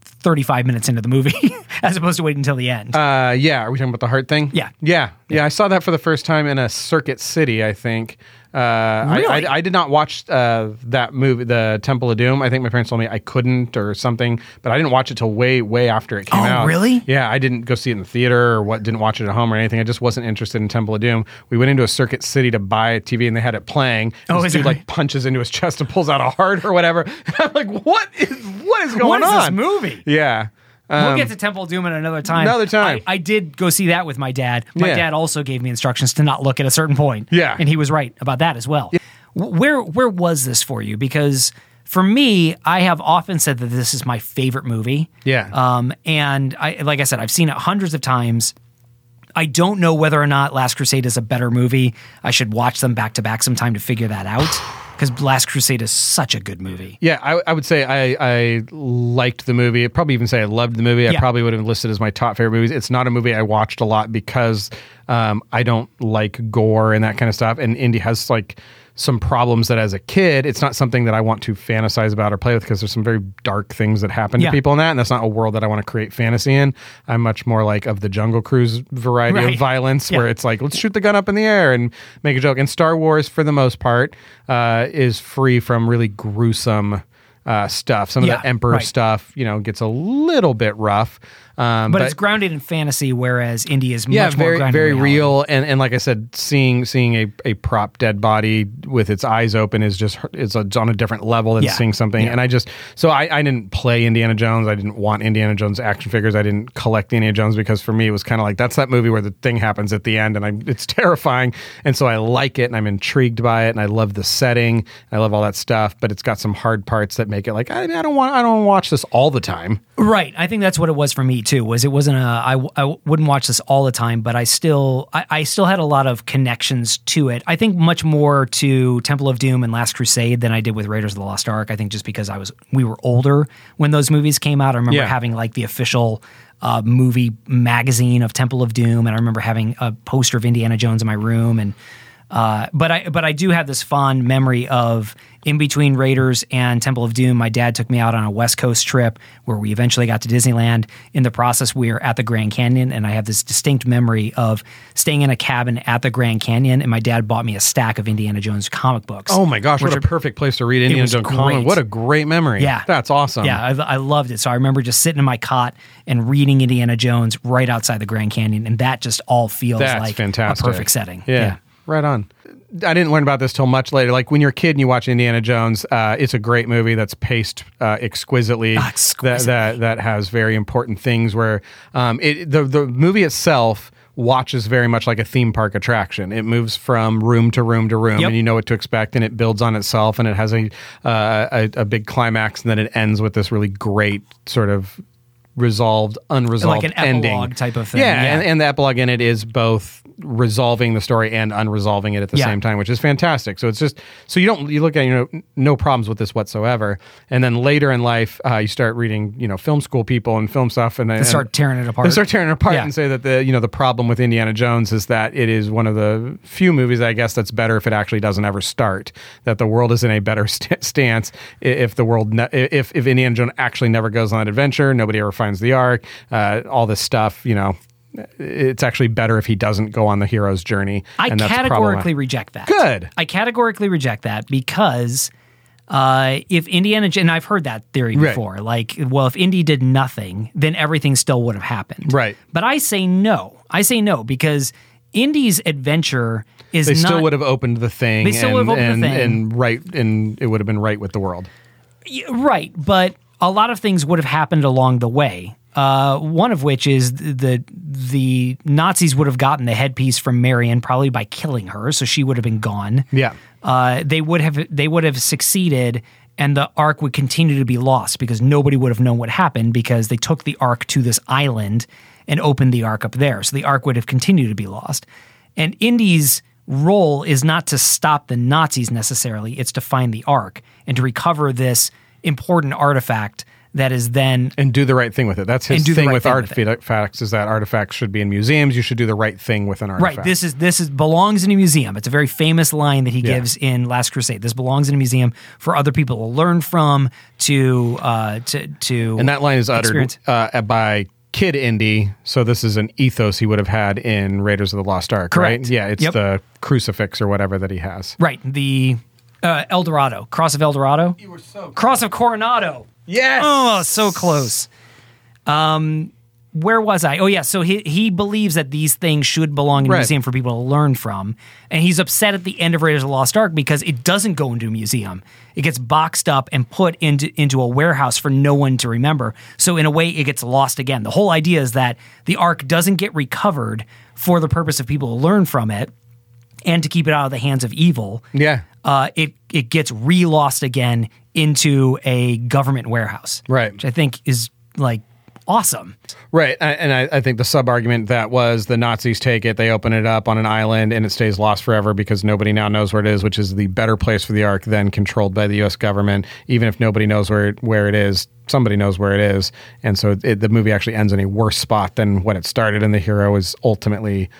Speaker 1: 35 minutes into the movie as opposed to waiting until the end.
Speaker 2: Uh, yeah, are we talking about the heart thing?
Speaker 1: Yeah.
Speaker 2: yeah, yeah. I saw that for the first time in a Circuit City. I think. Uh,
Speaker 1: Really?
Speaker 2: I, I, I did not watch uh, that movie, The Temple of Doom. I think my parents told me I couldn't or something, but I didn't watch it till way, way after it came
Speaker 1: Oh,
Speaker 2: out.
Speaker 1: really?
Speaker 2: Yeah, I didn't go see it in the theater or what. Didn't watch it at home or anything. I just wasn't interested in Temple of Doom. We went into a Circuit City to buy a TV, and they had it playing.
Speaker 1: Oh,
Speaker 2: this
Speaker 1: is
Speaker 2: dude
Speaker 1: it-
Speaker 2: like punches into his chest and pulls out a heart or whatever. I'm like, what is what is going
Speaker 1: is this
Speaker 2: on?
Speaker 1: movie?
Speaker 2: Yeah.
Speaker 1: we'll get to Temple of Doom at another time.
Speaker 2: Um, another time.
Speaker 1: I, I did go see that with my dad. My
Speaker 2: Yeah.
Speaker 1: dad also gave me instructions to not look at a certain point.
Speaker 2: Yeah.
Speaker 1: and he was right about that as well. Wh- Where where was this for you? Because for me, I have often said that this is my favorite movie.
Speaker 2: Yeah.
Speaker 1: Um, and I like I said, I've seen it hundreds of times. I don't know whether or not Last Crusade is a better movie. I should watch them back to back sometime to figure that out. Because Last Crusade is such a good movie.
Speaker 2: Yeah, I, I would say I, I liked the movie. I'd probably even say I loved the movie. I
Speaker 1: Yeah.
Speaker 2: probably would have listed as my top favorite movies. It's not a movie I watched a lot because um, I don't like gore and that kind of stuff. And Indy has like some problems that as a kid, it's not something that I want to fantasize about or play with because there's some very dark things that happen
Speaker 1: Yeah.
Speaker 2: to people in that. And that's not a world that I want to create fantasy in. I'm much more like of the Jungle Cruise variety
Speaker 1: Right.
Speaker 2: of violence
Speaker 1: Yeah.
Speaker 2: where it's like, let's shoot the gun up in the air and make a joke. And Star Wars, for the most part, uh, is free from really gruesome uh, stuff. Some of
Speaker 1: Yeah,
Speaker 2: the Emperor
Speaker 1: right.
Speaker 2: stuff, you know, gets a little bit rough. Um,
Speaker 1: But, it's grounded in fantasy, whereas India is
Speaker 2: yeah,
Speaker 1: much more
Speaker 2: very
Speaker 1: grounded
Speaker 2: very
Speaker 1: in reality.
Speaker 2: real. And and like I said, seeing seeing a, a prop dead body with its eyes open is just it's, it's on a different level than
Speaker 1: Yeah.
Speaker 2: seeing something.
Speaker 1: Yeah.
Speaker 2: And I just so I, I didn't play Indiana Jones. I didn't want Indiana Jones action figures. I didn't collect Indiana Jones because for me it was kind of like that's that movie where the thing happens at the end and I it's terrifying. And so I like it and I'm intrigued by it and I love the setting. I love all that stuff. But it's got some hard parts that make it like I, I don't want I don't watch this all the time.
Speaker 1: Right. I think that's what it was for me too. Was it wasn't a I, I wouldn't watch this all the time, but I still I, I still had a lot of connections to it. I think much more to Temple of Doom and Last Crusade than I did with Raiders of the Lost Ark. I think just because I was we were older when those movies came out. I remember
Speaker 2: Yeah.
Speaker 1: having like the official uh, movie magazine of Temple of Doom, and I remember having a poster of Indiana Jones in my room and. Uh, but I but I do have this fond memory of in between Raiders and Temple of Doom, my dad took me out on a West Coast trip where we eventually got to Disneyland. In the process, we were at the Grand Canyon, and I have this distinct memory of staying in a cabin at the Grand Canyon, and my dad bought me a stack of Indiana Jones comic books.
Speaker 2: Oh my gosh, what
Speaker 1: which
Speaker 2: a
Speaker 1: are-
Speaker 2: perfect place to read Indiana
Speaker 1: was
Speaker 2: Jones Common.
Speaker 1: great.
Speaker 2: What a great memory.
Speaker 1: Yeah.
Speaker 2: That's awesome.
Speaker 1: Yeah, I, I loved it. So I remember just sitting in my cot and reading Indiana Jones right outside the Grand Canyon, and that just all feels
Speaker 2: That's
Speaker 1: like
Speaker 2: fantastic.
Speaker 1: a perfect setting.
Speaker 2: Yeah, Right on. I didn't learn about this till much later. Like when you're a kid and you watch Indiana Jones, uh, it's a great movie that's paced uh, exquisitely.
Speaker 1: Ah, exquisitely.
Speaker 2: That, that that has very important things where um, it the the movie itself watches very much like a theme park attraction. It moves from room to room to room,
Speaker 1: Yep.
Speaker 2: and you know what to expect, and it builds on itself, and it has a uh, a, a big climax, and then it ends with this really great sort of resolved unresolved
Speaker 1: an
Speaker 2: ending
Speaker 1: epilogue type of thing.
Speaker 2: yeah,
Speaker 1: Yeah.
Speaker 2: And, and the epilogue in it is both resolving the story and unresolving it at the
Speaker 1: Yeah.
Speaker 2: same time, which is fantastic. So it's just so you don't you look at it, you know n- no problems with this whatsoever, and then later in life uh, you start reading you know film school people and film stuff, and they
Speaker 1: start tearing it apart.
Speaker 2: They start tearing it apart
Speaker 1: Yeah.
Speaker 2: and say that the you know the problem with Indiana Jones is that it is one of the few movies I guess that's better if it actually doesn't ever start. That the world is in a better st- stance i- if the world ne- if if Indiana Jones actually never goes on that adventure, nobody ever finds the Ark, uh, all this stuff. You know, it's actually better if he doesn't go on the hero's journey.
Speaker 1: I
Speaker 2: and that's
Speaker 1: categorically
Speaker 2: problematic.
Speaker 1: reject that.
Speaker 2: Good.
Speaker 1: I categorically reject that because uh, if Indiana J- and I've heard that theory
Speaker 2: Right.
Speaker 1: before, like, well, if Indy did nothing, then everything still would have happened.
Speaker 2: Right.
Speaker 1: But I say no. I say no because Indy's adventure is
Speaker 2: They
Speaker 1: not
Speaker 2: still would have opened the thing.
Speaker 1: They still
Speaker 2: and,
Speaker 1: would have opened the
Speaker 2: and-
Speaker 1: thing.
Speaker 2: and right, and it would have been right with the world.
Speaker 1: Right, but a lot of things would have happened along the way. Uh, one of which is th- the the Nazis would have gotten the headpiece from Marion probably by killing her, so she would have been gone.
Speaker 2: Yeah.
Speaker 1: uh, they would have they would have succeeded, and the Ark would continue to be lost because nobody would have known what happened because they took the Ark to this island and opened the Ark up there, so the Ark would have continued to be lost. And Indy's role is not to stop the Nazis necessarily; it's to find the Ark and to recover this important artifact that is then
Speaker 2: and do the right thing with it. That's his
Speaker 1: And do the
Speaker 2: thing
Speaker 1: right
Speaker 2: with
Speaker 1: thing with it.
Speaker 2: artifacts is that artifacts should be in museums. You should do the right thing with an artifact.
Speaker 1: Right. This is this is belongs in a museum. It's a very famous line that he
Speaker 2: Yeah.
Speaker 1: gives in Last Crusade. This belongs in a museum for other people to learn from, to uh, to to.
Speaker 2: and that line is uttered
Speaker 1: experience.
Speaker 2: uh, by Kid Indy. So this is an ethos he would have had in Raiders of the Lost Ark.
Speaker 1: Correct.
Speaker 2: Right? Yeah. It's
Speaker 1: Yep.
Speaker 2: the crucifix or whatever that he has.
Speaker 1: Right. The uh, El Dorado, Cross of El Dorado, you were so Cross of Coronado.
Speaker 2: Yes.
Speaker 1: Oh, so close. Um, where was I? Oh, yeah. So he he believes that these things should belong in
Speaker 2: Right.
Speaker 1: a museum for people to learn from, and he's upset at the end of Raiders of the Lost Ark because it doesn't go into a museum. It gets boxed up and put into into a warehouse for no one to remember. So in a way, it gets lost again. The whole idea is that the Ark doesn't get recovered for the purpose of people to learn from it and to keep it out of the hands of evil
Speaker 2: Yeah.
Speaker 1: uh, it it gets relost again into a government warehouse,
Speaker 2: Right.
Speaker 1: Which I think is like awesome.
Speaker 2: Right, I- and I, I think the sub argument that was the Nazis take it, they open it up on an island, and it stays lost forever because nobody now knows where it is, which is the better place for the Ark than controlled by the U.S. government. Even if nobody knows where it, where it is, somebody knows where it is, and so it, the movie actually ends in a worse spot than when it started, and the hero is ultimately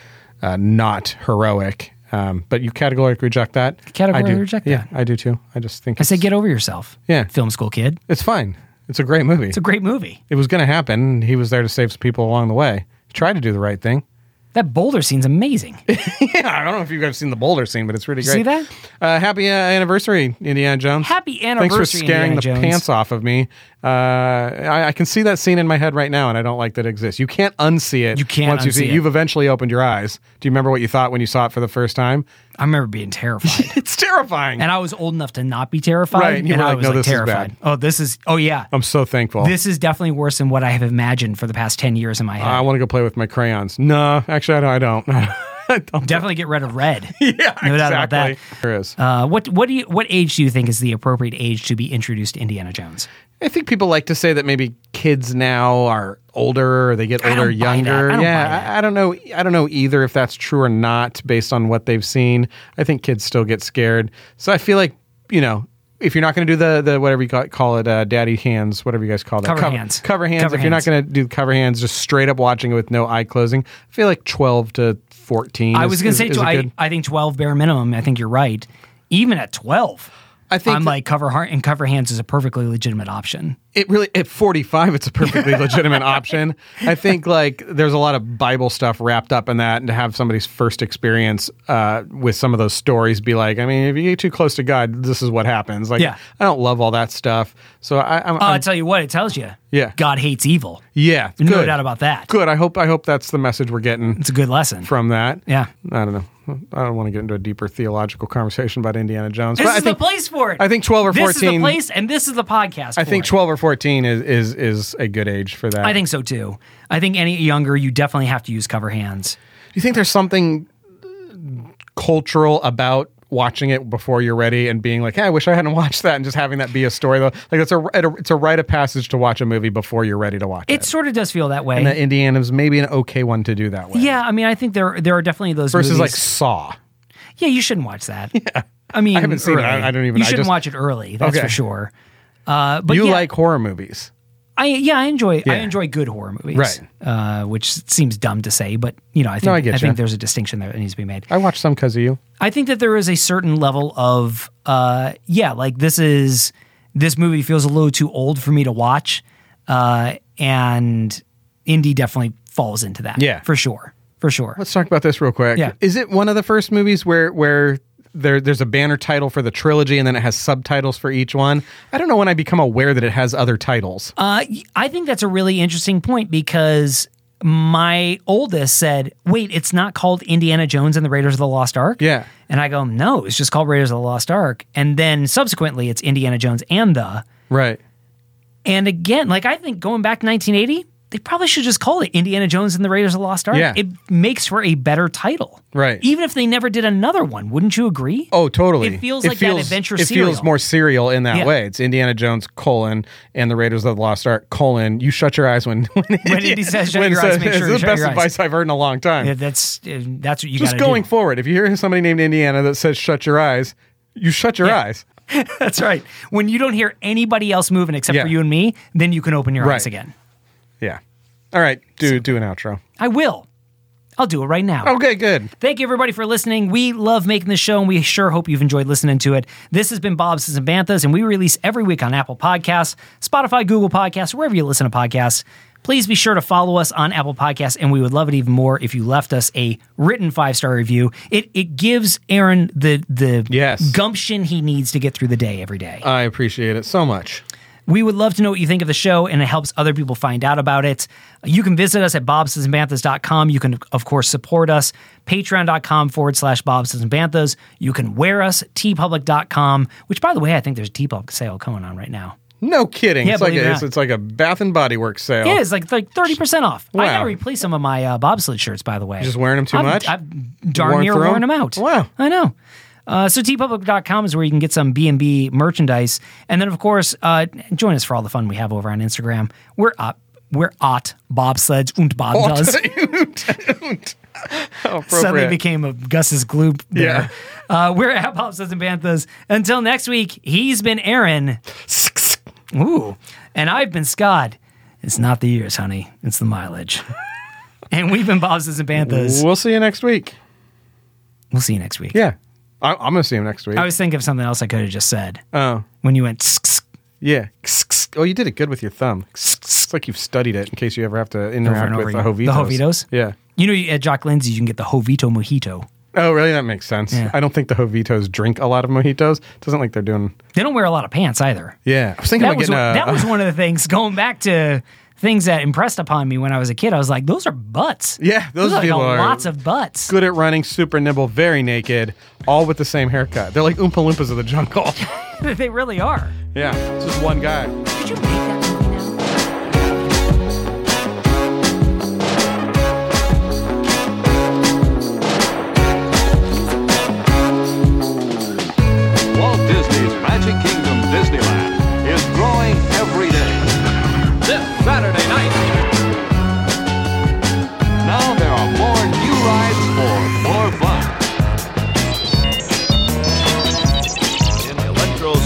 Speaker 2: uh, not heroic. Um, but you categorically reject that.
Speaker 1: Categorically
Speaker 2: I do.
Speaker 1: reject
Speaker 2: yeah,
Speaker 1: that.
Speaker 2: I do too. I just think
Speaker 1: I say, get over yourself.
Speaker 2: Yeah.
Speaker 1: film school kid.
Speaker 2: it's fine. It's a great movie.
Speaker 1: It's a great movie.
Speaker 2: it was going to happen. He was there to save some people along the way. He tried to do the right thing.
Speaker 1: That boulder scene's amazing.
Speaker 2: Yeah, I don't know if you guys have seen the boulder scene, but it's really
Speaker 1: You
Speaker 2: great.
Speaker 1: see that?
Speaker 2: Uh, happy uh, anniversary, Indiana Jones.
Speaker 1: Happy
Speaker 2: Thanks for
Speaker 1: anniversary,
Speaker 2: scaring
Speaker 1: Indiana
Speaker 2: the
Speaker 1: Jones.
Speaker 2: pants off of me. Uh, I, I can see that scene in my head right now, and I don't like that it exists. You can't unsee it.
Speaker 1: You can't
Speaker 2: once you see
Speaker 1: unsee it.
Speaker 2: You've eventually opened your eyes. Do you remember what you thought when you saw it for the first time?
Speaker 1: I remember being terrified,
Speaker 2: It's terrifying.
Speaker 1: and I was old enough to not be terrified,
Speaker 2: Right, and you were
Speaker 1: I
Speaker 2: like,
Speaker 1: was
Speaker 2: no,
Speaker 1: like
Speaker 2: this is bad.
Speaker 1: terrified. Oh, this is. Oh yeah,
Speaker 2: am so thankful.
Speaker 1: this is definitely worse than what I have imagined for the past ten years in my head.
Speaker 2: I want to go play with my crayons. No, actually, I don't. I don't. I don't.
Speaker 1: definitely get rid of red.
Speaker 2: Yeah,
Speaker 1: no
Speaker 2: exactly.
Speaker 1: doubt about that.
Speaker 2: There is.
Speaker 1: Uh, what what do you what age do you think is the appropriate age to be introduced to Indiana Jones?
Speaker 2: I think people like to say that maybe kids now are older or they get
Speaker 1: I
Speaker 2: older,
Speaker 1: don't buy that.
Speaker 2: younger.
Speaker 1: I don't
Speaker 2: yeah,
Speaker 1: buy that.
Speaker 2: I, I don't know. I don't know either if that's true or not based on what they've seen. I think kids still get scared. So I feel like you know. If you're not going to do the, the whatever you ca- call it, uh, daddy hands, whatever you guys call that,
Speaker 1: Cover hands.
Speaker 2: cover hands.
Speaker 1: Cover
Speaker 2: if you're not
Speaker 1: hands.
Speaker 2: going to do cover hands, just straight up watching it with no eye closing. I feel like 12 to 14.
Speaker 1: I
Speaker 2: is-
Speaker 1: was going
Speaker 2: is-
Speaker 1: to say,
Speaker 2: is
Speaker 1: too,
Speaker 2: a
Speaker 1: I,
Speaker 2: good-
Speaker 1: I think 12 bare minimum. I think you're right. Even at 12,
Speaker 2: I think
Speaker 1: I'm
Speaker 2: that-
Speaker 1: like cover heart and cover hands is a perfectly legitimate option.
Speaker 2: it really at 45 it's a perfectly legitimate option i think like there's a lot of bible stuff wrapped up in that and to have somebody's first experience uh, with some of those stories be like i mean if you get too close to god this is what happens like
Speaker 1: Yeah.
Speaker 2: i don't love all that stuff so i i'm,
Speaker 1: Uh,
Speaker 2: I'm-
Speaker 1: I tell you what, it tells you.
Speaker 2: Yeah.
Speaker 1: God hates evil.
Speaker 2: yeah good.
Speaker 1: No doubt about that.
Speaker 2: good i hope i hope that's the message we're getting
Speaker 1: It's a good lesson.
Speaker 2: from that
Speaker 1: Yeah.
Speaker 2: i don't know i don't want to get into a deeper theological conversation about indiana jones
Speaker 1: This
Speaker 2: but
Speaker 1: is
Speaker 2: i think
Speaker 1: the place for it.
Speaker 2: i think 12 or
Speaker 1: This is the
Speaker 2: 14
Speaker 1: place, and this is the podcast.
Speaker 2: i think 12 or 14 is is is a good age for that
Speaker 1: I think so too. I think any younger, you definitely have to use cover hands.
Speaker 2: Do you think there's something cultural about watching it before you're ready and being like, hey, I wish I hadn't watched that, and just having that be a story though? Like it's a it's a rite of passage to watch a movie before you're ready to watch
Speaker 1: It
Speaker 2: it.
Speaker 1: sort of does feel that way.
Speaker 2: And that Indiana's maybe an okay one to do that way.
Speaker 1: yeah, I mean, I think there there are definitely those
Speaker 2: Versus like
Speaker 1: movies-
Speaker 2: Saw.
Speaker 1: yeah, you shouldn't watch that. Yeah, I mean, I
Speaker 2: haven't seen it. I- I don't even-
Speaker 1: You
Speaker 2: I
Speaker 1: shouldn't
Speaker 2: just-
Speaker 1: watch it early. That's
Speaker 2: Okay.
Speaker 1: for sure. Uh, but
Speaker 2: you
Speaker 1: yeah,
Speaker 2: like horror movies.
Speaker 1: I yeah, I enjoy I
Speaker 2: Yeah.
Speaker 1: enjoy good horror movies,
Speaker 2: Right.
Speaker 1: Uh, which seems dumb to say, but you know, I think
Speaker 2: I get
Speaker 1: I
Speaker 2: you.
Speaker 1: think there's a distinction there that needs to be made.
Speaker 2: I watched some because of you.
Speaker 1: I think that there is a certain level of uh yeah, like this is this movie feels a little too old for me to watch. Uh and Indy definitely falls into that.
Speaker 2: Yeah.
Speaker 1: For sure. For sure.
Speaker 2: Let's talk about this real quick.
Speaker 1: Yeah.
Speaker 2: Is it one of the first movies where where there, there's a banner title for the trilogy and then it has subtitles for each one? I don't know when I become aware that it has other titles.
Speaker 1: Uh, y- I think that's a really interesting point because my oldest said, "Wait, it's not called Indiana Jones and the Raiders of the Lost Ark."
Speaker 2: Yeah.
Speaker 1: and I go, "No, it's just called Raiders of the Lost Ark." And then subsequently, it's Indiana Jones and the.
Speaker 2: right.
Speaker 1: And again, like I think going back to 1980, they probably should just call it Indiana Jones and the Raiders of the Lost Ark.
Speaker 2: Yeah.
Speaker 1: It makes for a better title,
Speaker 2: Right.
Speaker 1: Even if they never did another one, wouldn't you agree?
Speaker 2: Oh, totally.
Speaker 1: It feels like that adventure
Speaker 2: It feels
Speaker 1: serial.
Speaker 2: more serial in that
Speaker 1: Yeah.
Speaker 2: way. It's Indiana Jones colon and the Raiders of the Lost Ark colon. You shut your eyes when when,
Speaker 1: Indy says shut your
Speaker 2: it
Speaker 1: eyes, make
Speaker 2: it's
Speaker 1: sure you
Speaker 2: the
Speaker 1: shut
Speaker 2: best
Speaker 1: your eyes.
Speaker 2: advice I've heard in a long time.
Speaker 1: Yeah, that's uh, that's what you
Speaker 2: Just
Speaker 1: gotta
Speaker 2: going
Speaker 1: do.
Speaker 2: forward, if you hear somebody named Indiana that says shut your eyes, you shut your
Speaker 1: Yeah.
Speaker 2: eyes.
Speaker 1: That's right. When you don't hear anybody else moving except
Speaker 2: Yeah.
Speaker 1: for you and me, then you can open your eyes
Speaker 2: Right.
Speaker 1: again.
Speaker 2: Yeah. All right, do do an outro.
Speaker 1: I will. I'll do it right now.
Speaker 2: Okay, good.
Speaker 1: Thank you, everybody, for listening. We love making this show, and we sure hope you've enjoyed listening to it. This has been Bob's and Banthas, and we release every week on Apple Podcasts, Spotify, Google Podcasts, wherever you listen to podcasts. Please be sure to follow us on Apple Podcasts, and we would love it even more if you left us a written five star review. It it gives Aaron the the
Speaker 2: Yes.
Speaker 1: gumption he needs to get through the day every day.
Speaker 2: I appreciate it so much.
Speaker 1: We would love to know what you think of the show, and it helps other people find out about it. You can visit us at bobsandbanthas.com. You can, of course, support us, patreon.com forward slash bobsandbanthas. You can wear us, tpublic.com, which, by the way, I think there's a tpublic sale going on right now.
Speaker 2: No kidding.
Speaker 1: Yeah,
Speaker 2: it's like
Speaker 1: believe it or
Speaker 2: a, it's,
Speaker 1: not.
Speaker 2: it's like a Bath and Body Works sale.
Speaker 1: It is like, like 30% off. I
Speaker 2: Oh. Wow.
Speaker 1: got to replace some of my uh, bobsled shirts, by the way.
Speaker 2: Just wearing 'em too
Speaker 1: I've-
Speaker 2: much?
Speaker 1: I've darn
Speaker 2: Worn
Speaker 1: near
Speaker 2: through 'em?
Speaker 1: worn them out.
Speaker 2: Wow.
Speaker 1: I know. Uh, so tpublic.com is where you can get some B&B merchandise. And then, of course, uh, join us for all the fun we have over on Instagram. We're up. We're at bobsleds und bobdas.
Speaker 2: How appropriate.
Speaker 1: Suddenly became a Gus's gloop. There. Uh, we're at bobsleds and banthas. Until next week, he's been Aaron. Ooh. And I've been Scott. It's not the years, honey. It's the mileage. and we've been bobsleds and banthas.
Speaker 2: We'll see you next week.
Speaker 1: We'll see you next week.
Speaker 2: Yeah. I, I'm going to see him next week.
Speaker 1: I was thinking of something else I could have just said
Speaker 2: oh.
Speaker 1: when you went.
Speaker 2: Yeah. Oh, you did it good with your thumb. It's like you've studied it in case you ever have to interact
Speaker 1: and over
Speaker 2: with the
Speaker 1: again.
Speaker 2: Jovitos.
Speaker 1: The Jovitos?
Speaker 2: Yeah.
Speaker 1: You know, at Jock Lindsay, you can get the Jovito Mojito.
Speaker 2: Oh, really? That makes sense.
Speaker 1: Yeah.
Speaker 2: I don't think the Jovitos drink a lot of mojitos. It doesn't like they're doing.
Speaker 1: They don't wear a lot of pants either.
Speaker 2: Yeah. I was thinking
Speaker 1: That
Speaker 2: about
Speaker 1: was,
Speaker 2: getting a.
Speaker 1: that was one of the things, going back to things that impressed upon me when I was a kid, I was like, those are butts.
Speaker 2: Yeah, those
Speaker 1: are like
Speaker 2: people are
Speaker 1: lots of butts.
Speaker 2: Good at running, super nimble, very naked, all with the same haircut. They're like Oompa Loompas of the jungle.
Speaker 1: they really are.
Speaker 2: yeah, it's just one guy.
Speaker 5: Could you make that movie now?
Speaker 3: Walt Disney's Magic Kingdom Disneyland is growing every day. This Saturday night. Now there are more new rides for more fun.
Speaker 4: in electro